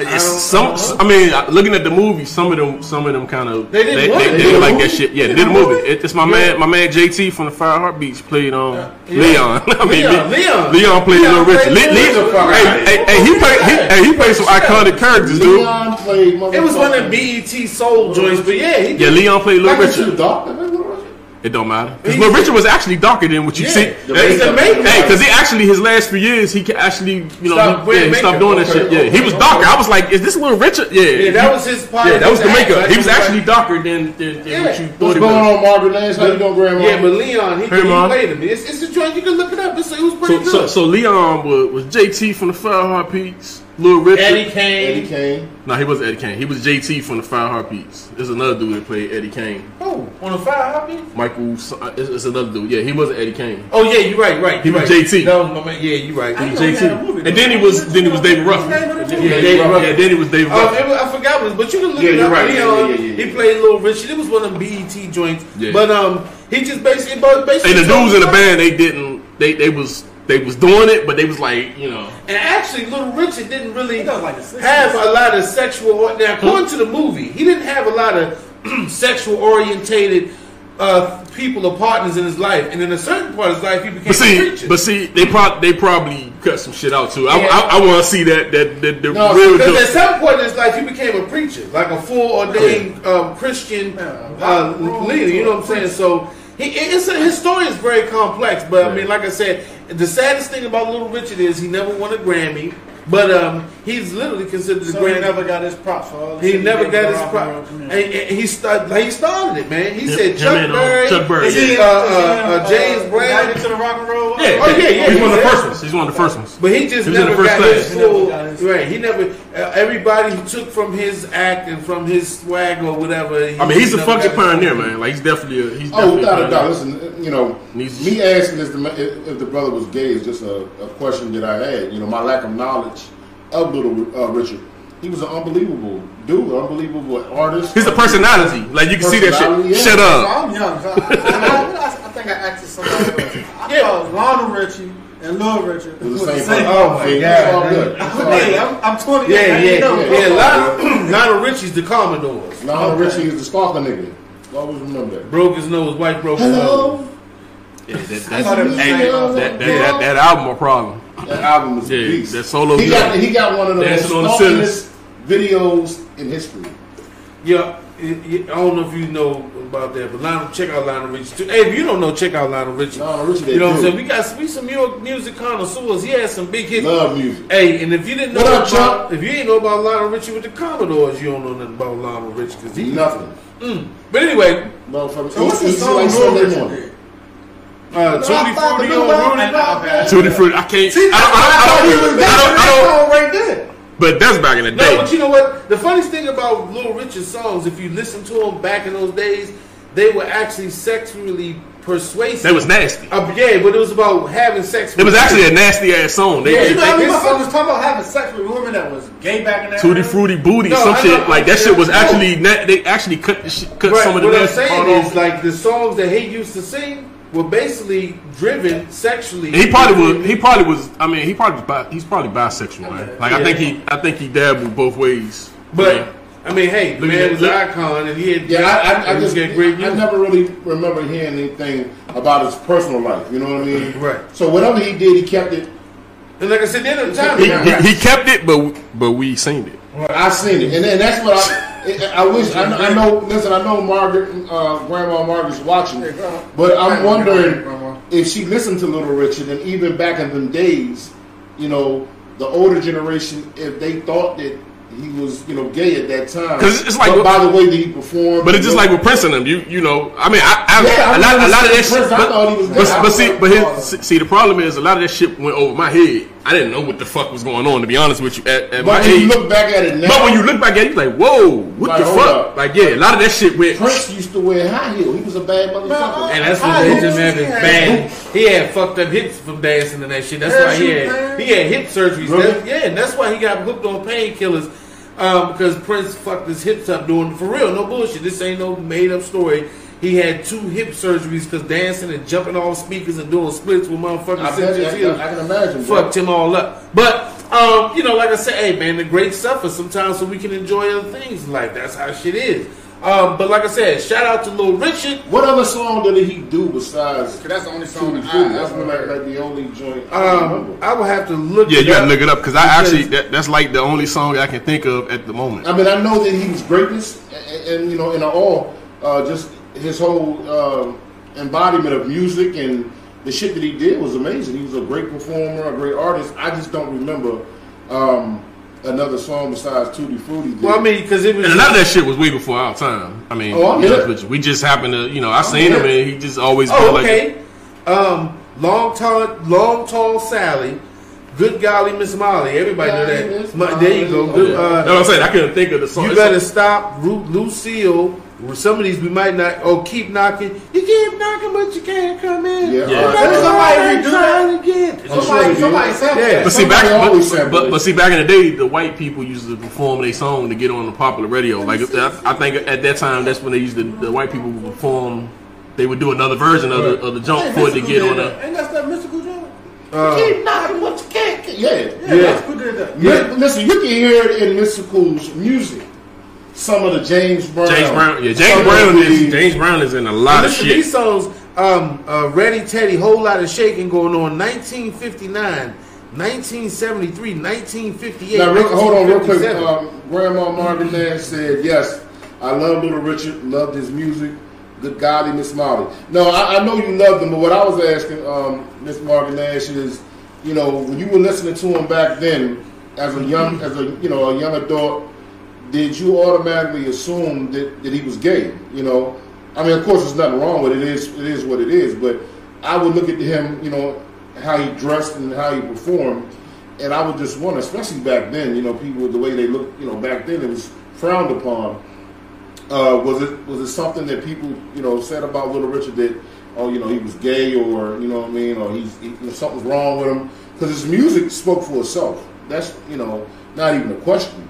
E: It's
B: Oh.
E: some, I mean, uh, looking at the movie, some of them, some of them kind of
B: They did
E: they,
B: what?
E: they,
B: They
E: they
B: did
E: look
B: a
E: like
B: movie?
E: that shit. Yeah,
B: They did
E: did, a
B: a
E: movie.
B: movie?
E: It, it's my man, my man JT from the Fire Heartbeats played um
B: yeah.
E: Leon. I mean,
B: Leon,
E: Le-
B: Leon.
E: Leon played
B: Leon
E: Little Richard.
B: played
E: Le-
B: Little
E: Le-
B: Richard.
E: hey, hey, hey, he played, he, hey, he played some iconic characters, dude.
D: Leon played motherfucker.
B: It was one of them BET soul joints, but yeah, he
E: Yeah, Leon played Little
D: Like it's
E: Richard.
D: too dark. that Little Richard.
E: It don't matter because Little Richard was actually darker than what you
B: Yeah,
E: see.
B: the
E: Hey,
B: makeup.
E: Hey, because he actually his last few years he ca- actually you know
B: Stopped
E: he, yeah,
B: wearing
E: he
B: makeup.
E: stopped doing that
B: Okay,
E: shit. Yeah, he was darker. I was like, is this Little Richard? Yeah,
B: Yeah, that was his part.
E: Yeah, that was the
B: Act,
E: makeup.
B: like,
E: He was
B: like-
E: actually darker than, than, than what you thought
D: What's
E: he
D: going
E: was.
D: on, Marvin Lance? How you doing, Grandma?
B: Yeah, but Leon, he, he
E: Mom.
B: played him. It's, it's a joint. You can look it up. It's, it was pretty
E: So, so,
B: good.
E: so Leon was, was JT from the Five Heartbeats, Lil Richard.
B: Eddie Kane.
D: Eddie Kane.
E: No, he wasn't Eddie Kane. He was JT from the Five Heartbeats. There's another dude that played Eddie Kane.
B: Oh, on the fire hobby?
E: Michael, S- uh, it's, it's another dude. Yeah, he wasn't Eddie Kane.
B: Oh yeah, you're right. Right.
E: He
B: you're
E: was
B: right.
E: JT.
B: That was my man. Yeah, you're right.
E: He was JT. And then he was then he was David Ruffin. Yeah, David
B: Ruffin.
E: Ruffin. yeah, then he was David
B: Oh,
E: Ruffin.
B: it was, I forgot, what- but you can look
D: Yeah,
B: it
D: you're
B: up.
D: right.
B: He,
D: Yeah,
B: um,
D: yeah, yeah, yeah.
B: he played Little Richard. It was one of them BET joints.
E: Yeah.
B: But um, he just basically, but basically
E: And the dudes in the band, they didn't. They they was they was doing it, but they was like you know.
B: And actually, Little Richard didn't really
C: That was like the 60s.
B: have a lot of sexual. Now, according to the movie, he didn't have a lot of sexual orientated uh, people or partners in his life. And in a certain part of his life, he became
E: But
B: a
E: see,
B: preacher.
E: but see, they probably they probably cut some shit out too. I,
B: Yeah.
E: I, I want to see that that, that the
D: No,
E: real.
B: Because
E: dope.
B: at some point in his life, he became a preacher, like a full ordained um, Christian uh, leader. You know what I'm saying? So he, it- it's a, his story is very complex. But I mean, like I said, the saddest thing about Little Richard is he never won a Grammy, but um, he's literally considered the
C: So he
B: Grammy.
C: never got his props. For all the
B: He
C: shit
B: never
C: did
B: got
C: for
B: his
C: Rock and Roll
B: prop. And,
C: Community.
B: and he started. Like he started it, man. He said
E: him
B: Chuck
E: and, uh,
B: Berry,
E: Chuck Berry,
B: and he,
C: Yeah.
B: uh, uh, uh, James
C: United
B: Brown.
C: to the rock and roll.
E: Yeah,
B: Oh, yeah, yeah,
E: He's one of the
B: yeah.
E: first ones. He's one of the first ones.
B: But he just
E: He was in
B: never
E: the first
B: got
E: class.
B: his
E: He
C: never
B: full.
C: got his-
B: right, he never. Uh, everybody who took from his act and from his swag or whatever. he
E: I mean, he's a
B: never
E: fucking
B: got his-
E: pioneer, man. Like he's definitely a he's
D: Oh,
E: definitely
D: without a
E: pioneer.
D: doubt. Listen, you know,
E: Needs-
D: me asking if the, ma- if if the brother was gay is just a, a question that I had. You know, my lack of knowledge of Little uh, Richard. He was an unbelievable dude, unbelievable artist.
E: He's a personality. Like you can see that
D: Personality,
E: shit.
D: yeah.
E: Shut
C: So
E: up.
C: I'm young. So I, I, I, I think I asked this somebody else. I
B: Yeah.
C: thought Lionel Richie and Lil Richard
D: It was
C: was
D: the same person.
C: person.
B: Oh, my
D: See,
B: God,
D: it's all
B: man.
D: good. It's all good.
C: Hey, I'm, I'm 28.
B: Yeah,
C: I
B: yeah,
C: didn't know.
B: yeah. Lionel, Lionel Richie's the Commodores.
D: Lionel Richie is the stalker nigga. Always remember that.
B: Broke his nose, white broke his nose.
D: Hello.
E: Yeah, that, that's,
C: I thought it was
E: hey,
C: the same.
E: that, that, that, that album a problem.
D: That album is
E: Yeah,
D: a beast.
E: that solo
D: He got
E: good.
D: he got one of the most
E: Dancing on the
D: stalkingest videos in history.
B: Yeah, it- it- I don't know if you know about that, but Lionel, check out Lionel Richie too. Hey, if you don't know, check out Lionel Richie.
D: Lionel Richie, that
B: you know what I'm
D: dude.
B: saying? We got we some New York music connoisseurs. He had some big hits.
D: Love music.
B: Hey, and if you didn't know
D: What up,
B: about,
D: Chuck?
B: if you ain't know about Lionel Richie with the Commodores, you don't know nothing about Lionel Richie because he.
D: Nothing.
B: But anyway,
D: Motherfucker.
C: So what's the
D: He's
C: song
D: like
C: Lil
D: Sunday
C: Richard
D: morning.
C: did?
B: uh, Tutti Frutti on Rudy.
E: Tutti Frutti. I can't. I don't. I don't. I don't, I don't,
B: right there.
E: but that's back in the
B: No, but
E: day.
B: you know what? The funniest thing about Little Richard's songs, if you listen to them back in those days, they were actually sexually persuasive.
E: That was nasty.
B: Uh, yeah, but it was about having sex.
E: It was actually a nasty ass song. They
C: You know how many
B: This
C: motherfuckers
B: song-
C: was talking about having sex with women that was gay back in that
E: Tutti
C: era?
E: Frutti Booty,
B: No,
E: some
B: I
E: shit
B: know.
E: like that. Shit was
B: No.
E: actually na- they actually cut the shit, cut
B: Right,
E: some of the
B: what I'm
E: nasty part
B: saying
E: off.
B: is like the songs that he used to sing were basically driven sexually.
E: He probably was. He probably was. I mean, he probably was bi- he's probably bisexual, man. Like I
B: Yeah.
E: think he, I think he dabbled both ways.
B: But
E: Yeah.
B: I mean, hey,
E: Look at
B: man
E: that.
B: was
E: Look-
B: an icon, and he had
D: Yeah, I, I, I
B: he
D: just
B: had great music.
D: I never really remember hearing anything about his personal life. You know what I mean?
B: Right.
D: So whatever he did, he kept it.
B: and like I said, then the time,
E: he,
B: yeah,
E: he- he kept it, but but we seen it.
D: I seen it, and then that's what I. I wish I, I know. Listen, I know Margaret, uh, Grandma Margaret's watching, but I'm wondering if she listened to Little Richard, and even back in them days, you know, the older generation, if they thought that he was, you know, gay at that time.
E: 'Cause it's like-
D: but by the way that he performed,
E: But it's just
D: you know,
E: like with Prince and them. You you know, I mean, I, I,
D: Yeah, I
E: a lot a
D: remember
E: lot of that
D: Prince.
E: shit.
D: I
E: But,
D: thought he was
E: but,
D: gay.
E: but
D: I
E: see,
D: thought
E: but
D: he
E: his,
D: was.
E: see- see, the problem is a lot of that shit went over my head. I didn't know what the fuck was going on. To be honest with you, at, at my
D: But when
E: age.
D: you look back at it now,
E: but when you look back at it, you like, whoa, what
D: Like,
E: the
D: hold
E: fuck?
D: up.
E: Like, yeah, a lot of that shit went.
D: Prince used to wear high heel. He was a bad motherfucker.
B: and that's what hit him man is bad. He had fucked up hips from dancing and that shit. That's why he had he had hip surgeries.
D: Really?
B: That- yeah, and that's why he got hooked on painkillers. Um, because Prince fucked his hips up doing for real, no bullshit. This ain't no made up story. He had two hip surgeries because dancing and jumping off speakers and doing splits with motherfuckers.
D: I, bet you, I,
B: sitting
D: can- I can imagine. bro.
B: fucked him all up. But Um, you know, like I said, hey man, the great suffer sometimes so we can enjoy other things in life. That's how shit is. Um, but like I said, shout out to Lil Richard.
D: What other song did he do besides?
G: That's the only song
D: Tutti
G: that
D: Frutti?
G: I,
D: That's
G: that's
D: been like, like the only joint. I
B: Um,
D: remember.
B: I will have to look.
E: Yeah,
B: it
E: you gotta
B: up.
E: look it up because I
B: Because-
E: actually that, that's like the only song I can think of at the moment.
D: I mean, I know that he was greatness, and, and you know, in all, uh, just his whole um, embodiment of music and the shit that he did was amazing. He was a great performer, a great artist. I just don't remember um, another song besides "Tutti Frutti." that-
B: Well, I mean, because it was
E: And a lot of that shit was way before our time. I mean,
D: Oh, I'm
E: you know,
D: here.
E: which- we just happened to, you know, I seen him
D: here.
E: and he just always been
B: Oh,
E: like,
B: okay. Um, long tall, long tall Sally. Good golly, Miss Molly. Everybody know
D: Golly,
B: that.
D: Miss
B: Mo- there you go.
D: Molly.
B: Good,
E: Yeah.
B: uh,
E: that's what I'm saying. I couldn't think of the song.
B: you
E: It's-
B: better stop, Ru- Lucille. or Some of these we might not. Oh, keep knocking. You keep knocking, but you can't come in.
D: Yeah.
E: Yeah.
B: That's
D: Did
C: somebody
B: why I
C: redo
B: tried again.
D: I'm sure
C: Somebody,
D: he did.
C: somebody sampled
B: Yeah.
C: that.
E: But see, back,
D: Somebody always
E: but,
D: said
E: but,
D: that.
E: but see, back in the day, the white people used to perform their song to get on the popular radio. Like I, I think at that time, that's when they used to, the white people would perform. They would do another version of the of the jump for it to get on the.
C: Ain't that that mystical joint?
D: Keep knocking, but you can't. get- Yeah.
C: Yeah, that's who did that.
D: Mi- Listen, you can hear it in Mystical's music. Some of the James Brown.
E: James Brown, yeah,
D: Some
E: James
D: of
E: Brown
D: the-
E: is James Brown is in a lot of
B: Listen, these
E: shit.
B: songs, um, uh, Ready Teddy, whole lot of shaking going on. 1959, 1973, 1958.
D: Now, real, hold on, real quick.
B: 1957.
D: Um, Grandma Margaret Nash said, "Yes, I love Little Richard. Loved his music. Good golly, Miss Molly. No, I, I know you loved him, but what I was asking um, Miss Margaret Nash is, you know, when you were listening to him back then, as a young, as a you know, a young adult, did you automatically assume that, that he was gay? You know, I mean, of course, there's nothing wrong with it. It is, it is what it is. But I would look at him, you know, how he dressed and how he performed, and I would just wonder, especially back then, you know, people the way they looked, you know, back then it was frowned upon. Uh, was it was it something that people you know said about Little Richard that oh you know he was gay or you know what I mean or he's he, something's wrong with him because his music spoke for itself. That's you know not even a question.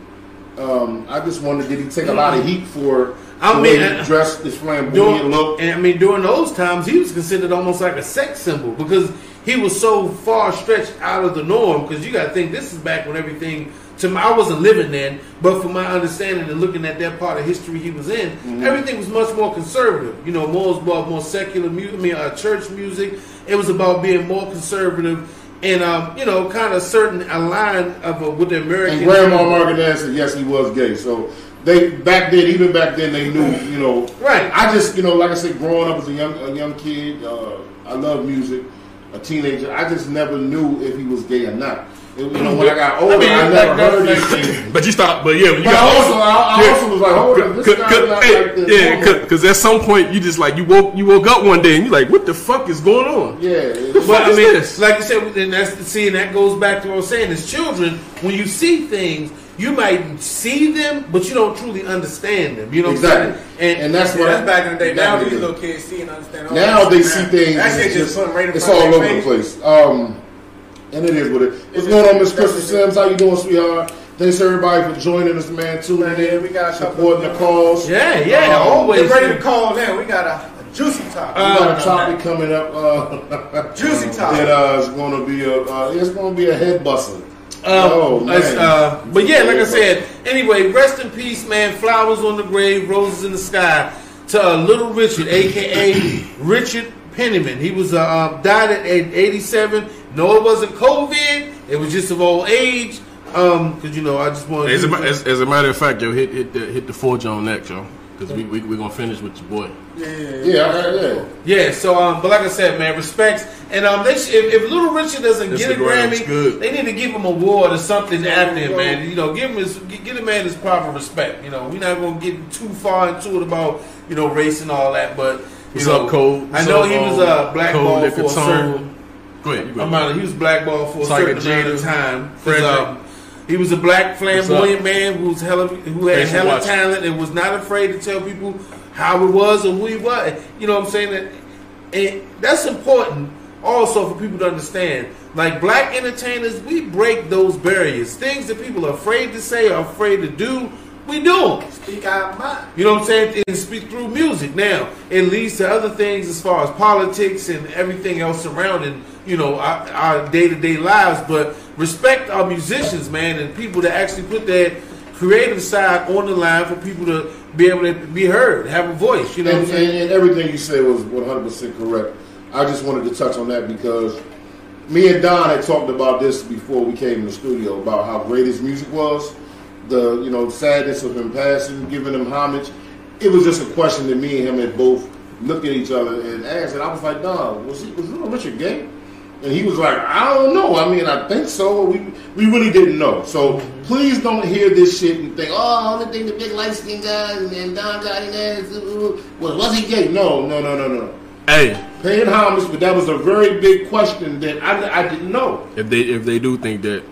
D: Um, I just wondered did he take a lot of heat for
B: I
D: the
B: mean,
D: way
B: I-
D: he dressed, his flamboyant
B: During,
D: look?
B: and I mean, during those times, he was considered almost like a sex symbol because he was so far stretched out of the norm. Because you got to think, this is back when everything. To my, I wasn't living then, but from my understanding and looking at that part of history he was in,
D: Mm-hmm.
B: everything was much more conservative. You know, more was about more secular music, I mean, uh, church music. It was about being more conservative and um, you know, kind of certain aligned of uh, with the American.
D: And Grandma Margaret Nash said yes he was gay. So they back then, even back then, they knew you know.
B: Right.
D: I just you know like I said, growing up as a young a young kid, uh, I love music. A teenager, I just never knew if he was gay or not. It- you know, when I got older, I,
B: mean,
D: never
B: that- that-
D: heard
B: that-
D: these things.
E: But you stop. But yeah, when you
D: But I
E: got
D: also, I, I also was like, hold on, this
E: Cause,
D: guy
E: cause-
D: not
E: hey,
D: like this.
E: yeah, cause, 'cause at some point you just like you woke you woke up one day and you like what the fuck is going on?
D: yeah. it-
B: But
E: fuck
B: I
E: is
B: mean,
E: this?
B: like you said, and that's see, and that goes back to what I was saying. As children, when you see things, you might see them, but you don't truly understand them. You know what
D: Exactly.
B: I'm saying?
D: And, that's what
C: That's
D: I-
C: back in the day.
D: that
C: Now
D: we
C: these
D: do.
C: little kids see and understand. all
D: Now
C: that
D: they
C: shit
D: see
C: now.
D: things.
C: Oh, That shit
D: it's
C: just putting right in
D: it's
C: front
D: all
C: of
D: over
C: their
D: the
C: face.
D: place. Um, and it is what it. What's going on, Miss Crystal Sims? How you doing, sweetheart? Thanks everybody for joining us, man. Tuning in,
C: We got a couple-
D: supporting the cause.
B: Yeah, yeah,
D: Um,
B: always.
C: Get ready to call in. We got a, a juicy topic.
D: We got a topic coming up uh,
C: Juicy topic.
D: that uh, is going to be a uh, it's going to be a head busting.
B: Um,
D: oh man!
B: as, uh, but yeah, like I said. Anyway, rest in peace, man. Flowers on the grave, roses in the sky. To uh, Little Richard, aka Richard Penniman. He was uh, um, died at at 87. No, it wasn't COVID. It was just of old age. Um, because you know, I just wanted.
E: As
B: to-
E: a, as, as a matter of fact, yo, hit hit the, hit the forge on next, yo, because we we we gonna finish with your boy.
D: yeah, I- yeah.
B: Yeah, so um, but like I said, man, respects, and um, they should, if, if Little Richard doesn't get a
E: Instagram's
B: Grammy,
E: good.
B: they need to give him a award or something after him, man. You know, give him his, gi- give the man his proper respect. You know, we're not gonna get too far into it about you know race and all that, but you
E: What's
B: know,
E: up, Cole?
B: I
E: What's
B: know
E: up,
B: he was
E: um,
B: uh,
E: Cole
B: blackballed for a
E: Nicotone?
B: certain
E: Go ahead. You go
B: I'm
E: ahead.
B: out. He was blackballed for a
E: Tiger
B: certain amount of
E: Jeter,
B: time. 'Cause,
E: Frederick.
B: um, he was a black flamboyant man who was hella, who had
E: Thanks for
B: hella
E: watching.
B: talent and was not afraid to tell people how it was or who he was. You know what I'm saying? And, and that's important also for people to understand. Like black entertainers, we break those barriers. Things that people are afraid to say or afraid to do, We do.
C: Speak our mind.
B: You know what I'm saying? And speak through music. Now, it leads to other things as far as politics and everything else surrounding, you know, our, our day-to-day lives. But respect our musicians, man, and people that actually put their creative side on the line for people to be able to be heard, have a voice. You know what I'm
D: And,
B: saying?
D: and, and everything you said was 100% correct. I just wanted to touch on that because me and Don had talked about this before we came in the studio about how great his music was, the you know sadness of him passing, giving him homage. It was just a question that me and him had both looked at each other and asked, and I was like, Don, was he was little Richard gay? And he was like, I don't know. I mean, I think so. We we really didn't know. So please don't hear this shit and think, oh, only thing the big light skinned guy and then Don got in there is- was was he gay? No, no, no, no, no.
E: Hey,
D: Paying homage, but that was a very big question that I, I didn't know.
E: if they if they do think that,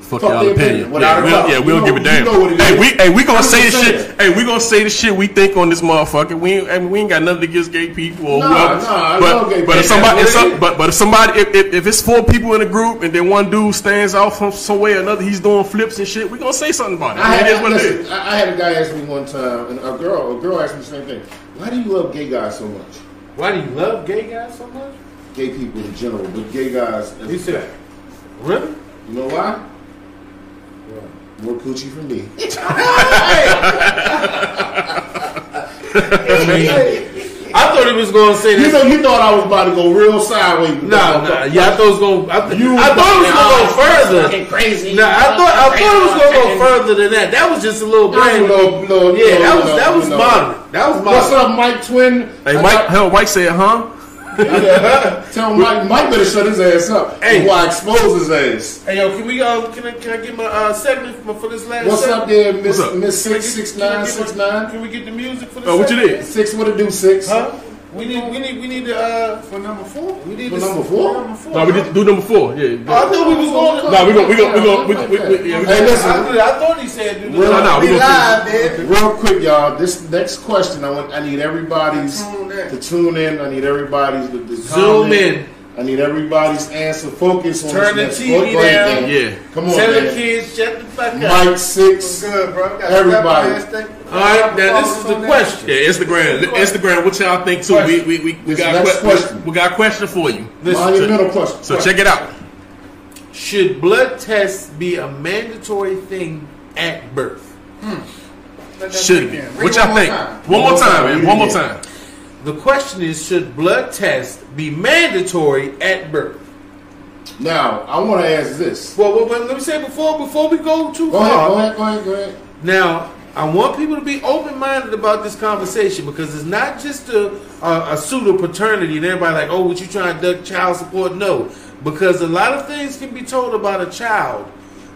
E: fuck,
D: Fuck
E: y'all
D: their
E: opinion.
D: opinion,
E: Yeah,
D: without a
E: we
D: doubt.
E: don't, yeah, we
D: You
E: don't
D: know-
E: give a
D: you
E: damn.
D: know what it
E: hey,
D: is.
E: we hey we gonna
D: I'm
E: say the
D: just
E: shit.
D: saying.
E: Hey, we gonna say the shit we think on this motherfucker. We ain't, I mean, we ain't got nothing against gay people or
D: Nah,
E: whoever.
D: nah, I
E: but
D: love gay
E: but if
D: people.
E: somebody if
D: That's what it
E: some,
D: is.
E: but but if somebody if, if, if it's four people in a group and then one dude stands out from some way or another, he's doing flips and shit. We gonna say something about
D: I
E: it. I mean,
D: had,
E: it is what it
D: listen,
E: is.
D: I I had a guy ask me one time, and a girl, a girl asked me the same thing. Why do you love gay guys so much?
B: Why do you love gay guys so much?
D: Gay people in general, but gay guys. as
B: You
D: a
B: said,
D: fact.
B: really?
D: You know why? More coochie for me.
B: I thought he was going to say
D: You
B: this.
D: know, you thought I was about to go real sideways. with
B: Nah,
D: that.
B: nah, yeah, I thought it was going. I, th-
D: You
B: I thought it was going to go further.
G: Fucking crazy.
B: Nah, I thought I thought it was going to go further than that. That was just a little
D: That
B: brand.
D: was a little- little-
B: yeah, that
D: little-
B: was that was
D: little-
B: moderate. That was
D: What's
B: moderate.
D: up, Mike Twin?
E: Hey, Mike, hell, Mike said, huh?
D: Tell Mike, Mike better shut his ass up.
B: Hey.
D: Hey, why expose his ass?
B: Hey yo, can we uh can I can I get my uh segment for, for this last?
D: What's
B: segment?
D: up there, Miss
E: What's up?
D: Miss
B: Can I get-
D: Six Six
B: can I get my-
D: Nine Six Nine?
B: Can we get the music for this?
E: Oh, what you did?
D: Six what it do? Six.
B: Huh? We need we need we need the uh for number four. We need
D: For
B: this-
D: number four?
B: for Number four.
E: No, we did do number four. Yeah.
B: I thought we was going. to-
E: No, we gonna we gonna we gonna we, we, we, yeah, we
D: Hey,
B: I,
D: listen.
B: thought- I thought he said. do
D: Well,
B: this.
E: no, no, we
C: We
E: gonna
C: live, baby.
D: Real quick, y'all. This next question, I want. I need everybody's
C: Tune in.
D: to tune in. I need everybody's to, to
B: Zoom
D: comment.
B: in.
D: I need everybody's answer. Focus on
B: Turn
D: this
B: the
D: next
B: TV
D: vote right
B: down.
D: now.
E: Yeah.
D: Come on,
B: Tell the
D: man.
B: kids shut the fuck up.
D: Mike six.
C: Good, bro. Got
D: Everybody.
B: All right, now this is the question.
E: yeah, Instagram, Instagram. What y'all think too? We we, we, we
D: This
E: got
D: next
E: que-
D: question.
E: we got a question for you.
D: Monumental question.
E: So check it out.
B: Should blood tests be a mandatory thing at birth?
E: Should be. What y'all think? One more time, man. One more time.
B: The question is, should blood tests be mandatory at birth?
D: Now, I want to ask this.
B: Well, well, well, let me say before before we go too
D: Go
B: far.
D: ahead. Go ahead. Go ahead. Go ahead.
B: Now, I want people to be open minded about this conversation because it's not just a, a, a pseudo paternity and everybody like, oh, what you trying to duck child support? No, because a lot of things can be told about a child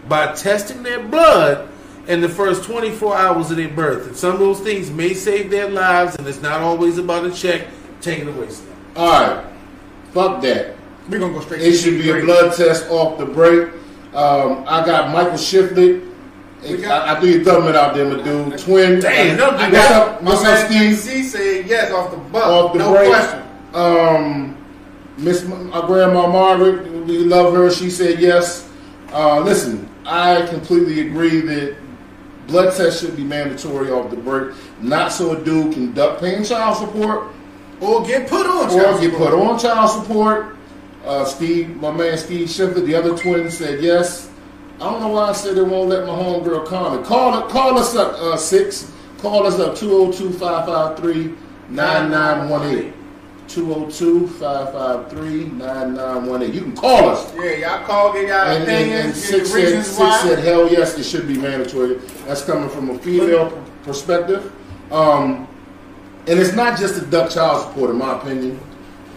B: by testing their blood in the first 24 hours of their birth. And some of those things may save their lives, and it's not always about a check taken away.
D: All right. Fuck that.
C: We're going to go straight
D: It should be a blood test off the break. Um, I got Michael Shifley. I, I threw your government out there, my dude. Twin.
B: Damn, don't do
D: I
B: that.
D: got up, what's up, Steve?
C: C said yes off the buck.
D: Off the
C: no
D: break.
C: question.
D: Um, Miss M- uh, Grandma Margaret, we love her. She said yes. Uh, listen, I completely agree that blood tests should be mandatory off the break, not so a dude can duck paying child support
C: Or get put
D: or
C: on child
D: get
C: support.
D: put on child support. Uh, Steve, my man Steve Shifter, the other twin said yes. I don't know why I said they won't let my homegirl comment. Call call us up uh, six. Call us up 202-553-9918. 202-553-9918. You can call us.
C: Yeah, y'all call, get y'all
D: And, and, and
C: opinions, get
D: six,
C: the
D: said,
C: reasons
D: six
C: why.
D: said, hell yes, it should be mandatory. That's coming from a female p- perspective. Um, and it's not just to duck child support, in my opinion.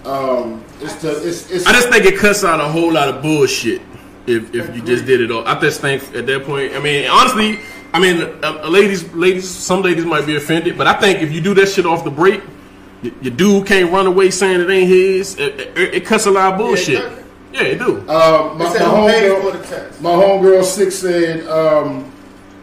D: Um, it's to, it's, it's,
E: I just think it cuts out a whole lot of bullshit if if you just did it all. I just think at that point, I mean, honestly, I mean, uh, uh, ladies, ladies, some ladies might be offended, but I think if you do that shit off the break, y- your dude can't run away saying it ain't his. It, it, it cuts a lot of bullshit.
C: does.
E: Yeah, it do.
D: Uh, my,
C: They
D: my
C: said who paid for
D: homegirl,
C: the test?
D: my homegirl six said um,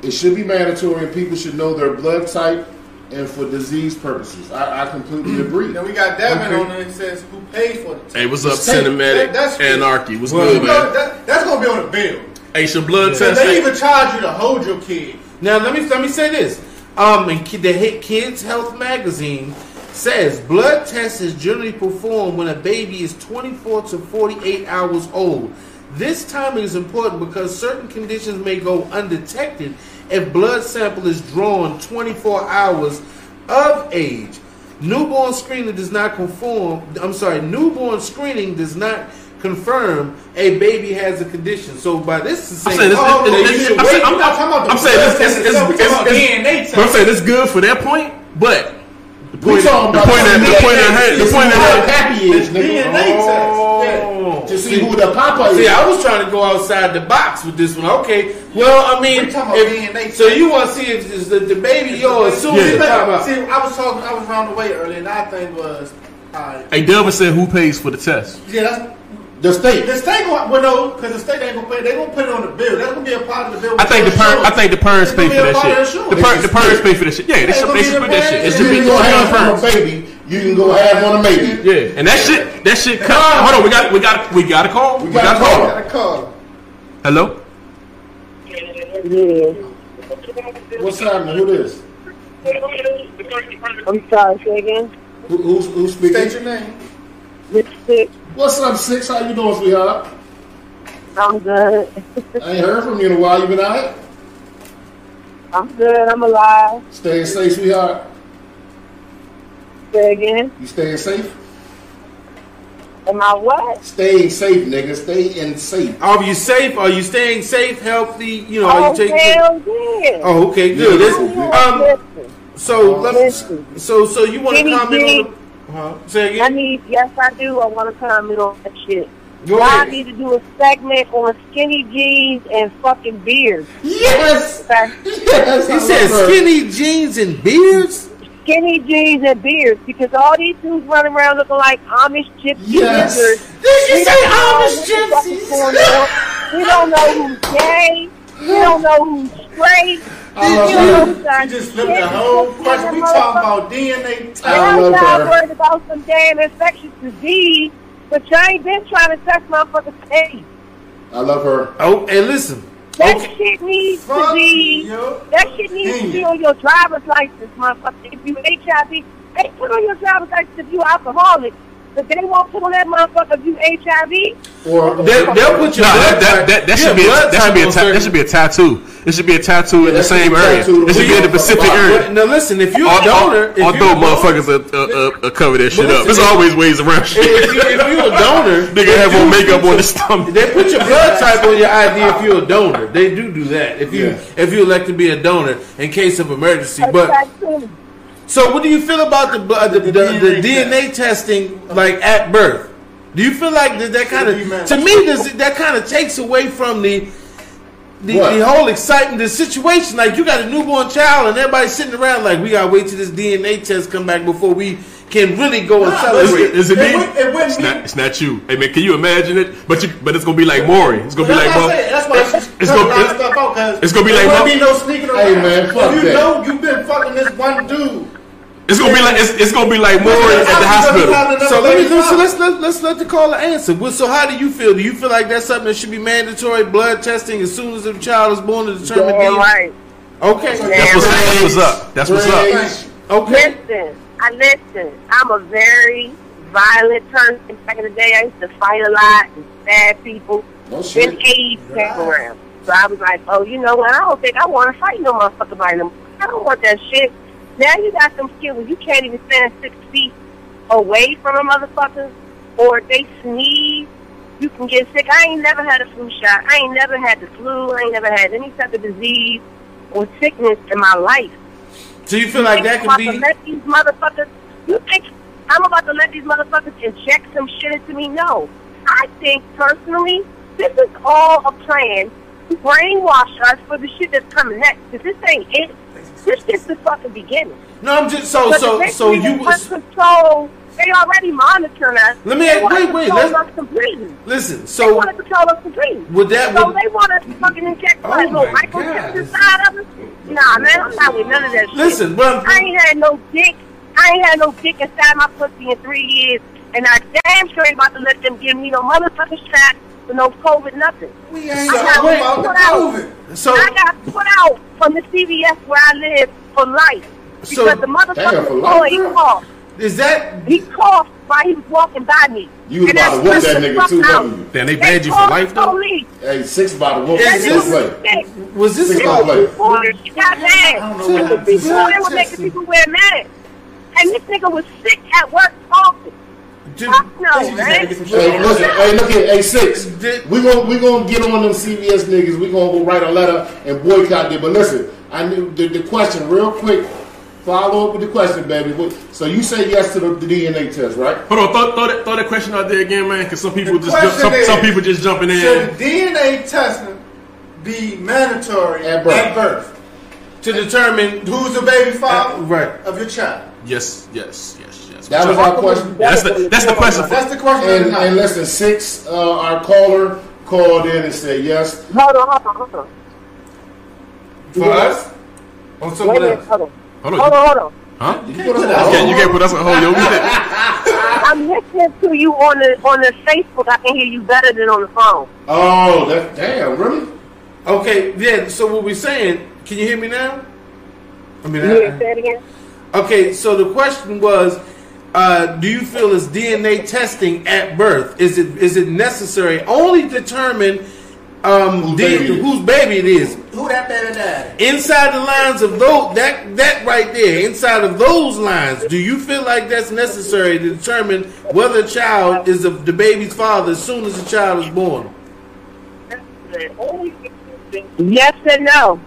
D: it should be mandatory and people should know their blood type and for disease purposes. I, I completely agree.
C: Then we got Devin
D: Okay.
C: on there. He says, "Who paid for the test?"
E: Hey, what's up,
D: Hey,
E: cinematic
C: that- that's-
E: anarchy? What's
B: Well,
E: good,
C: You know,
E: man?
C: that, that's gonna be on the bill.
E: Hey, it's your blood
C: They
E: test.
C: even charge you to hold your kid.
B: Now, let me, let me say this Um, and ki- the hit Kids Health magazine says blood test is generally performed when a baby is 24 to 48 hours old. This timing is important because certain conditions may go undetected if blood sample is drawn 24 hours of age. Newborn screening does not conform. I'm sorry, newborn screening does not confirm a baby has a condition. So by this is saying,
E: I'm saying this.
B: oh,
E: this-
B: okay,
E: this-
B: you should
E: I'm saying-
B: wait.
E: I'm-
C: not talking about the
E: I'm saying this.
C: blood
E: It's,
C: test
E: it's,
C: itself.
E: it's,
C: We're talking about DNA
E: it's,
C: test.
E: but I'm saying it's good for that point, but. The point,
D: talking
E: the
D: about
E: point, at, the
D: DNA
E: point at hand, the
D: It's
E: point
D: how
E: at hand.
D: happy is, nigga.
C: DNA
E: Oh.
D: To see who the papa is.
B: See, I was trying to go outside the box with this one. Okay, well, I mean,
C: We talking about
B: if-
C: DNA
B: so you want to see if is the, the baby? Yo, as soon
E: Yeah.
B: as you talk about,
C: See, I was talking, I was round the way earlier, and I think was, alright,
E: Hey, Delvin said, "Who pays for the test?"
C: yeah, that's.
D: the state.
C: The state gonna well no, because the state ain't gonna pay. They gonna put it on the bill. That's gonna be a part of the bill.
E: I think the parents, I think the parents
C: It's
E: pay
C: gonna
E: for
C: be a
E: that
C: part of
E: shit.
C: insurance.
E: The,
C: It's
E: par- the parents pay for that shit. Yeah, they
C: It's
E: should,
C: gonna
E: they
C: be
E: should
C: the
E: put that shit. It
C: parents.
D: You
E: should
D: can
E: be on
D: go have
E: the
D: from a
E: parents.
D: baby. You can go have one a baby.
E: Yeah, and that shit, that shit. Cut. Hold on, we got, we got, we got a call. We got a call.
G: Got a call.
E: Hello.
F: Yes.
D: What's happening? Who this?
F: I'm sorry, say again.
D: Who, who's, who's
G: State
D: speaking?
G: your name.
F: This sick.
D: What's up, Six? How you doing, sweetheart?
F: I'm good.
D: I ain't heard from you in a while. You been out?
F: I'm good. I'm alive.
D: Staying safe, sweetheart.
F: Say again.
D: You staying safe?
F: Am I what?
D: Staying safe, nigga. Stay in safe.
B: are you safe? Are you staying safe, healthy? You know, are
F: Oh,
B: you taking?
F: hell yeah.
B: Oh, okay, good.
D: Yeah.
B: Let's-
F: Yeah,
B: um,
F: listen.
B: so let's.
F: Listen.
B: So, so you want to
F: Kenny
B: comment
F: G.
B: on? The, huh? Say
F: I
B: again.
F: need, yes, I do. I want to comment on that shit.
B: Go
F: I
B: ahead.
F: need to do a segment on skinny jeans and fucking beards.
D: Yes!
F: Okay?
D: Yes! I uh,
B: He said
D: love her.
B: skinny jeans and beards.
F: Skinny jeans and beards because all these dudes running around looking like Amish gypsy
D: Yes.
F: lizards.
B: Did
F: We don't know what the fuck is going on. We don't know who's gay. We don't know who's straight.
D: I love
F: We don't know
D: her.
F: who's not
C: You just flipped the
F: gay.
C: whole question. We
F: Motherfucker-
C: talking about DNA test.
D: I
F: Now
D: love
F: y'all
D: her.
F: worried about some damn infectious disease, but y'all ain't been trying to touch my fucking face.
D: I love her.
B: Oh, and listen.
F: That shit needs to
C: Fuck
F: be.
C: you.
F: That shit needs to be on your driver's license, motherfucker. If you HIV, they put on your driver's license if you alcoholic, but they won't put on that motherfucker if you HIV.
D: Or,
B: They'll, they'll put your
E: Nah, that,
B: blood
E: that, that, that
B: your
E: should be a,
B: blood
E: that should be a
B: type
E: ta-
B: on
E: that should be a tattoo. It should be a tattoo in
D: that
E: the
D: should
E: same
D: be a
E: area.
D: tattoo.
E: It should be in the Pacific
B: certain-
E: area.
B: Now listen, if you're a
E: Al- al-
B: donor, if you're a
E: Although
B: donor-
E: motherfuckers uh, uh, uh, cover that shit
B: listen,
E: up, there's
B: if-
E: always ways around
B: if,
E: shit.
B: you, if you're a donor,
E: Nigga have on makeup on his stomach.
B: they put your blood type on your ID if you're a donor. They do do that if you
D: Yeah.
B: if you elect to be a donor in case of emergency. But
F: Exactly.
B: so, what do you feel about the blood- the, the, the DNA testing like at birth? Do you feel like that, that kind
C: Should be
B: of
C: mandatory.
B: to me does it, that kind of takes away from the the,
D: What?
B: the whole excitement, the situation. Like you got a newborn child and everybody's sitting around like we gotta wait till this DNA test come back before we can really go and
C: Nah,
B: celebrate.
C: listen,
E: Is it
C: It
E: me?
C: wouldn't- it wouldn't
E: It's
C: be-
E: not. It's not you. Hey man, can you imagine it? But you, but it's gonna be like Maury. It's gonna be like,
C: that's
E: well,
C: why I said, that's why I should
E: it's
C: cut a
E: gonna-
C: lot of stuff out, 'cause
E: it's gonna be
C: there
E: like
C: won't
E: my-
C: be no sneaking around.
D: Hey, man, fuck
C: if you
D: that.
C: know you've been fucking this one dude.
E: it's gonna be like it's, it's gonna be like Maury at the
C: I'm gonna
E: hospital.
C: find another
B: So let me
C: baby
B: so
C: mama.
B: let's let, let's let the caller answer. Well, so how do you feel? Do you feel like that's something that should be mandatory blood testing as soon as the child is born to determine?
F: Damn
B: DNA?
F: right.
B: Okay.
E: That's what's, that's what's up. That's what's up.
D: Brains.
B: Okay.
F: Listen, I listen. I'm a very violent person. Back in the day, I used to fight a lot and stab people.
D: No shit.
F: Then AIDS came around, so I was like, oh, you know what? I don't think I want to fight no motherfucker by them. I don't want that shit. Now you got some kid where you can't even stand six feet away from a motherfucker, or if they sneeze, you can get sick. I ain't never had a flu shot. I ain't never had the flu. I ain't never had any type of disease or sickness in my life.
B: So you feel like that
F: I'm about
B: could
F: to
B: be?
F: let these motherfuckers. You think I'm about to let these motherfuckers inject some shit into me? No. I think personally, this is all a plan to brainwash us for the shit that's coming next. Because this ain't it. This is the fucking beginning.
B: No, I'm just so
F: But
B: so
F: the
B: so you.
F: want control. They already monitoring us.
B: Let me
F: They
B: ask-
F: wanna
B: wait, wait,
F: control
B: let's-
F: us completely.
B: Listen.
F: They
B: So
F: want to control us completely.
B: Would that-
F: So
B: would- Oh
F: they want us to fucking inject like
B: my
F: little microchips
B: God.
F: inside of us. Nah, man, I'm not with none of that shit.
B: listen. Well,
F: I ain't had no dick. I ain't had no dick inside my pussy in three years, and I damn sure ain't about to let them give me no motherfucking shot for no COVID nothing.
G: We ain't
F: I'm not
G: talking
F: with
G: about
F: you.
G: the COVID.
B: So
F: I got put out from the CVS where I live for life because
B: So-
F: the
D: Damn,
F: motherfucking
D: for life,
F: employee
D: yeah.
F: coughed.
B: is that
F: He coughed while he was walking by me.
D: You was
F: And
D: about to
F: I
D: whoop that
F: stressed the
D: nigga
F: fuck
D: too,
F: out.
D: wasn't you?
E: Damn, they banned you for
F: called
E: life,
F: the
E: though?
F: police.
D: Hey, six by the woman.
B: Is
F: That
D: Six
F: nigga
B: this-
D: by
F: was
D: play.
F: sick.
B: was this
D: Six
B: about
D: by play.
F: Well, she got mad.
C: know what
F: Before
C: happened.
F: they were making people wear masks. And this nigga was sick at work talking.
B: Did-
F: Fuck no,
C: had
F: man.
C: to get some
D: Hey, listen, hey, look here, hey, six.
B: Did-
D: We gon' we gonna get on them CBS niggas. We gonna go write a letter and boycott them. But listen, I knew the, the question real quick. Follow up with the question, baby. What- So you say yes to the, the DNA test, right?
E: Hold on, throw, throw, that, throw that question out there again, man, because some people
C: The
E: just jump,
C: question
E: some,
C: is,
E: some people just jumping in.
C: Should DNA testing be mandatory
D: At birth.
C: at birth?
B: to determine
C: Who's the baby father
B: Uh, right.
C: of your child?
E: Yes, yes, yes, yes.
D: That was our question.
E: that's the that's the question. For,
C: That's the question. of
D: And,
C: the night.
D: and listen, six. Uh, our caller called in and said yes.
F: Hold on, hold on, hold on.
B: for us or
F: Wait a
B: someone
F: minute,
B: else?
F: hold on.
E: hold on,
F: Hold on, hold on.
E: huh? You
D: Put it out.
E: can't, you can't put us on hold, yo. We did-
F: I'm listening to you on the on the Facebook. I can hear you better than on the phone.
D: Oh, that damn, really?
B: Okay, yeah. So what we're saying? Can you hear me now? I mean,
F: You hear
B: I-
F: it, say it again?
B: Okay, so the question was, uh, do you feel is DNA testing at birth is it is it necessary only to determine um,
D: Whose
B: the-
D: baby it is.
B: whose baby it is
C: Who that baby daddy?
B: inside the lines of those that that right there inside of those lines? Do you feel like that's necessary to determine whether a child is of the baby's father as soon as the child is born?
F: Yes and no.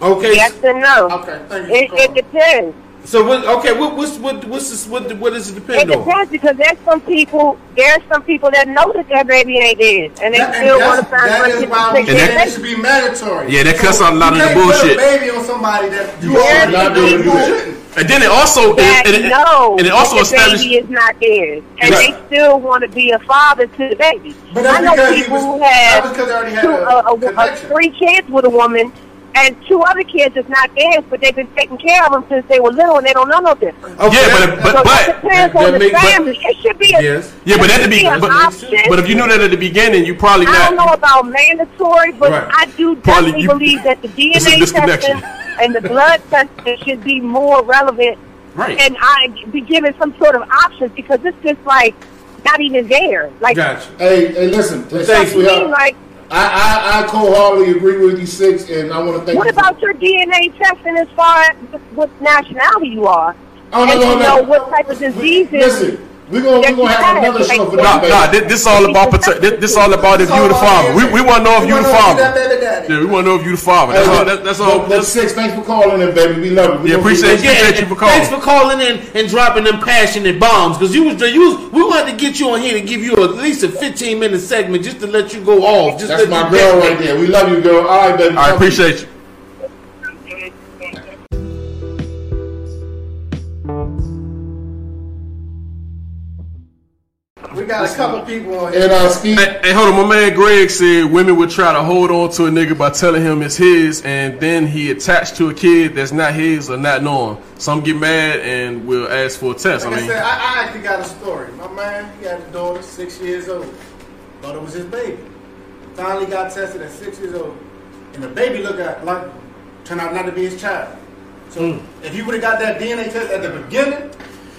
B: Okay,
F: Yes and no.
C: Okay, thank you.
F: It,
C: for
F: it
C: calling.
F: depends.
B: so what, okay, what what's what what's this, what what does it
F: It
B: depend on?
F: depends because there's some people, there's some people that know that their baby ain't theirs, and they
C: That- and
F: still want to
C: that's-
F: find
C: that
F: somebody
C: is
F: to
C: why we
F: take
E: And
F: their
C: said
E: that-
C: it
F: baby.
C: should be mandatory.
E: Yeah, that cuts out a lot
C: You
E: of
C: can't
E: the
C: put
E: bullshit.
C: a baby on somebody that you
D: You
C: already
D: should not be able to do
C: know
D: that.
E: And then it also
F: That
E: and, and,
F: know
E: and it also
F: that the
E: established
F: baby is not theirs, and
E: Right.
F: they still want to be a father to the baby.
C: But that's
F: I know
C: because he
F: people
C: was-
F: who
C: that
F: have,
C: was because they already had
F: two,
C: a
F: uh, uh, uh,
C: connection.
F: three kids with a woman, and two other kids is not theirs, but they've been taking care of them since they were little, and they don't know no different.
B: Okay,
E: Yeah, but-
F: so
E: but-
F: it depends
B: that-
F: on
B: that
F: the
B: make- but-
F: family. it should be a
B: Yes.
E: yeah, but
F: it
E: at the
F: should
E: be,
F: an
E: but,
F: option.
E: but if you knew that at the beginning, you probably
F: I don't know
E: not.
F: about mandatory, but
B: Right.
F: I do
E: Probably
F: definitely
E: you-
F: believe that the
E: It's a
F: DNA
E: disconnection.
F: testing and the blood testing should be more relevant.
E: Right.
F: And I be given some sort of options because it's just like not even there. Like
B: gotcha.
D: Hey, hey, listen.
B: Thank
D: Six,
F: to
D: we
F: me,
D: are-
F: like
D: I, I, I wholeheartedly agree with you, six, and I want to thank
F: what
D: you. for-
F: about your DNA testing as far as what nationality you are?
D: Oh, no,
F: and
D: no,
F: you
D: no.
F: know what type of diseases.
D: Listen, we're gonna we're gonna have another show for
E: Nah,
D: that.
E: nah. This, this all about pater- this, this all about if you the father. We, we want to know if you the
C: That
E: father.
C: baby daddy.
E: Yeah, we want to know if you the father. That's all. That, that's
D: But,
E: all.
D: but
E: That's,
D: six, thanks for calling in, baby. We love you. We
E: Yeah,
D: gonna
E: appreciate
D: keep-
E: you. Appreciate
B: and
E: for calling.
B: Thanks for calling in and dropping them passionate bombs because you was you was, we wanted to get you on here to give you at least a fifteen minute segment just to let you go off. Just
D: That's
B: let
D: my
B: you
D: girl
B: get-
D: right there. We love you, girl. All right, baby.
E: I appreciate you.
C: We got a couple people on here.
D: And uh, Steve,
E: Hey, hey, hold on. My man Greg said women would try to hold on to a nigga by telling him it's his, and then he attached to a kid that's not his or not knowing. Some get mad and will ask for a test.
C: Like
E: I
C: I
E: mean,
C: said, I, I actually got a story. My man, he had a daughter, six years old. Thought it was his baby. Finally got tested at six years old. And the baby looked at like turned out not to be his child. So
E: Hmm.
C: if he would have got that DNA test at the beginning,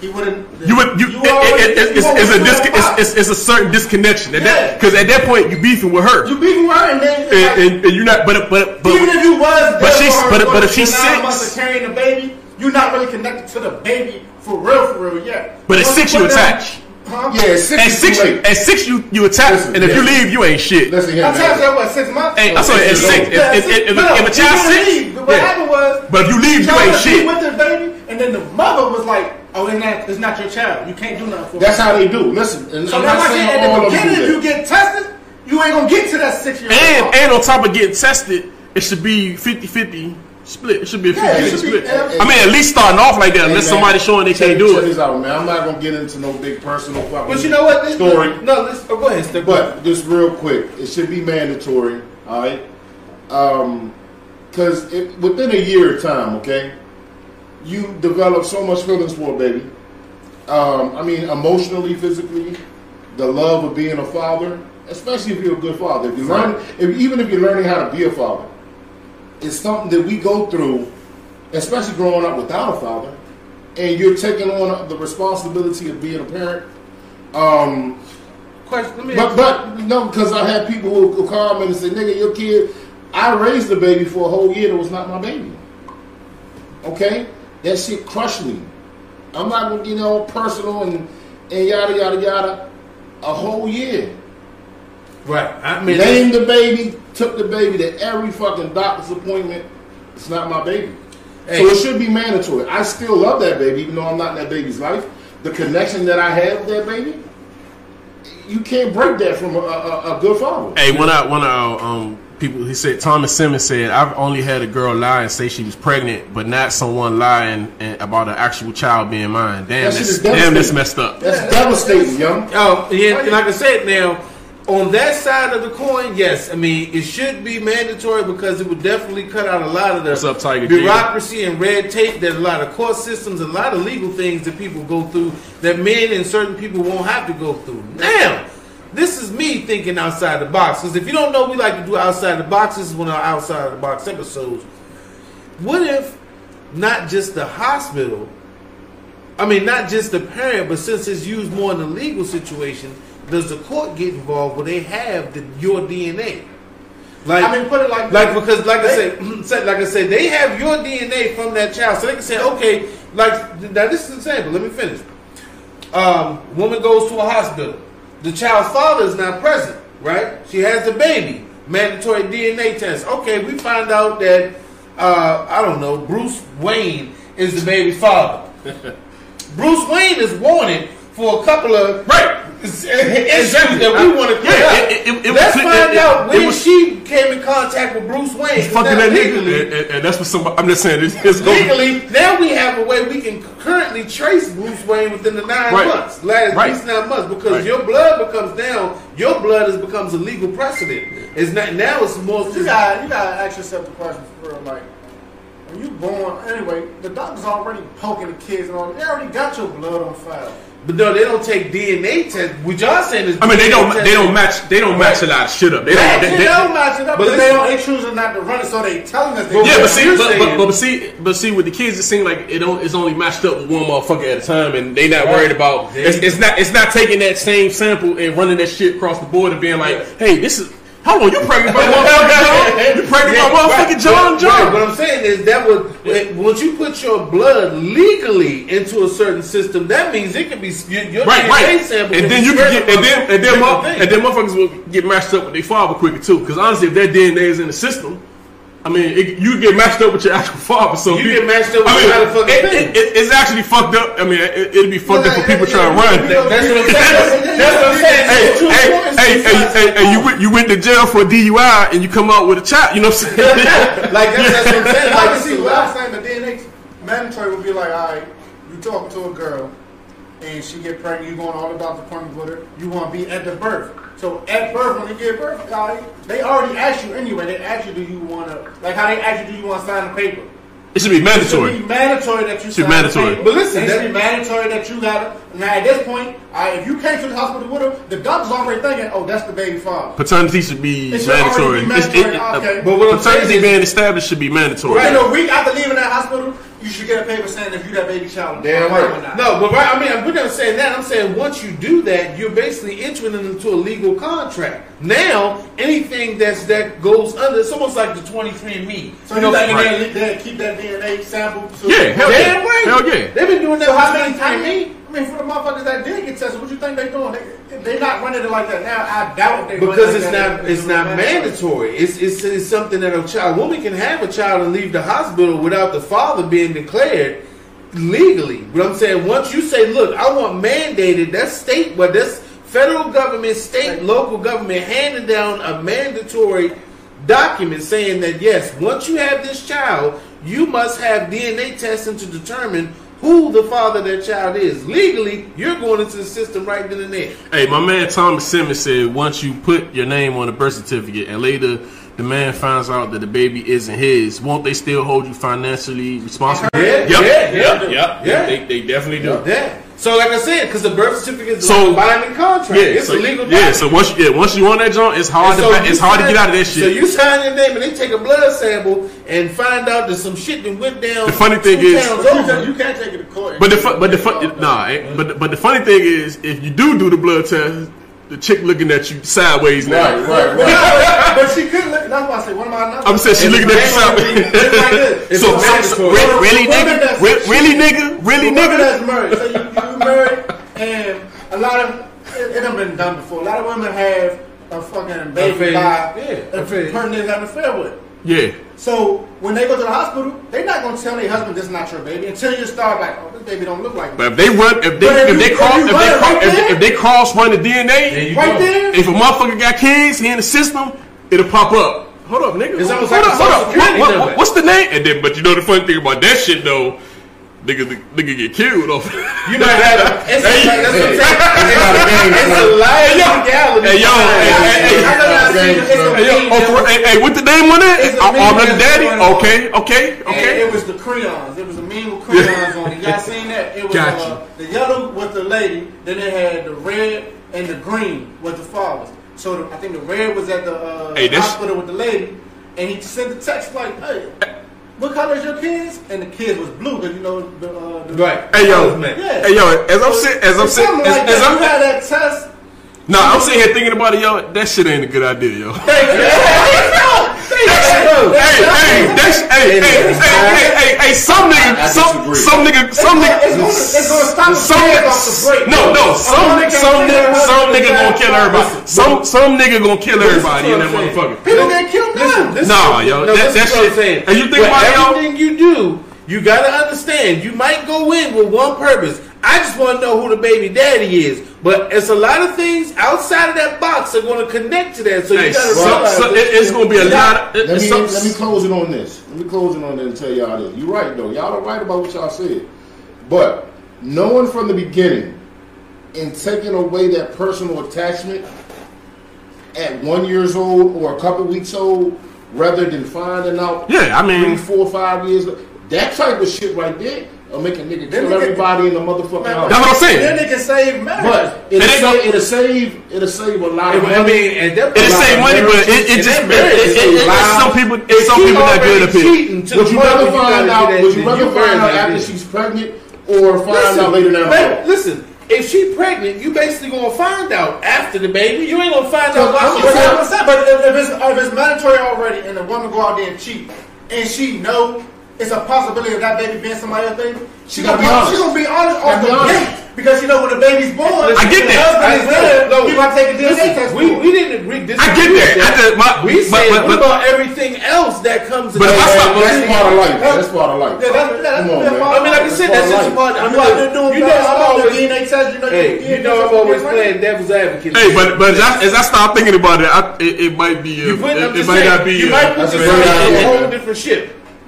C: he would have
E: you would you. it- it- it- it's, it's a dis- it's, it's, it's a certain disconnection. Because
C: Yeah.
E: at, that point you beefing with her,
C: you beating her and then
E: and, and, and you're not. But but but
C: even if you was there
E: she's-
C: for her
E: but-
C: for
E: but
C: the
E: if she's
C: nine
E: six-
C: months of carrying the baby, you're not really connected to the baby for real, for real yet.
E: But at
C: Once
E: six,
C: put
E: you
C: them-
E: attach.
C: Huh?
D: yeah, six.
E: at
D: is
E: six
D: too late.
E: at six you you attach,
D: Listen,
E: and if you
D: yeah.
E: leave you ain't shit.
D: Listen here,
C: Sometimes
D: man.
C: that was six months.
E: Hey,
C: ago.
E: I saw it at six. If,
C: Yeah,
E: if, if, if,
C: no,
E: if a
C: you
E: child
C: gotta
E: sick,
C: leave. What happened was,
E: But if you leave, you
C: y'all
E: ain't
C: was
E: shit.
C: with the baby, and then the mother was like, "Oh, it's not, it's not your child. You can't do nothing for
D: That's
C: it."
D: how they do. Listen, and
C: So
D: I'm
C: that's
D: not
C: why I said
D: saying
C: at
D: all
C: the
D: of them
C: beginning, if
D: do
C: you
D: that.
C: get tested, you ain't gonna get to that six year old.
E: and and on top of getting tested, it should be 50-50 split. It should be a 50-50
C: Yeah, it should be-
E: split.
C: and-
E: I mean, at least starting off like that,
D: Hey,
E: unless
D: man,
E: somebody's showing they
D: check-
E: can't do
D: check
E: it.
D: this out, man. I'm not gonna get into no big personal. fucking
B: But you know what? This-
D: Story.
B: No, let's oh, go ahead. Step
D: But just real quick, it should be mandatory, all right? Um, because within a year of time, okay, you develop so much feelings for a baby. Um, I mean, emotionally, physically, the love of being a father, especially if you're a good father. If you learn, if, even if you're learning how to be a father, is something that we go through, especially growing up without a father, and you're taking on the responsibility of being a parent. Um,
B: Question. Let me
D: but but no, because I had people who, who call me and say, "Nigga, your kid, I raised the baby for a whole year that was not my baby." Okay, that shit crushed me. I'm not gonna you know personal and and yada yada yada. A whole year.
B: right. I mean,
D: Named the baby, took the baby to every fucking doctor's appointment. It's not my baby.
B: Hey.
D: So it should be mandatory. I still love that baby, even though I'm not in that baby's life. The connection that I have with that baby, you can't break that from a, a, a good father.
E: Hey, one of one of our um, people, he said Thomas Simmons said, "I've only had a girl lie and say she was pregnant, but not someone lying and, about an actual child being mine. Damn,
D: That shit
E: that's,
D: is
E: damn, that's
D: devastating.
E: messed up.
D: That's devastating, young.
B: Oh, yeah, like I said, now on that side of the coin, yes, I mean it should be mandatory because it would definitely cut out a lot of the
E: What's up, Tiger J?
B: bureaucracy and red tape. There's a lot of court systems, a lot of legal things that people go through that men and certain people won't have to go through. Now, this is me thinking outside the box because if you don't know, we like to do outside the box. This is one of our outside the box episodes. What if not just the hospital? I mean, not just the parent, but since it's used more in the legal situation, does the court get involved where they have the, your DNA? Like,
C: I mean, put it like
B: like because like I
C: They-
B: said, said- like I said, they have your DNA from that child, so they can say, okay, like now this is an example. Let me finish. Um, woman goes to a hospital. The child's father is not present, right? She has the baby. Mandatory DNA test. Okay, we find out that uh, I don't know Bruce Wayne is the baby's father. Bruce Wayne is wanted for a couple of
E: Right.
B: issues that we want to clear
E: Yeah,
B: up.
E: it- it- it
B: Let's
E: was- it-
B: find
E: it-
B: out
E: it
B: when
E: was-
B: she came in contact with Bruce Wayne. 'cause
E: Fucking
B: now
E: that nigga.
B: legally,
E: And, and- and that's what somebody. I'm just saying. It's, it's going
B: legally, now we have a way we can currently trace Bruce Wayne within the nine
E: Right.
B: months, last
E: Right.
B: at least nine months, because
E: Right.
B: your blood becomes down. Your blood is becomes a legal precedent. It's not now. It's more.
C: You gotta, you gotta ask yourself the question for real. Like, when you born, anyway, the doctor's already poking the kids and all. They already got your blood on file.
B: but no, they don't take DNA test. What y'all saying is,
E: I mean, they don't
B: DNA
E: they don't
B: test.
E: match they don't match a lot of shit up. They
B: Right.
E: don't. They,
C: They,
E: they-
C: don't match it
B: but
C: up, but, they
B: listen-
C: don't. They choosing not to run it, so they telling us. They
E: yeah,
B: Well,
E: but see,
B: you're
E: but,
B: saying-
E: but, but see, but see, with the kids, it seems like it don't, it's only matched up with one motherfucker at a time, and they not worried about. It's, it's not. It's not taking that same sample and running that shit across the board and being like, "Hey, this is how long you pregnant by motherfucking John? You pregnant by
B: right.
E: motherfucking John
B: But- right,
E: John?"
B: What I'm saying is that would when- once you put your blood legally into a certain system, that means it can be your, your
E: Right,
B: DNA
E: right.
B: sample.
E: And
B: can
E: then
B: be
E: you can
B: spread
E: get, and then,
B: among
E: and then,
B: different
E: mo-
B: things.
E: and then motherfuckers will get matched up with their father quicker too. Because honestly, if their DNA is in the system, I mean, it, you get matched up with your actual father. So
B: You get
E: people-
B: matched up with
E: I
B: your motherfucking
E: it,
B: thing.
E: it, it, It's actually fucked up. I mean, it, it'd be fucked up for people trying to run.
B: That- that's what I'm saying. That's what I'm saying.
E: Hey,
B: It's two
E: hey,
B: points,
E: hey,
B: two
E: hey,
B: sides
E: hey,
B: of the
E: hey, you
B: coin.
E: went, you went to jail for a DUI and you come out with a child. You know what I'm saying?
B: like that's, that's what I'm saying.
C: I
B: Like
C: can see
B: see,
C: what I'm saying, but then they mandatory would be like, all right, you talk to a girl, and she get pregnant, you going all the doctor appointments with her, you want to be at the birth. So at birth, when you give birth, all right, they already asked you anyway. They ask you, do you want to, like how they ask you, do you want to sign the paper?
E: It should be
C: It should be
E: mandatory.
C: mandatory that you
E: Should
C: sign
E: be mandatory.
C: the paper.
B: But listen,
C: it
B: that-
C: should be mandatory that you got to, now at this point, all right, if you came to the hospital with her, the doctor's already thinking, oh, that's the baby father.
E: Paternity should be
C: It should
E: mandatory.
C: already be
E: It's-
C: mandatory, okay. But
B: what I'm saying
E: paternity
B: is-
E: being established should be mandatory.
C: Right. a week after leaving that hospital, you should get a paper saying if you that baby child.
D: Damn
C: or
D: right.
C: not.
B: No, but right, I mean, I'm not saying that. I'm saying once you do that, you're basically entering into a legal contract. Now, anything that's that goes under, it's almost like the 23andMe.
C: So you like
E: Right.
C: they, they keep that DNA sample? To
E: Yeah, hell yeah.
B: Damn right.
E: Hell yeah.
B: They've been doing that
C: So how
B: for
C: many? I
B: 23andMe.
C: mean, I mean, for the motherfuckers that did get tested, what you think they doing? They, they not running it like that now. I doubt they. run
B: because
C: it
B: it's
C: like that.
B: not it's not mandatory. It's, it's it's something that a child woman can have a child and leave the hospital without the father being declared legally. But I'm saying once you say, look, I want mandated. That's state, but that's federal government, state, local government handing down a mandatory document saying that yes, once you have this child, you must have DNA testing to determine. Who the father of that child is legally, you're going into the system right then and there.
E: Hey, my man Thomas Simmons said once you put your name on a birth certificate and later the man finds out that the baby isn't his, won't they still hold you financially responsible?
B: Yeah,
E: Yep,
B: yeah, yeah.
E: yep, yep,
B: Yeah.
E: They, they definitely do.
B: Yeah. So like I said, because the birth certificate is
E: So-
B: so, a binding contract.
E: Yeah,
B: it's
E: so,
B: a legal
E: Yeah,
B: document.
E: so once you, yeah, once you on that joint, it's hard
B: And
E: to
B: so
E: it's
B: you
E: hard to
B: sign-
E: get out of that shit.
B: So you sign your name and they take a blood sample and find out that some shit that went down.
E: The funny thing
B: two
E: is-
B: towns
C: But you,
B: over.
C: can't- you can't take it to court.
E: But the fu- but the fun, nah. eh, But but the funny thing is, if you do do the blood test, the chick looking at you sideways now.
D: Right, right, right.
C: but, but she couldn't. That's why I say, what am I not?
E: I'm saying she
B: It's
E: looking at you
B: mandatory. It's like this. It's
E: sideways. So, so,
B: mandatory.
E: so re- really,
C: Women
E: nigga,
C: that's-
E: Re- really, nigga, really,
C: The woman
E: nigga.
C: that's married. So you, you married, and a lot of it, it done been done before. A lot of women have a fucking
B: Affair.
C: baby by
B: Yeah,
C: a
B: affair.
C: person they had an affair with.
E: Yeah,
C: So when they go to the hospital, they're not gonna tell their husband this is not your baby until you start like, oh, this baby don't look like me.
E: but if they run, if they
C: But if
E: if
C: you-
E: they
C: if
E: cross
C: you
E: if
C: run
E: they
C: it
E: cross
C: right
E: if-
C: there-
E: if they cross run the DNA,
C: Right there,
E: if a motherfucker got kids, he in the system, it'll pop up. Hold up, nigga.
B: It's
E: hold
B: almost like
E: hold up,
B: a
E: hold
B: social
E: up.
B: security
E: What- what-
B: number.
E: what's the name? And then, but you know the funny thing about that shit though, nigga, nigga get killed off.
B: You know that. It's, a, that's what I'm saying. it's a live
E: Hey, yo.
B: legality.
E: Hey, yo. Hey, hey, hey.
B: I know that I've seen it. It's a
E: Hey, yo,
B: meme
E: oh, for,
B: that-
E: hey, hey, what the name on it?
B: It's a
E: Oh,
B: meme
E: I'm the
B: that's
E: daddy.
B: going on.
E: Okay, okay,
C: And
E: okay.
C: it was the crayons. It was a meme with crayons on it. Y'all seen that? It was
E: Got
C: uh, the yellow was the lady. Then they had the red and the green was the fathers. So the, I think the red was at the uh,
E: Hey, that's-
C: hospital with the lady, and he sent the text like, "Hey, what color is your kids?" And the kids was blue because you know the, uh, the
B: Right.
E: Hey yo,
C: Yeah.
E: hey yo, as I'm sitting, as I'm
C: Something
E: sitting,
C: like
E: as,
C: that.
E: as
C: you
E: I'm,
C: had that test.
E: nah, I'm sitting here thinking about it, yo. That shit ain't a good idea, yo. Hey, hey, that's, hey, hey, hey, hey, hey, hey, some nigga,
D: I
E: some,
D: disagree.
E: some nigga, some
C: It's gonna,
E: nigga,
C: it's gonna stop the
E: some
C: kids
E: nigga,
C: off the break.
E: no, no, some,
C: nigga
E: some
C: can't
E: nigga,
C: kill
E: some
C: her
E: nigga gonna kill everybody.
C: husband.
E: Some, some nigga gonna kill everybody in that motherfucker.
C: People get killed now.
B: This
E: Nah,
B: is-
E: yo,
B: no,
E: that-
B: this is what
E: that
B: I'm
E: shit-
B: saying.
E: and you think
B: But
E: about it, y'all-
B: everything you do, you gotta understand. You might go in with one purpose. I just want to know who the baby daddy is. But it's a lot of things outside of that box that are going to connect to that. So
E: Hey,
B: you gotta
E: some,
B: realize.
E: some,
B: that-
E: it, it's gonna be a lot. Of,
D: Let me,
E: some,
D: let me close it on this. Let me close it on this and tell y'all this. You're right though. Y'all are right about what y'all said. But knowing from the beginning and taking away that personal attachment at one years old or a couple weeks old, rather than finding out
E: yeah, I
D: three,
E: mean,
D: four, five years, that type of shit right there will make a nigga
C: Then
D: kill
C: nigga-
D: everybody in the motherfucking house.
E: that's what I'm saying.
C: Then they can save marriage.
D: But it'll,
E: It ain't
D: save,
E: no-
D: it'll save it'll save a lot of money.
B: I mean, and that
E: It save money, but it, it
B: And
E: just
B: that
E: it,
B: marriage
E: it,
B: is
E: it, it,
B: allowed.
E: some people it's some
B: She
E: people not good
B: already
E: at people.
B: cheating to
D: Would
B: the
D: you
B: point
D: rather
B: where you
D: find
B: gotta
D: out?
B: get
D: Would you
B: that-
D: rather
B: you
D: find out
B: married
D: after
B: that
D: she's pregnant or find
B: Listen,
D: out later down the
B: ba-
D: road?
B: listen, if she pregnant, you basically gonna find out after the baby. You ain't gonna find
C: But
B: out
C: I'm
B: why
C: just saying,
B: she
C: I'm just saying, but if, if it's if it's mandatory already, and the woman go out there and cheat, and she know it's a possibility of that baby being somebody else's baby, she gonna be
D: Gotta be
C: she gonna be honest off
D: Gotta
C: the
D: be honest.
C: gate because she know when the baby's born.
E: I get
C: the
E: that.
C: husband is there.
B: No,
C: you gotta take a DNA
B: listen,
C: test.
B: We,
C: for
B: we
C: it.
B: didn't agree. Disagree
E: I get
B: with
E: that. I did, my,
B: we said
E: but, but,
B: what
E: but,
B: about everything else that comes.
E: But if I
B: along?
E: stop-
D: That's part of life. That's part of life.
C: Yeah, that's- that's-
D: Come on, man.
C: that's why
B: I mean, like I said, that's just a part. I
C: You
B: mean,
C: out there
B: look,
C: doing
B: you know,
C: bad
B: I'm
C: stuff, the
B: always,
C: DNA test. You know,
B: hey, you know, I'm always playing devil's advocate.
E: hey, but but as I, as I start thinking about it, I, it, it might be uh,
B: you put, I'm
E: it, it
B: just
E: might
B: saying,
E: not be.
B: you
E: uh,
B: might put
D: that's a
B: yourself
D: great
B: in
D: idea,
B: a whole
D: man.
B: different ship.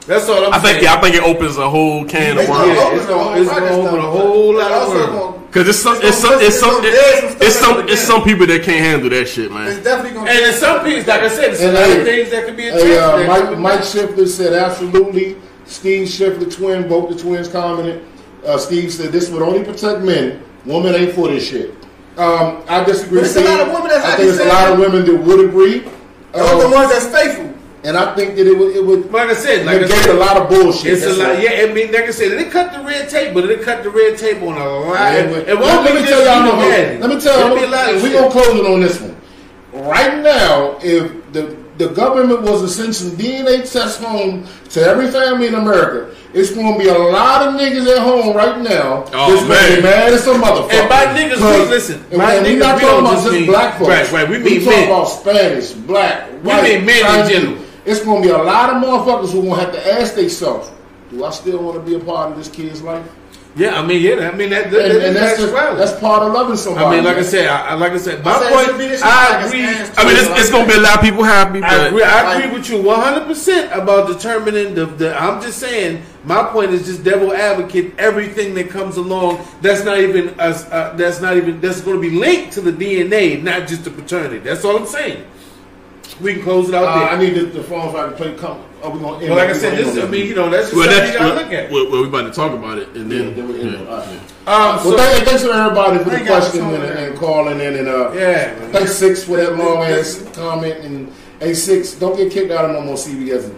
B: That's all I'm
E: I
B: saying.
E: think yeah, I think it opens a whole can of
C: It's
E: worms.
B: Yeah, it's gonna- it's gonna open a whole lot of worms.
E: Cause it's some, it's some, it's some, it's, it's some, it's some people that can't handle that shit,
C: It's
E: man.
C: definitely gonna.
B: And in some pieces, like I said, there's
D: And
B: other
D: hey,
B: things that could be attached
D: Hey,
B: to
D: uh,
B: that.
D: Mike, Mike Shifter said absolutely. Steve Shifter, twin, both the twins commented. Uh, Steve said this would only protect men. Women ain't for this shit. Um, I disagree.
C: But it's a
D: Steve.
C: lot of women that's
D: I
C: not
D: think it's a
C: deciding.
D: lot of women that would agree,
C: Those are the
D: Um,
C: ones that's faithful.
D: and I think that it would it would
B: like I said, like I
D: negate
B: said,
D: a lot of bullshit.
B: It's a
D: That's
B: lot.
D: all.
B: Yeah, I mean, like I said, it cut the red tape, but it cut the red tape on a lot.
D: Yeah,
B: It,
D: but-
B: won't be
D: let me
B: just
D: tell y'all
B: you
D: no
B: daddy.
D: Let me tell
B: It'll
D: y'all.
B: be a lot of
D: We're
B: shit.
D: gonna close it on this one. Right now, if the the government was to send some DNA tests home to every family in America, it's gonna be a lot of niggas at home right now.
E: Oh,
D: that's gonna
E: man.
D: be mad as a motherfucker.
B: And by niggas,
D: Cause-
B: we- listen,
D: And
B: by
D: we
B: niggas,
D: not
B: we
D: talking
B: don't
D: about
B: just
D: just
B: mean-
D: black folks.
B: right, right, we mean
D: talking
B: men.
D: about Spanish, black, white,
B: mean men in
D: Chinese.
B: general.
D: It's gonna be a lot of motherfuckers who gonna have to ask themselves, "Do I still want to be a part of this kid's life?"
B: Yeah, I mean, yeah, I mean that. that,
D: and, and that's
B: that's
D: just,
B: valid.
D: that's part of loving somebody.
B: I mean, like I
D: man.
B: said, I, I- like I said, my
C: I said it should be
B: point.
C: this
B: I
C: like it's
B: agree.
C: hands
E: I mean, it's, it's gonna be a lot of people happy,
B: I agree,
E: but
B: I agree with you 100% about determining the, the. I'm just saying, my point is just devil advocate everything that comes along that's not even us. Uh, that's not even that's going to be linked to the DNA, not just the paternity. That's all I'm saying. We can close it out
D: Uh,
B: there.
D: I need the, the phone so I can play. Come, are we gonna end?
B: Well, like
D: it?
B: I said,
D: We gonna
B: this is, I
D: end
B: mean,
D: it?
B: you know, that's just
E: Well,
B: something
E: that's
B: you gotta look at.
E: well, well, we about to talk about it, and
D: Yeah,
E: then,
D: then we end it. All right.
B: Um,
D: Well,
B: so,
D: thank, thanks for everybody for the
C: Thank y'all
D: question
C: so
D: and,
C: much.
D: and calling in and uh,
B: yeah.
D: Thanks six for that long ass comment and a six. Don't get kicked out of no more CBS.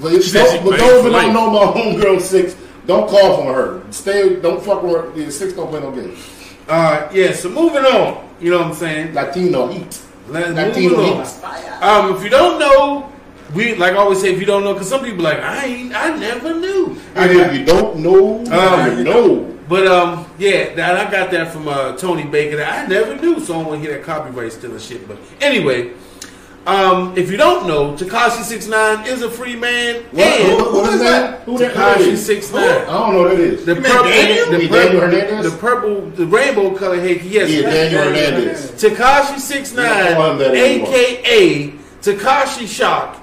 D: But, if,
E: said she
D: don't, but
E: played
D: those
E: for
D: that
E: life.
D: don't know my homegirl six, don't call for her. Stay. Don't fuck with her. Yeah, six don't play no games.
B: Uh, yeah, so moving on. You know what I'm saying?
D: Latino eat.
B: Let's move
D: Latino
B: on.
D: eat.
B: Um, if you don't know, we like I always say, if you don't know, because some people like I ain't, I never knew.
D: And if you don't know,
B: Um,
D: you know.
B: But um, yeah, that I got that from uh, Tony Baker. That I never knew someone hear that copyright stealing shit. But anyway, um, if you don't know, Takashi Six Nine is a free man.
D: What,
B: and
D: who, who is that? Who that? who that
B: Takashi
D: is?
B: Six
D: I
B: Nine.
D: don't know who that is.
B: The purple,
D: Daniel?
B: the
D: You
B: purple,
D: Daniel Hernandez?
B: the purple, the rainbow color hair. Yes,
D: yeah, Daniel
C: Daniel
D: Hernandez.
B: Takashi Six
D: You don't
B: Nine,
D: want that anymore.
B: aka Takashi Shock,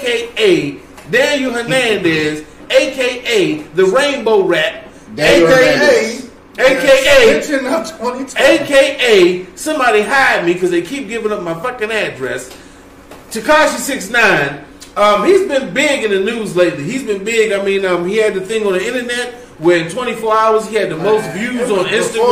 B: aka Daniel Hernandez, aka the Rainbow Rat,
D: Daniel
B: aka
D: Hernandez.
B: aka
C: Mention of 2020.
B: aka somebody hide me because they keep giving up my fucking address. Takashi Six Nine. Um, he's been big in the news lately. He's been big. I mean, um, he had the thing on the internet where in 24 hours he had the most views on
C: Before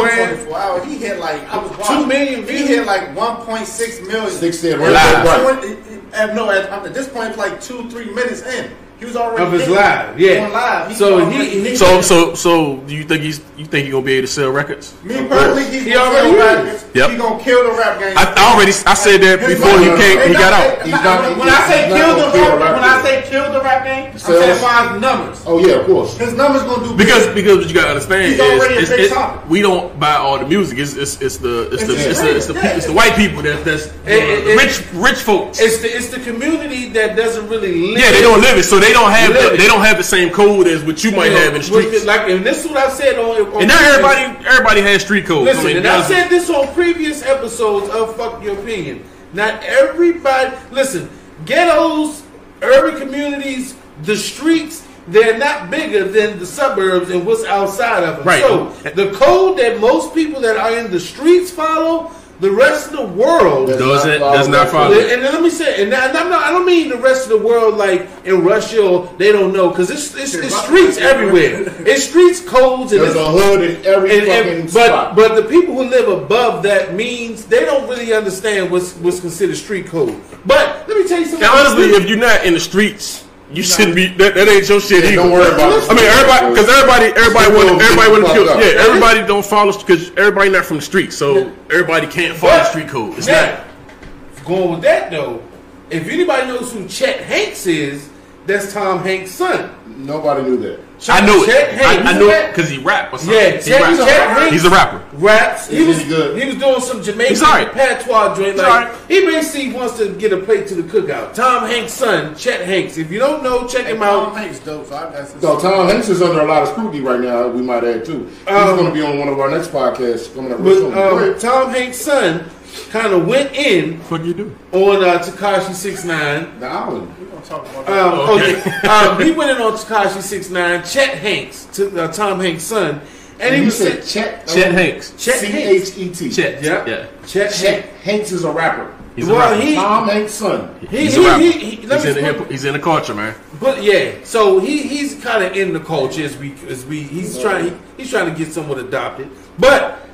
B: Instagram.
C: 24 hours, he hit like I was
B: Two million
C: He
B: views?
C: hit like 1.6 million.
D: Six said
C: And
D: right,
C: at
D: right, right.
C: twen- it- it- at- no, at, at this point, it's like two, three minutes in. He was already
B: Of his
C: hitting-
B: live, yeah.
C: Going live. He
B: So
C: already
B: he-
C: hitting-
E: so so so, do you think he's you think he gonna be able to sell records?
C: me personally, he's
B: He
C: gonna
B: already
C: kill
B: is.
C: rappers.
E: Yep.
C: He gonna kill the rap game.
E: I, I already I said that before he came he got out.
D: He's not-
C: when I say
D: he's not
C: kill the
D: gonna
C: rap,
D: kill the rap
C: when I
D: game.
C: say kill the rap game, I'm saying
D: Sales.
C: as far as numbers.
D: Oh yeah, of course.
C: His numbers gonna do
E: Because because what you gotta understand
C: He's already a
E: is, is-
C: big
E: is-
C: topic.
E: we don't buy all the music. It's it's, it's the it's the
C: It's
E: it's the, it's the,
C: great.
E: it's the white people that that's
B: it-
E: the
B: it-
E: rich rich folks.
B: It's the it's the community that doesn't really live.
E: Yeah, they don't live it, so they don't have
B: Live
E: the,
B: it.
E: they don't have the same code as what you might
B: You know,
E: have in the
B: which
E: streets.
B: is Like, and this is what I said on. on
E: And not everybody everybody has street codes.
B: Listen,
E: I mean,
B: and I
E: that's-
B: said this on previous episodes of Fuck Your Opinion. Not everybody. Listen, ghettos, urban communities, the streets. They're not bigger than the suburbs and what's outside of them.
E: Right.
B: So the code that most people that are in the streets follow, the rest of the world
E: doesn't does not follow.
B: and, and let me say, and, I- and I'm not, I don't mean the rest of the world like in Russia or they don't know because it's, it's, it's streets everywhere. It's streets codes and
D: There's
B: it's,
D: a hood in every
B: and,
D: fucking
B: and- but
D: spot.
B: but the people who live above that means they don't really understand what's what's considered street code. But let me tell you something.
E: And honestly, if you're not in the streets, you shouldn't be. That, that ain't your shit
D: Yeah,
E: either.
D: don't worry about it.
E: I mean, everybody, because everybody, everybody
D: Just
E: want,
D: go
E: everybody
D: get
E: want to
D: fucked
E: kill.
D: up.
E: Yeah, everybody don't follow because everybody not from the street, so everybody can't follow the street code. It's
B: now,
E: not.
B: going with that though, if anybody knows who Chet Hanks is, that's Tom Hanks' son.
D: Nobody knew that.
E: I know it.
B: Chet Hanks,
E: I, I
B: you
E: know
B: know
E: it
B: that?
E: because he rap or something.
B: Yeah,
E: he
B: Chet-
E: rap.
B: Chet Hanks-
E: He's a rapper.
B: raps. He
D: Is
B: was
D: he good?
B: He was doing some Jamaican
E: He's alright.
B: patois joint. Like
E: alright.
B: he basically wants to get a plate to the cookout. Tom Hanks' son, Chet Hanks. If you don't know, check him
C: Tom
B: out.
C: Hanks dope. So I got some.
D: So Tom Hanks is under a lot of scrutiny right now. We might add too. He's
B: Um,
D: going to be on one of our next podcasts coming up real
B: But
D: soon.
B: um,
D: Great.
B: Tom Hanks' son kind of went in
E: What do you do?
B: on uh, Takashi Six Nine.
D: the island.
C: We're gonna talk about
E: uh,
C: that.
B: Um,
E: Oh, Okay.
B: okay. um, he went in on Takashi Six Nine, Chet Hanks, to, uh, Tom Hanks' son, and he
D: You
B: was
D: said
B: Chet,
D: Chet.
E: Chet Hanks.
B: Chet
D: C
B: Hanks.
D: H E T.
E: Chet.
B: Yeah.
E: Yeah.
B: Chet,
D: Chet
B: Hanks.
D: Hanks is a rapper.
E: He's a
B: Well,
E: rapper.
B: he
D: Tom Hanks' son.
B: he
E: he's
B: he,
E: a rapper.
B: he, he- let
E: he's,
B: me
E: in the
B: explain.
E: hip, he's in the culture, man.
B: But yeah, so he he's kind of in the culture as we as we he's trying he's trying to get someone adopted. But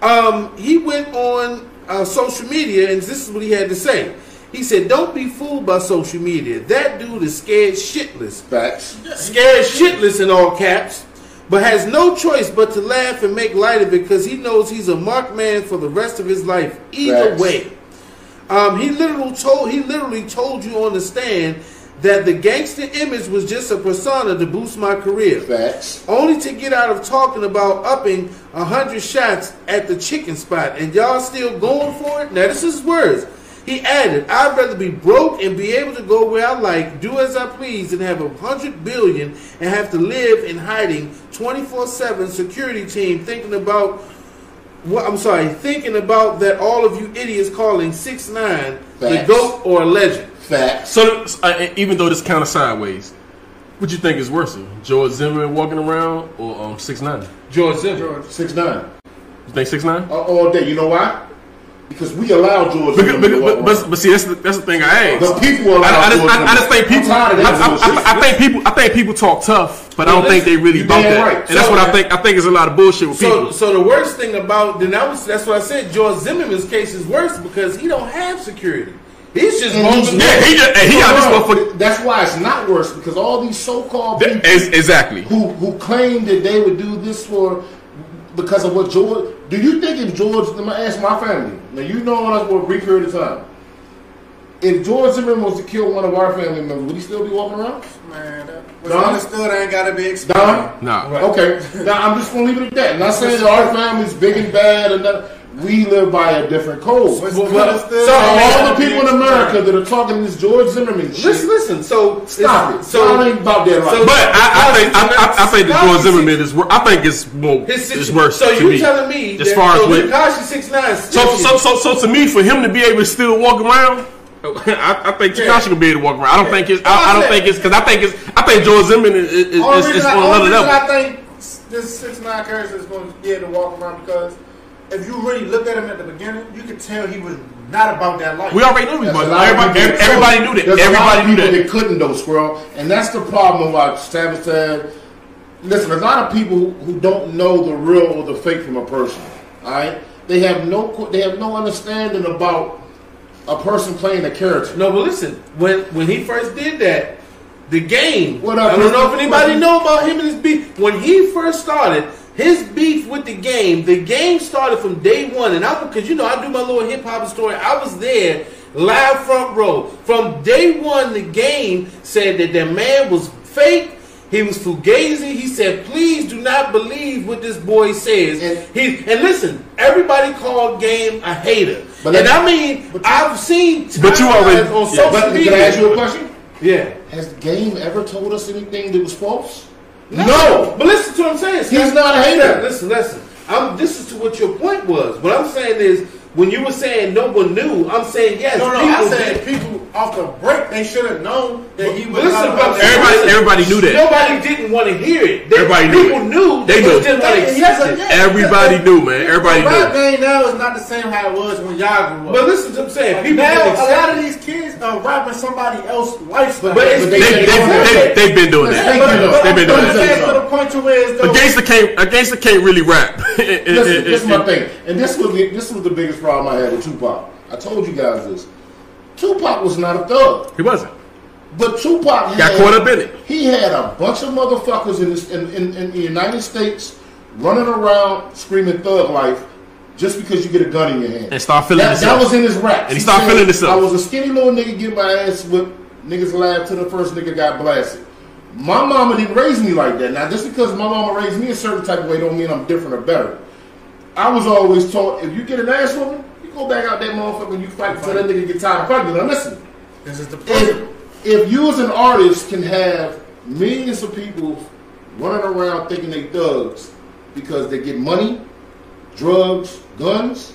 B: um, he went on uh, social media and this is what he had to say. He said, "Don't be fooled by social media. That dude is scared shitless,
D: Facts.
B: scared shitless in all caps, but has no choice but to laugh and make light of it because he knows he's a marked man for the rest of his life. Either
D: Facts.
B: way." Um, he literally told he literally told you on the stand that the gangster image was just a persona to boost my career,
D: Facts.
B: only to get out of talking about upping a hundred shots at the chicken spot, and y'all still going for it. Now this is words. He added, "I'd rather be broke and be able to go where I like, do as I please, than have a hundred billion and have to live in hiding, twenty four seven security team thinking about." Well, I'm sorry, thinking about that all of you idiots calling six nine the
D: Facts.
B: goat or a legend.
D: Facts.
E: So uh, even though this kind of sideways, what you think is worse, George Zimmerman walking around or um six nine?
B: George Zimmer.
D: Six nine. uh,
E: You think six nine?
D: All day. You know why? because we allow George.
E: Because,
D: Floyd to
E: because,
D: walk
E: but,
D: around.
E: but, but see, that's the, that's the thing I asked.
D: The people allow
E: I, I, just,
D: George
E: I, I just think
D: Floyd.
E: people. I,
D: I'm tired of that
E: I,
D: bullshit.
E: I, I think people. I think people talk tough, but I don't think they really
D: you
E: about
D: damn
E: that.
D: right.
E: And that's
B: So-
E: what I think. I think it's a lot of bullshit with
B: So,
E: people.
B: so the worst thing about then that was that's what I said. George Zimmerman's case is worse because he don't have security. He's just
D: And
B: roaming
D: he's
E: Yeah,
B: there.
E: he, just- and he got this
D: Hold on.
E: motherfucker.
D: That's why it's not worse because all these so-called people
E: that- ex- Exactly.
D: who who claim that they would do this for because of what George. Do you think if George? I'm gonna ask my family. Now you know us for a brief period of time. If George Zimmerman was to kill one of our family members, would he still be walking around?
C: Man, that was
D: Don?
C: understood. I ain't gotta be explained.
D: Don.
E: Nah.
D: Okay. Now I'm just gonna leave it at that. Not saying that our family's big and bad, and that we live by a different code.
C: What's
D: So
C: understood?
D: all the people in America that are talking this George Zimmerman shit,
B: Listen, listen. So
D: stop it. So
B: So
D: ain't about that life.
B: so-
E: But I, I think I, I, I think the George
B: Scott's-
E: Zimmerman is. wor- I think it's more.
B: his
E: It's
B: situ-
E: worse.
B: So
E: to
B: you
E: me.
B: telling me
E: as
B: that-
E: far
B: so
E: as with
B: Takashi six nine?
E: So, so, so, so to me, for him to be able to still walk around, I, I think Takashi can be able to walk around. I don't think it's. I, I don't think it's because I think it's. I think George Zimmerman is, is,
C: Only
E: is, is
C: reason, I,
E: on
C: only
E: another
C: reason
E: level.
C: I think this six nine character is going to be able to walk around because if you really look at him at the beginning, you could tell he was not about that life.
E: We already knew he
D: There's
E: was.
D: a lot of
E: Everybody,
D: people that
E: everybody
D: couldn't.
E: knew that.
D: There's a lot of
E: Everybody
D: people
E: knew that.
D: that couldn't though, squirrel, and that's the problem about Savage said. Listen, there's a lot of people who, who don't know the real or the fake from a person. All right, they have no qu- they have no understanding about a person playing a character.
B: No, but listen, when when he first did that, the game.
D: What up,
B: I don't know if
D: Mr.
B: anybody
D: Fucking-
B: know about him and his beef. When he first started his beef with the game, the game started from day one, and I because you know I do my little hip hop story. I was there live front row from day one. The game said that that man was fake. He was fugazi. He said, "Please do not believe what this boy says."
D: And-
B: he and listen, everybody called game a hater,
D: But
B: and
D: let-
B: I mean, I've seen
E: But you already-
B: timelines on
E: yeah,
B: social
D: But
B: media.
D: can I ask you a question?
B: Yeah.
D: Has the game ever told us anything that was false?
B: No. But listen to what I'm saying.
D: He's
B: Scott.
D: not a hater.
B: Listen, listen. I'm, this is to what your point was. What I'm saying is, when you were saying no one knew, I'm saying yes.
C: no, no, I
B: people
C: said
B: did.
C: people off the break they should have known that he was
B: Listen,
C: not about
B: but
C: that
E: Everybody-
C: life.
B: listen,
E: everybody knew that.
B: Nobody didn't want to hear it. They-
E: Everybody knew
B: People
E: it.
B: knew.
E: They knew.
B: just didn't want to
C: And yes,
B: accept it.
C: yeah,
E: Everybody
C: because
E: knew, man. Everybody
C: the rap
E: knew.
C: game now is not the same how it was when y'all grew up.
B: But listen to what I'm saying. People
C: now
B: didn't
C: a
B: accept
C: lot
B: it.
C: of these kids are rapping somebody else's lifestyle.
B: But it's-
D: But
E: They, they, they, they, have been doing
C: But-
D: Thank you,
C: but-
E: that.
D: though.
C: but
E: They've been doing
C: I'm
E: that.
C: saying to the point to where it's
E: A
C: though-
E: gangster can't. A gangster can't really rap. It- it-
D: Listen,
E: it-
D: this is
E: it-
D: my thing, and this was the, this was the biggest problem I had with Tupac. I told you guys this. Tupac was not a thug,
E: He wasn't.
D: but Tupac
E: Got
D: had-
E: caught up in it.
D: He had a bunch of motherfuckers in, this, in, in, in the United States running around screaming thug life just because you get a gun in your hand.
E: And start feeling
D: that, that
E: himself.
D: was in his rap.
E: And he started feeling himself.
D: I was a skinny little nigga getting my ass whipped. Niggas laughed till the first nigga got blasted. My mama didn't raise me like that. Now, just because my mama raised me a certain type of way don't mean I'm different or better. I was always taught if you get an ass whooping, you go back out that motherfucker and you fight until that nigga get tired of fighting. Now, listen
C: This is the
D: if,
C: problem.
D: if you as an artist can have millions of people running around thinking they thugs because they get money, drugs, guns,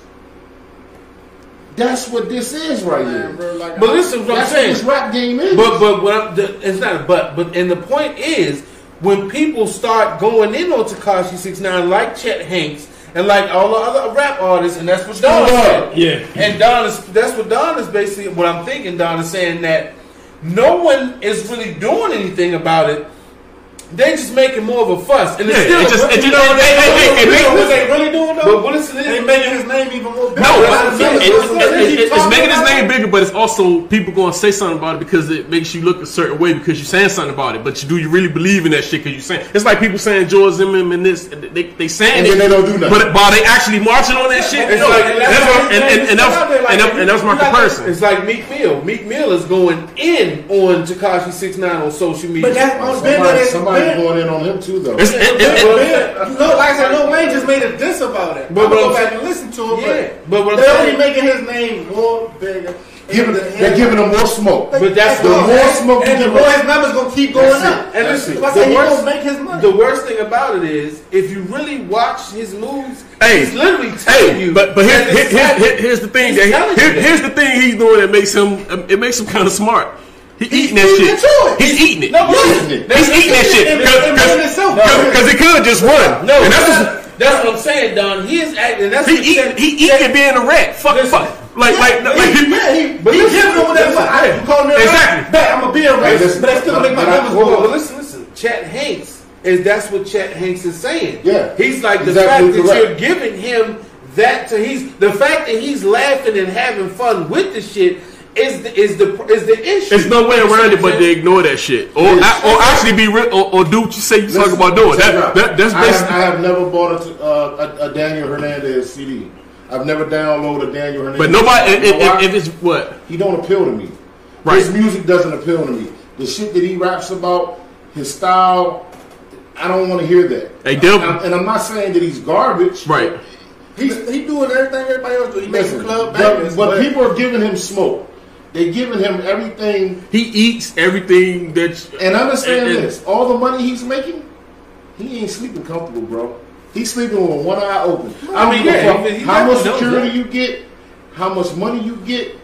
D: that's what this is right
C: Man,
D: here.
C: bro, like,
B: But listen to what I'm
D: That's what
B: saying.
D: this rap game is.
B: But but what I'm, the, it's not a but. But and the point is, when people start going in on Takashi Six Nine, like Chet Hanks and like all the other rap artists, and that's what Don said.
E: Yeah.
B: And Don is that's what Don is basically what I'm thinking. Don is saying that no one is really doing anything about it. They just making more of a fuss, and it's
E: Yeah,
B: still
E: it just- it
B: you
E: just-
B: know
E: it-
B: what they-
E: it- it- it-
B: you know
E: it-
B: what they really doing though. But what is
C: They making his name even more bad.
E: No,
C: That's
E: it's,
C: the
E: it-
C: thing.
E: it's-
C: That's the
E: it's-
C: thing.
E: it's-
C: He
E: it's making his
C: talking
E: name
C: about
E: bigger, but it's also people going to say something about it because it makes you look a certain way because you're saying something about it. But you, do you really believe in that shit? Because you're saying it's like people saying George Zimmerman and this. and They they
D: And
E: saying it,
D: then they don't do nothing.
E: But while they actually marching on that shit,
B: It's
E: no,
B: like-
E: and that's what- and- and- and that's- and that- and that's my
B: It's like-
E: comparison.
B: It's like Meek Mill. Meek Mill is going in on Takashi Six Nine on social media.
C: But that's on Ben that
D: somebody,
C: is
D: somebody
C: Ben.
D: going in on him too, though.
E: It's- it- it- it-
C: Ben, you know, like I said, Lil Wayne just made a diss about it.
B: But
C: But
B: what
C: go
B: I'm
C: back
B: saying-
C: and listen to it.
B: Yeah,
C: But,
B: but what I'm
C: they're
B: saying,
C: only making his name more bigger.
D: Giving-
C: And
D: they're giving him more smoke.
B: But that's
D: the
C: and-
D: more smoke you
C: and the
D: give
C: more
D: him.
C: his numbers gonna keep going
D: That's it.
C: up.
B: and
D: That's
B: listen,
D: it.
C: That's
B: the
C: how he
B: worst
C: gonna make his money.
B: The worst thing about it is if you really watch his moves,
E: Hey,
B: he's literally telling
E: Hey,
B: you.
E: but but here,
B: that
E: here,
B: it's
E: here,
B: happening.
E: here- here's the thing
B: He's
E: that
B: telling
E: he-
B: you
E: here-
B: that.
E: here's the thing he's doing that makes him it makes him kind of smart. He eating that
C: eating
E: shit.
C: into it.
E: He's eating it.
C: No,
E: He's
C: listen.
E: eating that
C: It- it- it- it- it- it- it- it-
E: shit
C: it- it- it-
E: because
C: itself.
E: because he could just run.
B: No,
E: and
B: it's
E: that's
B: not-
E: just-
B: That's what I'm saying, Don. He is acting. That's
E: He
B: what
E: eat, he eat and being a rat. Fuck,
B: Listen.
E: fuck. Like, like,
C: Yeah,
E: like,
C: he, yeah, he, but he giving them that
E: Listen,
C: money. I
E: yeah.
C: am calling them
E: Exactly.
C: Back, I'm gonna be a racist, but I still gonna make my
D: But I-
C: numbers
B: Whoa, whoa,
C: go
B: whoa,
C: up.
B: listen, listen. Chet Hanks is that's what Chet Hanks is saying.
D: Yeah.
B: he's like the
D: Exactly
B: fact that
D: correct.
B: you're giving him that to he's the fact that he's laughing and having fun with the shit is the, is the is the issue.
E: It's no way around it, but they ignore that shit, or
D: Yes.
E: or actually be real, or, or do what you say you talking about doing.
D: check it
E: That,
D: out.
E: that that's
D: I have, I
E: basically.
D: have never bought a, uh, a, a Daniel Hernandez CD. I've never downloaded a Daniel Hernandez.
E: But nobody,
D: You
E: if,
D: know why?
E: if, if it's what
D: he don't appeal to me.
E: Right.
D: His music doesn't appeal to me. The shit that he raps about, his style, I don't want to hear that.
E: Hey, Dip.
D: I- and I'm not saying that he's garbage.
E: right,
C: He's he doing everything everybody else do. He makes the
D: Listen,
C: club
D: but,
C: bangers,
D: but people are giving him smoke. They're giving him everything.
E: he eats everything that.
D: And understand
E: And- and-
D: this: all the money he's making, he ain't sleeping comfortable, bro. He's sleeping with one eye open. I
B: I
D: mean,
B: mean, yeah, he- he
D: how
B: definitely
D: much
B: knows
D: security
B: that.
D: you get, how much money you get.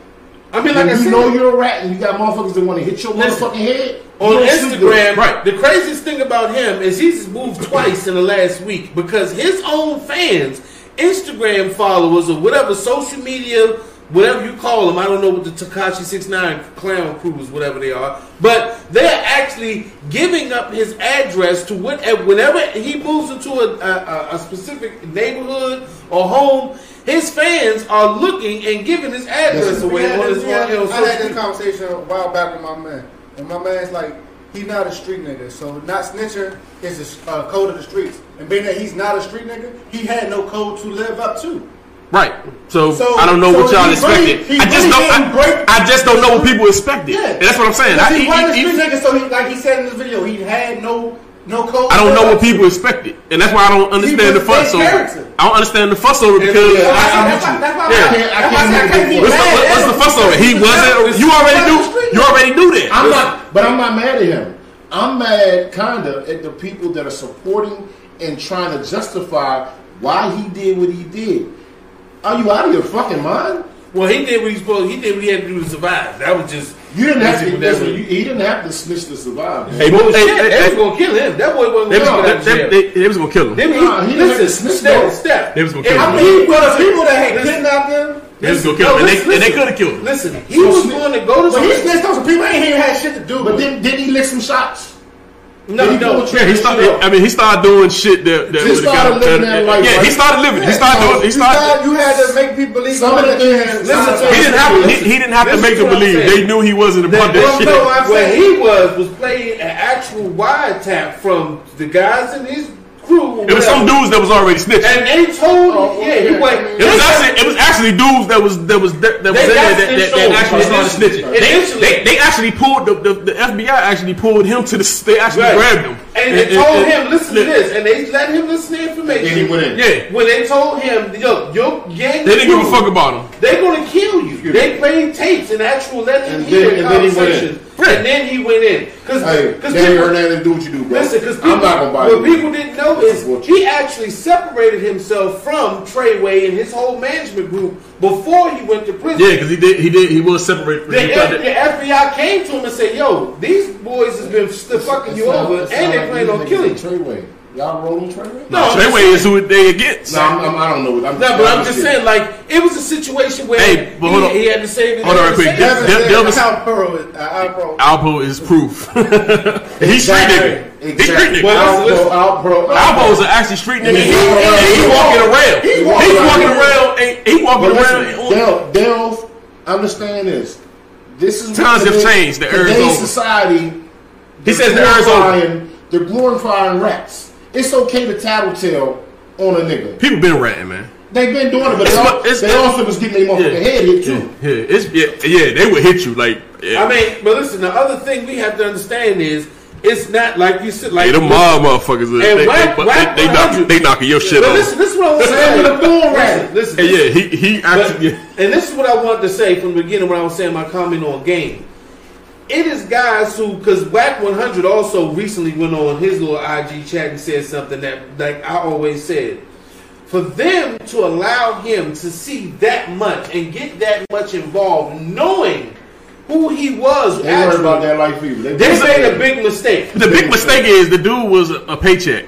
B: I mean, like
D: When
B: I
D: you
B: said,
D: know you're a rat and you got motherfuckers that want to hit your
B: Listen,
D: motherfucking head you
B: on
D: don't sleep good.
B: Instagram,
E: Right.
B: the craziest thing about him is he's moved twice in the last week because his own fans, Instagram followers, or whatever social media, whatever you call them, I don't know what the Takashi 69 clown crews, whatever they are, but they're actually giving up his address to what, and whenever he moves into a, a, a- a specific neighborhood or home. His fans are looking and giving his address
D: Listen,
C: We
B: away
C: had
B: on his
C: this- we had-
B: on his
C: I had
B: social
C: this
B: media.
C: conversation a while back with my man, and my man's like, he not a street nigga, so not snitching is a s- uh, code of the streets. And being that he's not a street nigga, he had no code to live up to.
E: Right, so,
C: So-
E: I don't know what
C: so
E: y'all
C: he really-
E: expected.
C: he
E: I just
C: really
E: don't.
C: didn't
E: I,
C: break-
E: I just don't know what people expected.
C: Yeah.
E: And that's what I'm saying.
C: Because
E: I,
C: he
E: he-
C: wasn't a
E: he-
C: street
E: he-
C: nigga, so he, like he said in this video, he had no no code.
E: I
C: to
E: don't know
C: live
E: what
C: up to.
E: people expected, and that's why I don't understand the
C: was
E: fuss
C: their
E: over.
C: character.
E: it. I don't understand the fuss over it because
D: yeah,
E: I-
D: I'm
C: That's
D: with
C: why-
D: you.
C: that's why-
E: Yeah.
C: that's
D: I can't-
C: why I
D: I
C: said I
D: can't
C: can't
D: be
C: be
E: What's the,
C: mad
E: what-
C: at
E: what's the
C: him.
E: fuss over? it? He
C: He's
E: wasn't.
C: not- he's
E: You already
C: not a street
E: knew. You
C: nigga.
E: already knew that.
D: I'm not, but I'm not mad at him. I'm mad, kinda, at the people that are supporting and trying to justify why he did what he did. Are you out of your fucking mind?
B: Well, he did what he supposed. He did what he had to do to survive. That was just
D: You didn't have
B: That's
D: to.
B: what that
D: Listen,
B: was.
D: you, he didn't have to snitch to survive. Man.
E: Hey,
B: bullshit.
E: hey, hey,
B: they
E: hey.
B: was gonna kill him. That boy wasn't
E: They was,
B: gonna get
E: they,
B: out of
E: they-
B: jail.
E: they- they was gonna kill him.
B: Then he,
D: Nah, he didn't have to
B: listen,
D: snitch,
B: step,
D: though.
B: step.
E: They was gonna
B: If
E: kill him.
B: I
C: I
B: mean,
C: mean, he was people that had kidnapped him.
E: They was gonna
B: no,
E: kill him, and they,
B: listen,
E: and they
B: listen.
E: could have killed him.
B: Listen, he was going to go to
C: But
B: some.
C: he snitched on some people ain't even had shit to do.
D: But
C: with.
D: then, didn't he lick some shots?
B: no,
D: he
B: no,
D: go to-
E: Yeah, he started. I mean, he started doing shit that that
D: He
E: would've got
D: started
E: him
D: living that
E: better.
D: life,
E: Yeah,
D: right?
E: he started living. He
D: Yeah.
E: started doing.
C: You
E: He started.
C: thought- you had to make people believe
D: Some of the
C: something that
D: things.
C: you had-
D: some of the
E: He
D: things-
E: didn't have. He, he didn't have to
B: Listen
E: make
B: to
E: them
B: what I'm
E: believe.
B: saying.
E: They knew he wasn't a part of that
C: Well,
E: shit.
C: no, I-
B: where he was was playing an actual wiretap from the guys in his crew. or
E: It was some
B: whatever.
E: dudes that was already snitching.
B: and they told
D: Oh,
B: him, yeah, he
D: okay.
B: went.
E: It was actually it was actually dudes that was that was that, that was in there that, that, that actually started snitching. They, they, they actually pulled the, the the FBI actually pulled him to the they actually
B: Right.
E: grabbed him
B: And they told him, listen to this, and they let him listen to information.
D: And he went in.
E: Yeah.
B: When they told him, yo, your gang,
E: They didn't give a
B: crew,
E: fuck about him.
B: They're gonna kill you. They played tapes and actual let him
D: And
B: hear
D: then- and then he went
B: conversations, and then he went in. Because
D: Hey,
B: because
D: Danny
B: people,
D: Hernandez, do what you do, bro.
B: listen, because
D: I'm not gonna buy
B: what
D: you.
B: people didn't know
D: This
B: is
D: is what
B: he actually separated himself from Treyway and his whole management group before he went to prison.
E: Yeah, because he did he did he was separated.
B: The, F- the FBI came to him and said, "Yo, these boys has been still fucking you
D: It's
B: over,
D: not- it's
B: and
D: not
B: they
D: like
B: plan
D: these
B: on
D: niggas
B: killing
D: in
B: you."
D: Treyway. Y'all rolling Treyway?
B: No, I'm just
E: Treyway
B: saying-
E: is who they against.
D: No, I'm, I'm, I don't know. I'm
B: No, but I'm just saying, like, it was a situation where
E: Hey, but
B: he,
E: hold on.
B: he had to save his
E: Hold on
B: had
E: real
B: to
E: quick.
B: save his-
E: Devin- Dev- Dev-
C: Cal Pearl
D: uh,
C: is- I- I Pearl.
E: Alpo is proof. He's street nigga. He's street
D: Exactly.
E: nigga.
B: Well, listen.
D: Alpo, Alpo,
E: Alpo's an actually street nigga. He, he, he walking around. He walking around. and He walking
D: But
E: around.
D: listen,
E: and-
D: Del, Del, understand this. This is what
E: Times have
D: today-
E: changed, the era's
D: Today's
E: over.
D: society.
E: He
D: they're
E: says the era's over.
D: glorifying- They're glorifying rats. It's okay to tattletale on a nigga.
E: People been ratting, man.
D: They've been doing it, but
E: It's
D: they, al-
E: what- it's-
D: they also was getting their motherfucking
E: Yeah.
D: head hit too.
E: Yeah, it's yeah, yeah. They would hit you like. Yeah.
B: I mean, but listen, the other thing we have to understand is it's not like you said, like
E: Hey, them
B: listen,
E: mob motherfuckers, uh, they, they,
B: whack-
E: they,
B: whack
E: they, knock,
B: 100.
E: they knocking your shit
B: But
E: off.
B: listen, this is what I want to
D: Same
B: say.
D: with the bull
B: Listen,
D: rat.
B: listen,
E: Hey, yeah, he he
B: But-
E: actually. yeah.
B: and this is what I wanted to say from the beginning when I was saying my comment on game. It is guys who, because Whack 100 also recently went on his little IG chat and said something that, like I always said, for them to allow him to see that much and get that much involved, knowing who he was,
D: They worry
B: actually,
D: about that life fever.
B: they made a big mistake.
E: The big mistake is the dude was a, a paycheck.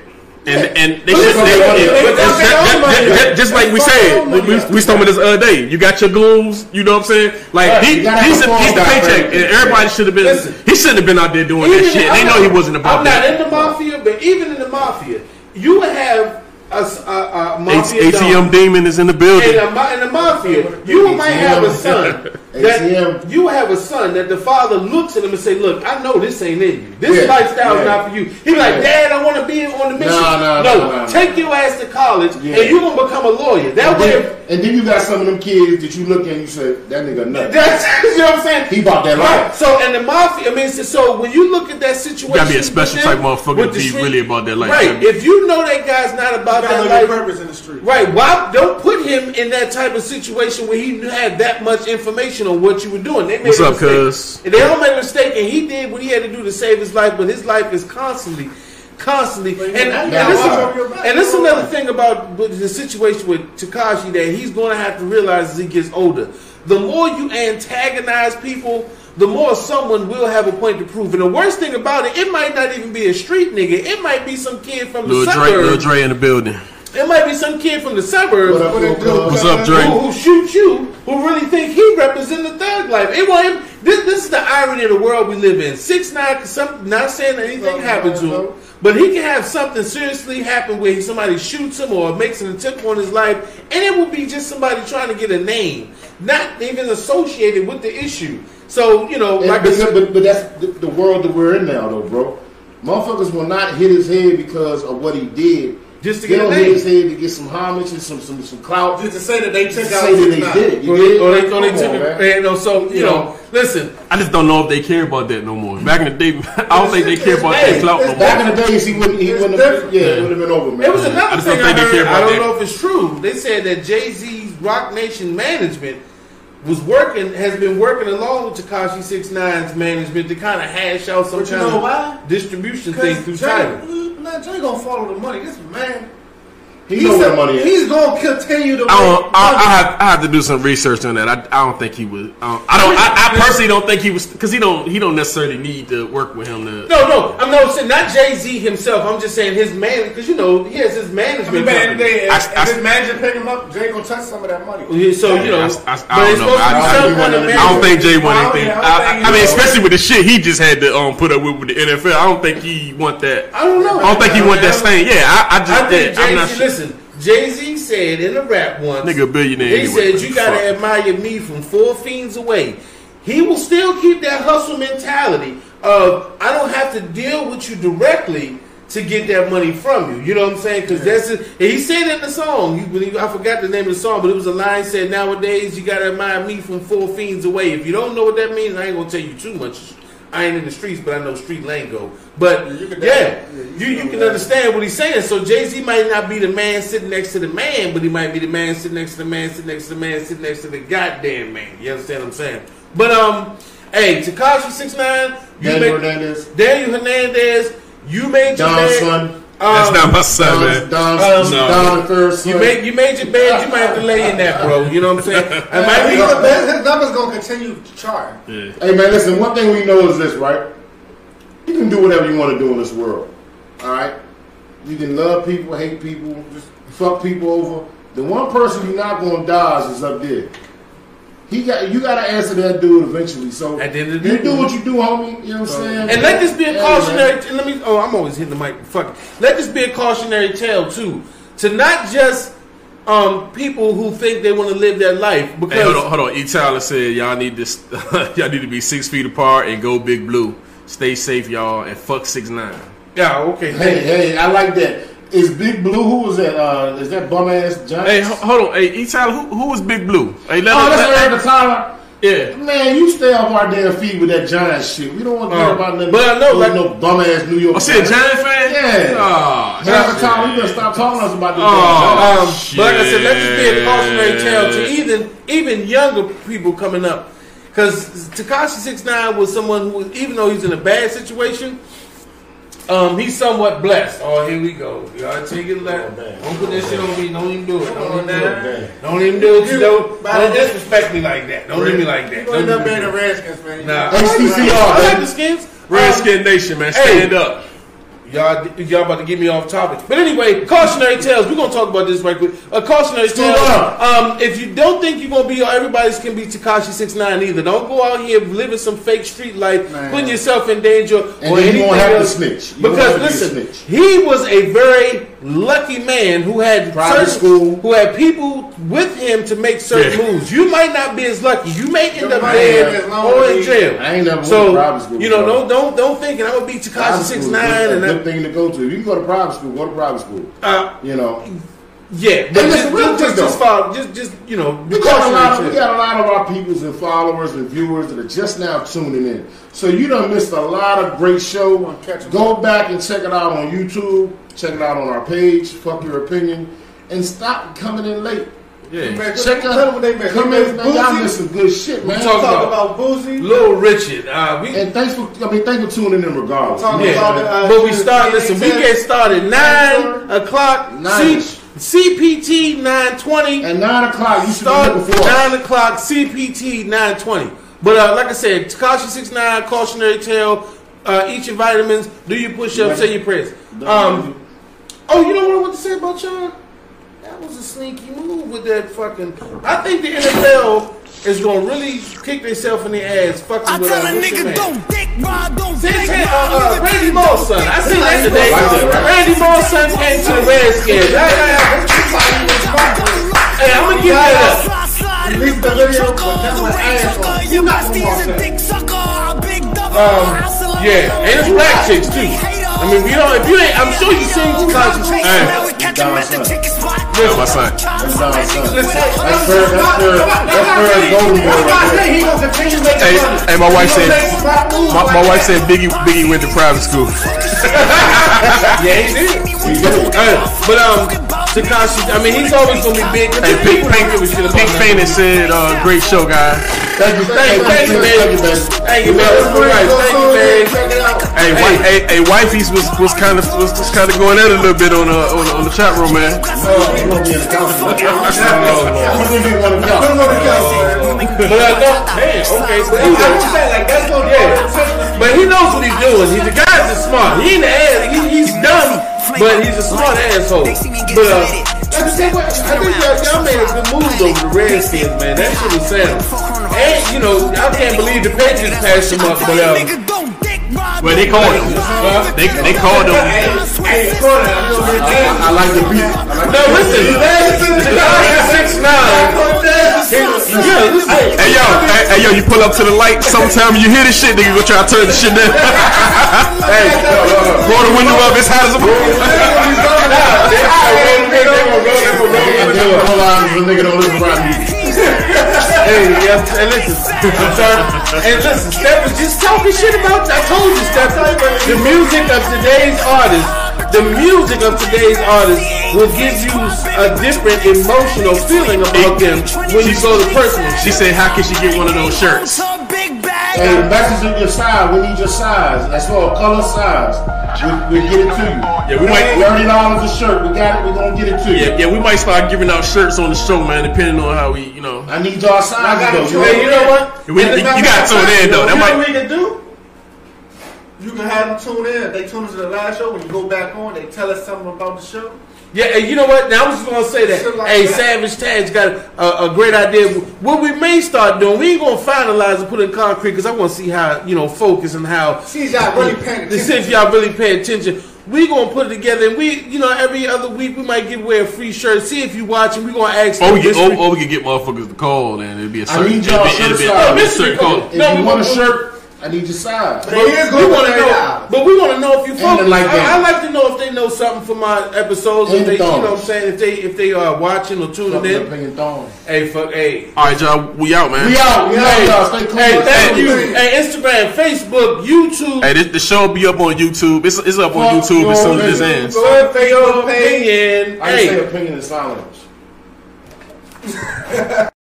E: And, and they just they, it- just, that- that- that- just like we said, we, we, we was talking about this other day. You got your goons, you know what I'm saying? Like
D: Right,
E: he,
D: you gotta
E: he's,
D: have
E: a,
D: a
E: he's the
D: phone guy
E: paycheck,
D: first.
E: and everybody should have been.
B: Listen.
E: he shouldn't have been out there doing that
B: Even-
E: shit.
B: I'm
E: They
B: not-
E: know he wasn't about
B: I'm
E: that.
B: not in the mafia, but even in the mafia, you would have a, s- a- a
E: H- E
B: mafia
E: ATM
B: dog.
E: demon is in the building.
B: In the, ma- in the mafia, you might have a son.
D: ATM.
B: That you have a son that the father looks at him and say, "Look, I know this ain't in you. This
D: Yeah,
B: lifestyle's
D: yeah.
B: not for you." He be like,
D: Yeah.
B: "Dad, I want to be on the mission.
D: No, no, no, no, no.
B: take your ass to college,
D: Yeah.
B: and you are gonna become a lawyer. That
D: And
B: way,
D: then, and then you got some of them kids that you look at and you say, that nigga nuts.
B: that's you know what I'm saying.
D: he bought that
B: Right.
D: life.
B: So, and the mafia, I mean, so, so when you look at that situation,
E: You gotta be a special
B: with
E: type
B: them,
E: motherfucker
B: with
E: to
B: the
E: be
B: street-
E: really about that life.
B: Right. If you know that guy's not about
C: Got
B: that
C: no good
B: life,
C: purpose in the street.
B: right? Why don't put him in that type of situation where he had that much information on what you were doing? They made
E: What's
B: a
E: up,
B: mistake.
E: cuz?
B: And They all made a mistake, and he did what he had to do to save his life, but his life is constantly. Constantly, and, and,
C: Now,
B: this is-
D: why?
B: and this is another thing about with the situation with Takashi that he's going to have to realize as he gets older. The more you antagonize people, the more someone will have a point to prove. And the worst thing about it, it might not even be a street nigga. It might be some kid from the
E: Lil Dre, Lil
B: suburbs.
E: Dre in the building.
B: It might be some kid from the suburbs
D: What up,
B: who,
D: little cuz?
E: What's up, Dre?
B: who shoot you, who really think he represents the thug life. It was him. This, this is the irony of the world we live in. Six nine, some, not saying that anything happened to him, but he can have something seriously happen where he, somebody shoots him or makes an attempt on his life, and it will be just somebody trying to get a name, not even associated with the issue. So you know,
D: And-
B: like I
D: but,
B: said-
D: but, but that's the, the world that we're in now, though, bro. Motherfuckers will not hit his head because of what he did.
B: Just to
D: They
B: get a
D: don't
B: name.
D: hit his head to get some homage and some some some clout.
C: Just to say that they took
D: Just
C: out
D: say that they
C: Tupac.
D: did it. You
B: or
D: did
B: they,
D: it.
B: or they, or they
D: Come
B: took
D: on,
B: it,
D: man.
B: you know, so you know, listen,
E: I just don't know if they care about that no more. Back in the day, I don't think they care about
B: Hey,
E: that clout no more.
D: Back in the days, he wouldn't. He
C: It's
D: wouldn't. Have,
C: different.
D: yeah, it would have been over, man.
B: It was
E: I
B: another
E: just
B: thing
E: don't
B: I
E: think they care
B: heard. I
E: about
B: don't
E: that.
B: know if it's true. They said that Jay Z's Rock Nation management was working, has been working along with Takashi 6ix9's management to kind of hash out some
C: But you
B: kind
C: know
B: of
C: why?
B: distribution thing
C: Because
B: through
C: Jay, mm,
B: title.
C: nah, Jay gonna follow the money. This man,
D: he know where the money is.
C: he's gonna continue to.
E: I don't.
C: make
E: I, I
C: money.
E: have. I have to do some research on that. I, I don't think he was. I don't. I, don't, I, I personally don't think he was because he don't. He don't necessarily need to work with him to.
B: No, no, I'm not saying not Jay Z himself. I'm just saying his man, because you know he has his management.
C: I mean, back in the
B: company.
C: day,
E: I-
C: if,
E: I-
C: if his manager picked him up, Jay gonna touch some of that money.
B: Yeah, So you know,
E: I, I,
B: but
E: I
B: it's
E: don't know.
B: supposed to be
E: I, I-
B: some kind
D: he
B: of
D: wanted to-
E: I don't think Jay won
C: I don't-
E: anything.
C: I
E: I,
C: don't
E: I,
C: think
E: I mean,
C: he-
E: especially with the shit he just had to um put up with with the NFL. I don't think he want that.
B: I don't know.
E: I don't think he want that stain. Yeah, I, I just.
B: I think
E: that- I'm
B: Jay
E: not
B: Z.
E: sure.
B: Listen, Jay Z said in a rap once,
E: Nigga a billionaire
B: He
E: anyway,
B: said
E: what
B: you
E: the
B: gotta
E: fuck?"
B: admire me from four fiends away. He will still keep that hustle mentality of I don't have to deal with you directly to get that money from you. You know what I'm saying? Because that's it. And he said it in the song. You, when he- I forgot the name of the song, but it was a line said, "Nowadays you gotta admire me from four fiends away." If you don't know what that means, I ain't gonna tell you too much. I ain't in the streets, but I know street lingo. But
C: You can-
B: yeah,
C: yeah, you
B: you,
C: can
B: you
C: know
B: can
C: that.
B: understand what he's saying. So Jay Z might not be the man sitting next to the man, but he might be the man sitting next to the man, sitting next to the man, sitting next to the goddamn man. You understand what I'm saying? But um, hey, Takashi six nine,
D: Daniel Hernandez.
B: Daniel Hernandez, you made your
D: Don's
B: bed.
D: son.
E: That's
B: Um,
E: not my son,
D: Don's,
E: man. Um,
D: Don's,
E: No.
D: Don the third
B: you
D: son.
B: made you made your bed. You might have to lay in that, bro. You know what I'm saying? I might
C: He
B: be-
C: gonna- that- his numbers gonna continue to chart.
D: Hey man, listen. One thing we know is this, right? You can do whatever you want to do in this world. All right. You can love people, hate people, just fuck people over. The one person you're not gonna dodge is up there. He got you. Got to answer that dude eventually. So
B: At the end of the
D: you
B: day,
D: do what you do, homie. You know what I'm saying?
B: And let this be a
D: Yeah,
B: cautionary.
D: man.
B: and let me. Oh, I'm always hitting the mic. Fuck. it. Let this be a cautionary tale too, to not just um people who think they want to live their life because
E: Hey, hold on, hold on. E. Tyler said y'all need this. y'all need to be six feet apart and go big blue. Stay safe, y'all, and fuck six nine.
B: yeah, okay.
D: Hey, hey, I like that. Is Big Blue? Who was that? Uh, is that bum ass Giants?
E: Hey, ho- hold on. Hey, E. Tyler, who, who was Big Blue? Hey, let
D: oh,
E: us-
D: that's
E: let-
D: Eric Tyler.
E: Yeah.
D: Man, you stay off our damn feet with that Giant shit. We don't want to hear
B: Uh,
D: about nothing.
B: but I know, like-
D: no bum ass New York.
E: Oh, shit, a Giant fan?
D: Yeah.
E: Oh,
D: Half the time, you better stop talking to us about this.
E: Oh.
B: Um, but like I said, let this be a
E: Shit.
B: cautionary tale to E. even even younger people coming up, because Takashi Six Nine was someone who, even though he's in a bad situation, um, he's somewhat blessed. Oh, here we go. Y'all take it left. Don't put that shit on me. Don't even do it. Don't even do
D: man.
B: it. Don't even do it. You
C: You-
B: know,
C: by
B: don't
C: the-
B: disrespect me like that. Don't do me like that.
C: You end
B: Don't
C: up
B: do me
C: being the
B: like that.
C: Redskins, man.
B: Nah.
D: HTCR,
B: I like
D: baby.
B: the skins. Um,
E: Redskin Nation, man,
B: hey.
E: stand up.
B: Y'all, y'all about to get me off topic. But anyway, cautionary tales. We're gonna talk about this right quick. A cautionary tale. Um, if you don't think you're gonna be everybody's can be Takashi 69 either, don't go out here living some fake street life,
D: Man.
B: putting yourself in danger
D: And
B: or
D: then you
B: anything
D: gonna have to
B: else.
D: snitch. You gonna
B: Because
D: have to be a
B: listen,
D: snitch.
B: he was a very lucky man who had
D: Private school.
B: who had people with him to make certain
E: Yeah.
B: moves. You might not be as lucky. You may end
C: You
B: up
C: might
B: dead
C: as long
B: or
C: as
B: in
C: he-
B: jail.
D: I ain't never went to private
B: so
D: school
B: you know,
D: before.
B: don't don't don't think it. I'm gonna be Takashi
D: Private school
B: six
D: is
B: nine
D: a
B: and
D: good
B: that.
D: thing to go to. If you can go to private school, go to private school.
B: Uh,
D: You know,
B: yeah, but
D: And
B: just,
D: listen, real
B: just,
D: quick,
B: just,
D: though.
B: just follow, just just you know,
D: We got, a lot of,
B: cautionary
D: we got a lot of our peoples and followers and viewers that are just now tuning in. So you done missed a lot of great show.
C: catch 'em
D: Go back and check it out on YouTube. Check it out on our page. Fuck your opinion, and stop coming in late.
E: Yeah.
D: Check
C: Tell
D: out.
C: them what they made.
D: Come
C: They
D: in,
C: made
D: man, y'all
C: Boosie.
D: missed some good shit, man.
B: talking
C: Talk about Boozy.
B: tale. Little Richard, uh, we
D: And thanks for, I mean, thanks for tuning in regardless.
C: Talking
B: Yeah,
C: about the, uh,
B: but we start. Listen, we
C: NHS.
B: get started nine o'clock.
D: Nine.
B: C- CPT nine twenty.
D: At nine o'clock, you should be
B: Start
D: looking for us.
B: nine o'clock. CPT nine twenty. But uh, like I said, Takashi six nine cautionary tale. Uh, eat your vitamins. Do your push ups. Say your prayers. Um, oh, you know what I want to say about y'all? That was a sneaky move with that fucking. I think the NFL is gonna really kick themselves in the ass. Fucking
H: I
B: with
H: tell
B: uh,
H: a
B: what's your
H: nigga
B: name?
H: don't dick ride, don't
B: They
H: dick
B: came-
H: ride.
B: uh, uh, Randy Moss son. I seen that today.
D: Right there, right?
B: Randy Moss son came to the Redskins. Yeah, yeah, yeah. Hey, I'm gonna give that up.
C: Release the video for that one asshole.
H: You
C: Not
H: nasty
C: one
H: as a
C: more
H: dick sucker, a big double.
B: Um,
H: Hustle up.
B: yeah, and it's black chicks too. I mean, you know, if you ain't, I'm sure you seen Takashi.
H: Now we catch 'em at the chicken spot. That's
E: my son.
H: That's
D: my son.
B: Listen,
D: That's fair, that's fair, that's fair golden boy right there.
B: he gonna continue making
E: Hey,
B: money.
E: hey, my wife
B: He gonna
E: said-
B: make some hot moves
E: My,
B: like
E: my wife
B: that.
E: said Biggie Biggie went to private school.
B: yeah, he did. He did. Hey, but um, Takashi, I mean, he's always gonna be big.
E: Hey,
B: People
E: Pink
B: don't
E: Pink
B: give a shit about
E: Pink
B: him.
E: Payne said, uh, "Great show, guys."
D: Thank you,
B: Thank you, thank you, man. Thank you, man. That's right. Thank you, man.
E: Hey, wife, hey, hey, wifey's was was kind of was, was kind of going at it a little bit on uh, on, on the chat room, man.
B: But I don't, uh, man, okay. But he, I was saying, like, that's what, yeah. But he knows what he's doing. He, the guy's just smart. He ain't the ass. He, he's dumb, but he's a smart asshole. But, uh, I think y'all, y'all made a good move over the Redskins, man. That shit was sound. And, you know, I can't believe the Patriots passed him up, but, uh,
E: Well, they called him. They they called him.
D: I like the beat. I like
B: no, listen, the guy's 6'9". Yeah, listen.
E: Hey yo, hey, hey, yo, you pull up to the light. Sometime you hear this shit, nigga, go try to turn the shit down. hey, roll the window up. It's hot as a.
D: And then the whole line is the nigga don't listen right music.
B: Hey, yeah, and listen, I'm sorry. And listen, Steph was just talking shit about. I told you, Steph, the music of today's artists, the music of today's artists will give you a different emotional feeling about them when you go to personal.
E: She said, "How can she get one of those shirts?"
D: Hey, message of your size. We need your size. That's all. Color size. We, we get it to you.
E: Yeah, we might-
D: Thirty dollars a shirt. We got it. We gonna get it to you.
E: Yeah, yeah, we might start giving out shirts on the show, man, depending on how we, you know.
D: I need y'all size
C: I got
D: though.
C: it.
D: You
B: Hey, you
D: know?
B: know what?
E: We- you gotta tune in, though. That
C: You know what
E: might.
C: we can do? You can have them tune in. They tune into the live show. When you go back on, they tell us something about the show.
B: Yeah, and you know what? Now I was just gonna say that.
C: Shit like
B: hey,
C: that.
B: Savage Tad's got a, a great idea. What we may start doing, we ain't gonna finalize and put in concrete because I want to see how you know focus and how
C: See, y'all really paying
B: to see
C: attention.
B: if y'all really pay attention. We gonna put it together, and we, you know, every other week we might give away a free shirt. See if you watching. We gonna ask.
E: Or
D: Oh,
B: them
E: we, get,
B: this
E: or,
B: week.
E: or oh, we could get motherfuckers to call, and it'd be a
D: I
E: certain.
D: need
E: it'd
D: y'all
E: be, it'd be,
D: shirts out.
E: it'd be a certain call.
D: If
B: No, we
D: you want
B: want-
D: a shirt, I need your size.
C: They is
B: we
C: going
B: want to
C: to
B: know, but we want to know if you
D: Ain't
B: focus.
D: it like
B: I,
D: that.
B: I like to know if they know something from my episodes. If
D: Ain't
B: they, you
D: it
B: know,
D: though.
B: what I'm saying if they if they are watching or tuning
D: Fucking
B: in.
D: opinion thong.
B: Hey, fuck, hey.
E: All right, y'all, we out, man.
D: We out. We out. Y'all stay cool.
B: Hey, thank
E: Hey,
B: you.
D: Hey,
B: Hey, Instagram, Facebook, YouTube.
E: Hey, this, the show will be up on YouTube. It's, it's up on
D: Fuck
E: YouTube as soon
D: your
E: as this
D: nigga.
E: ends.
B: Fuck your opinion.
D: I can say
B: Hey.
D: opinion in silence.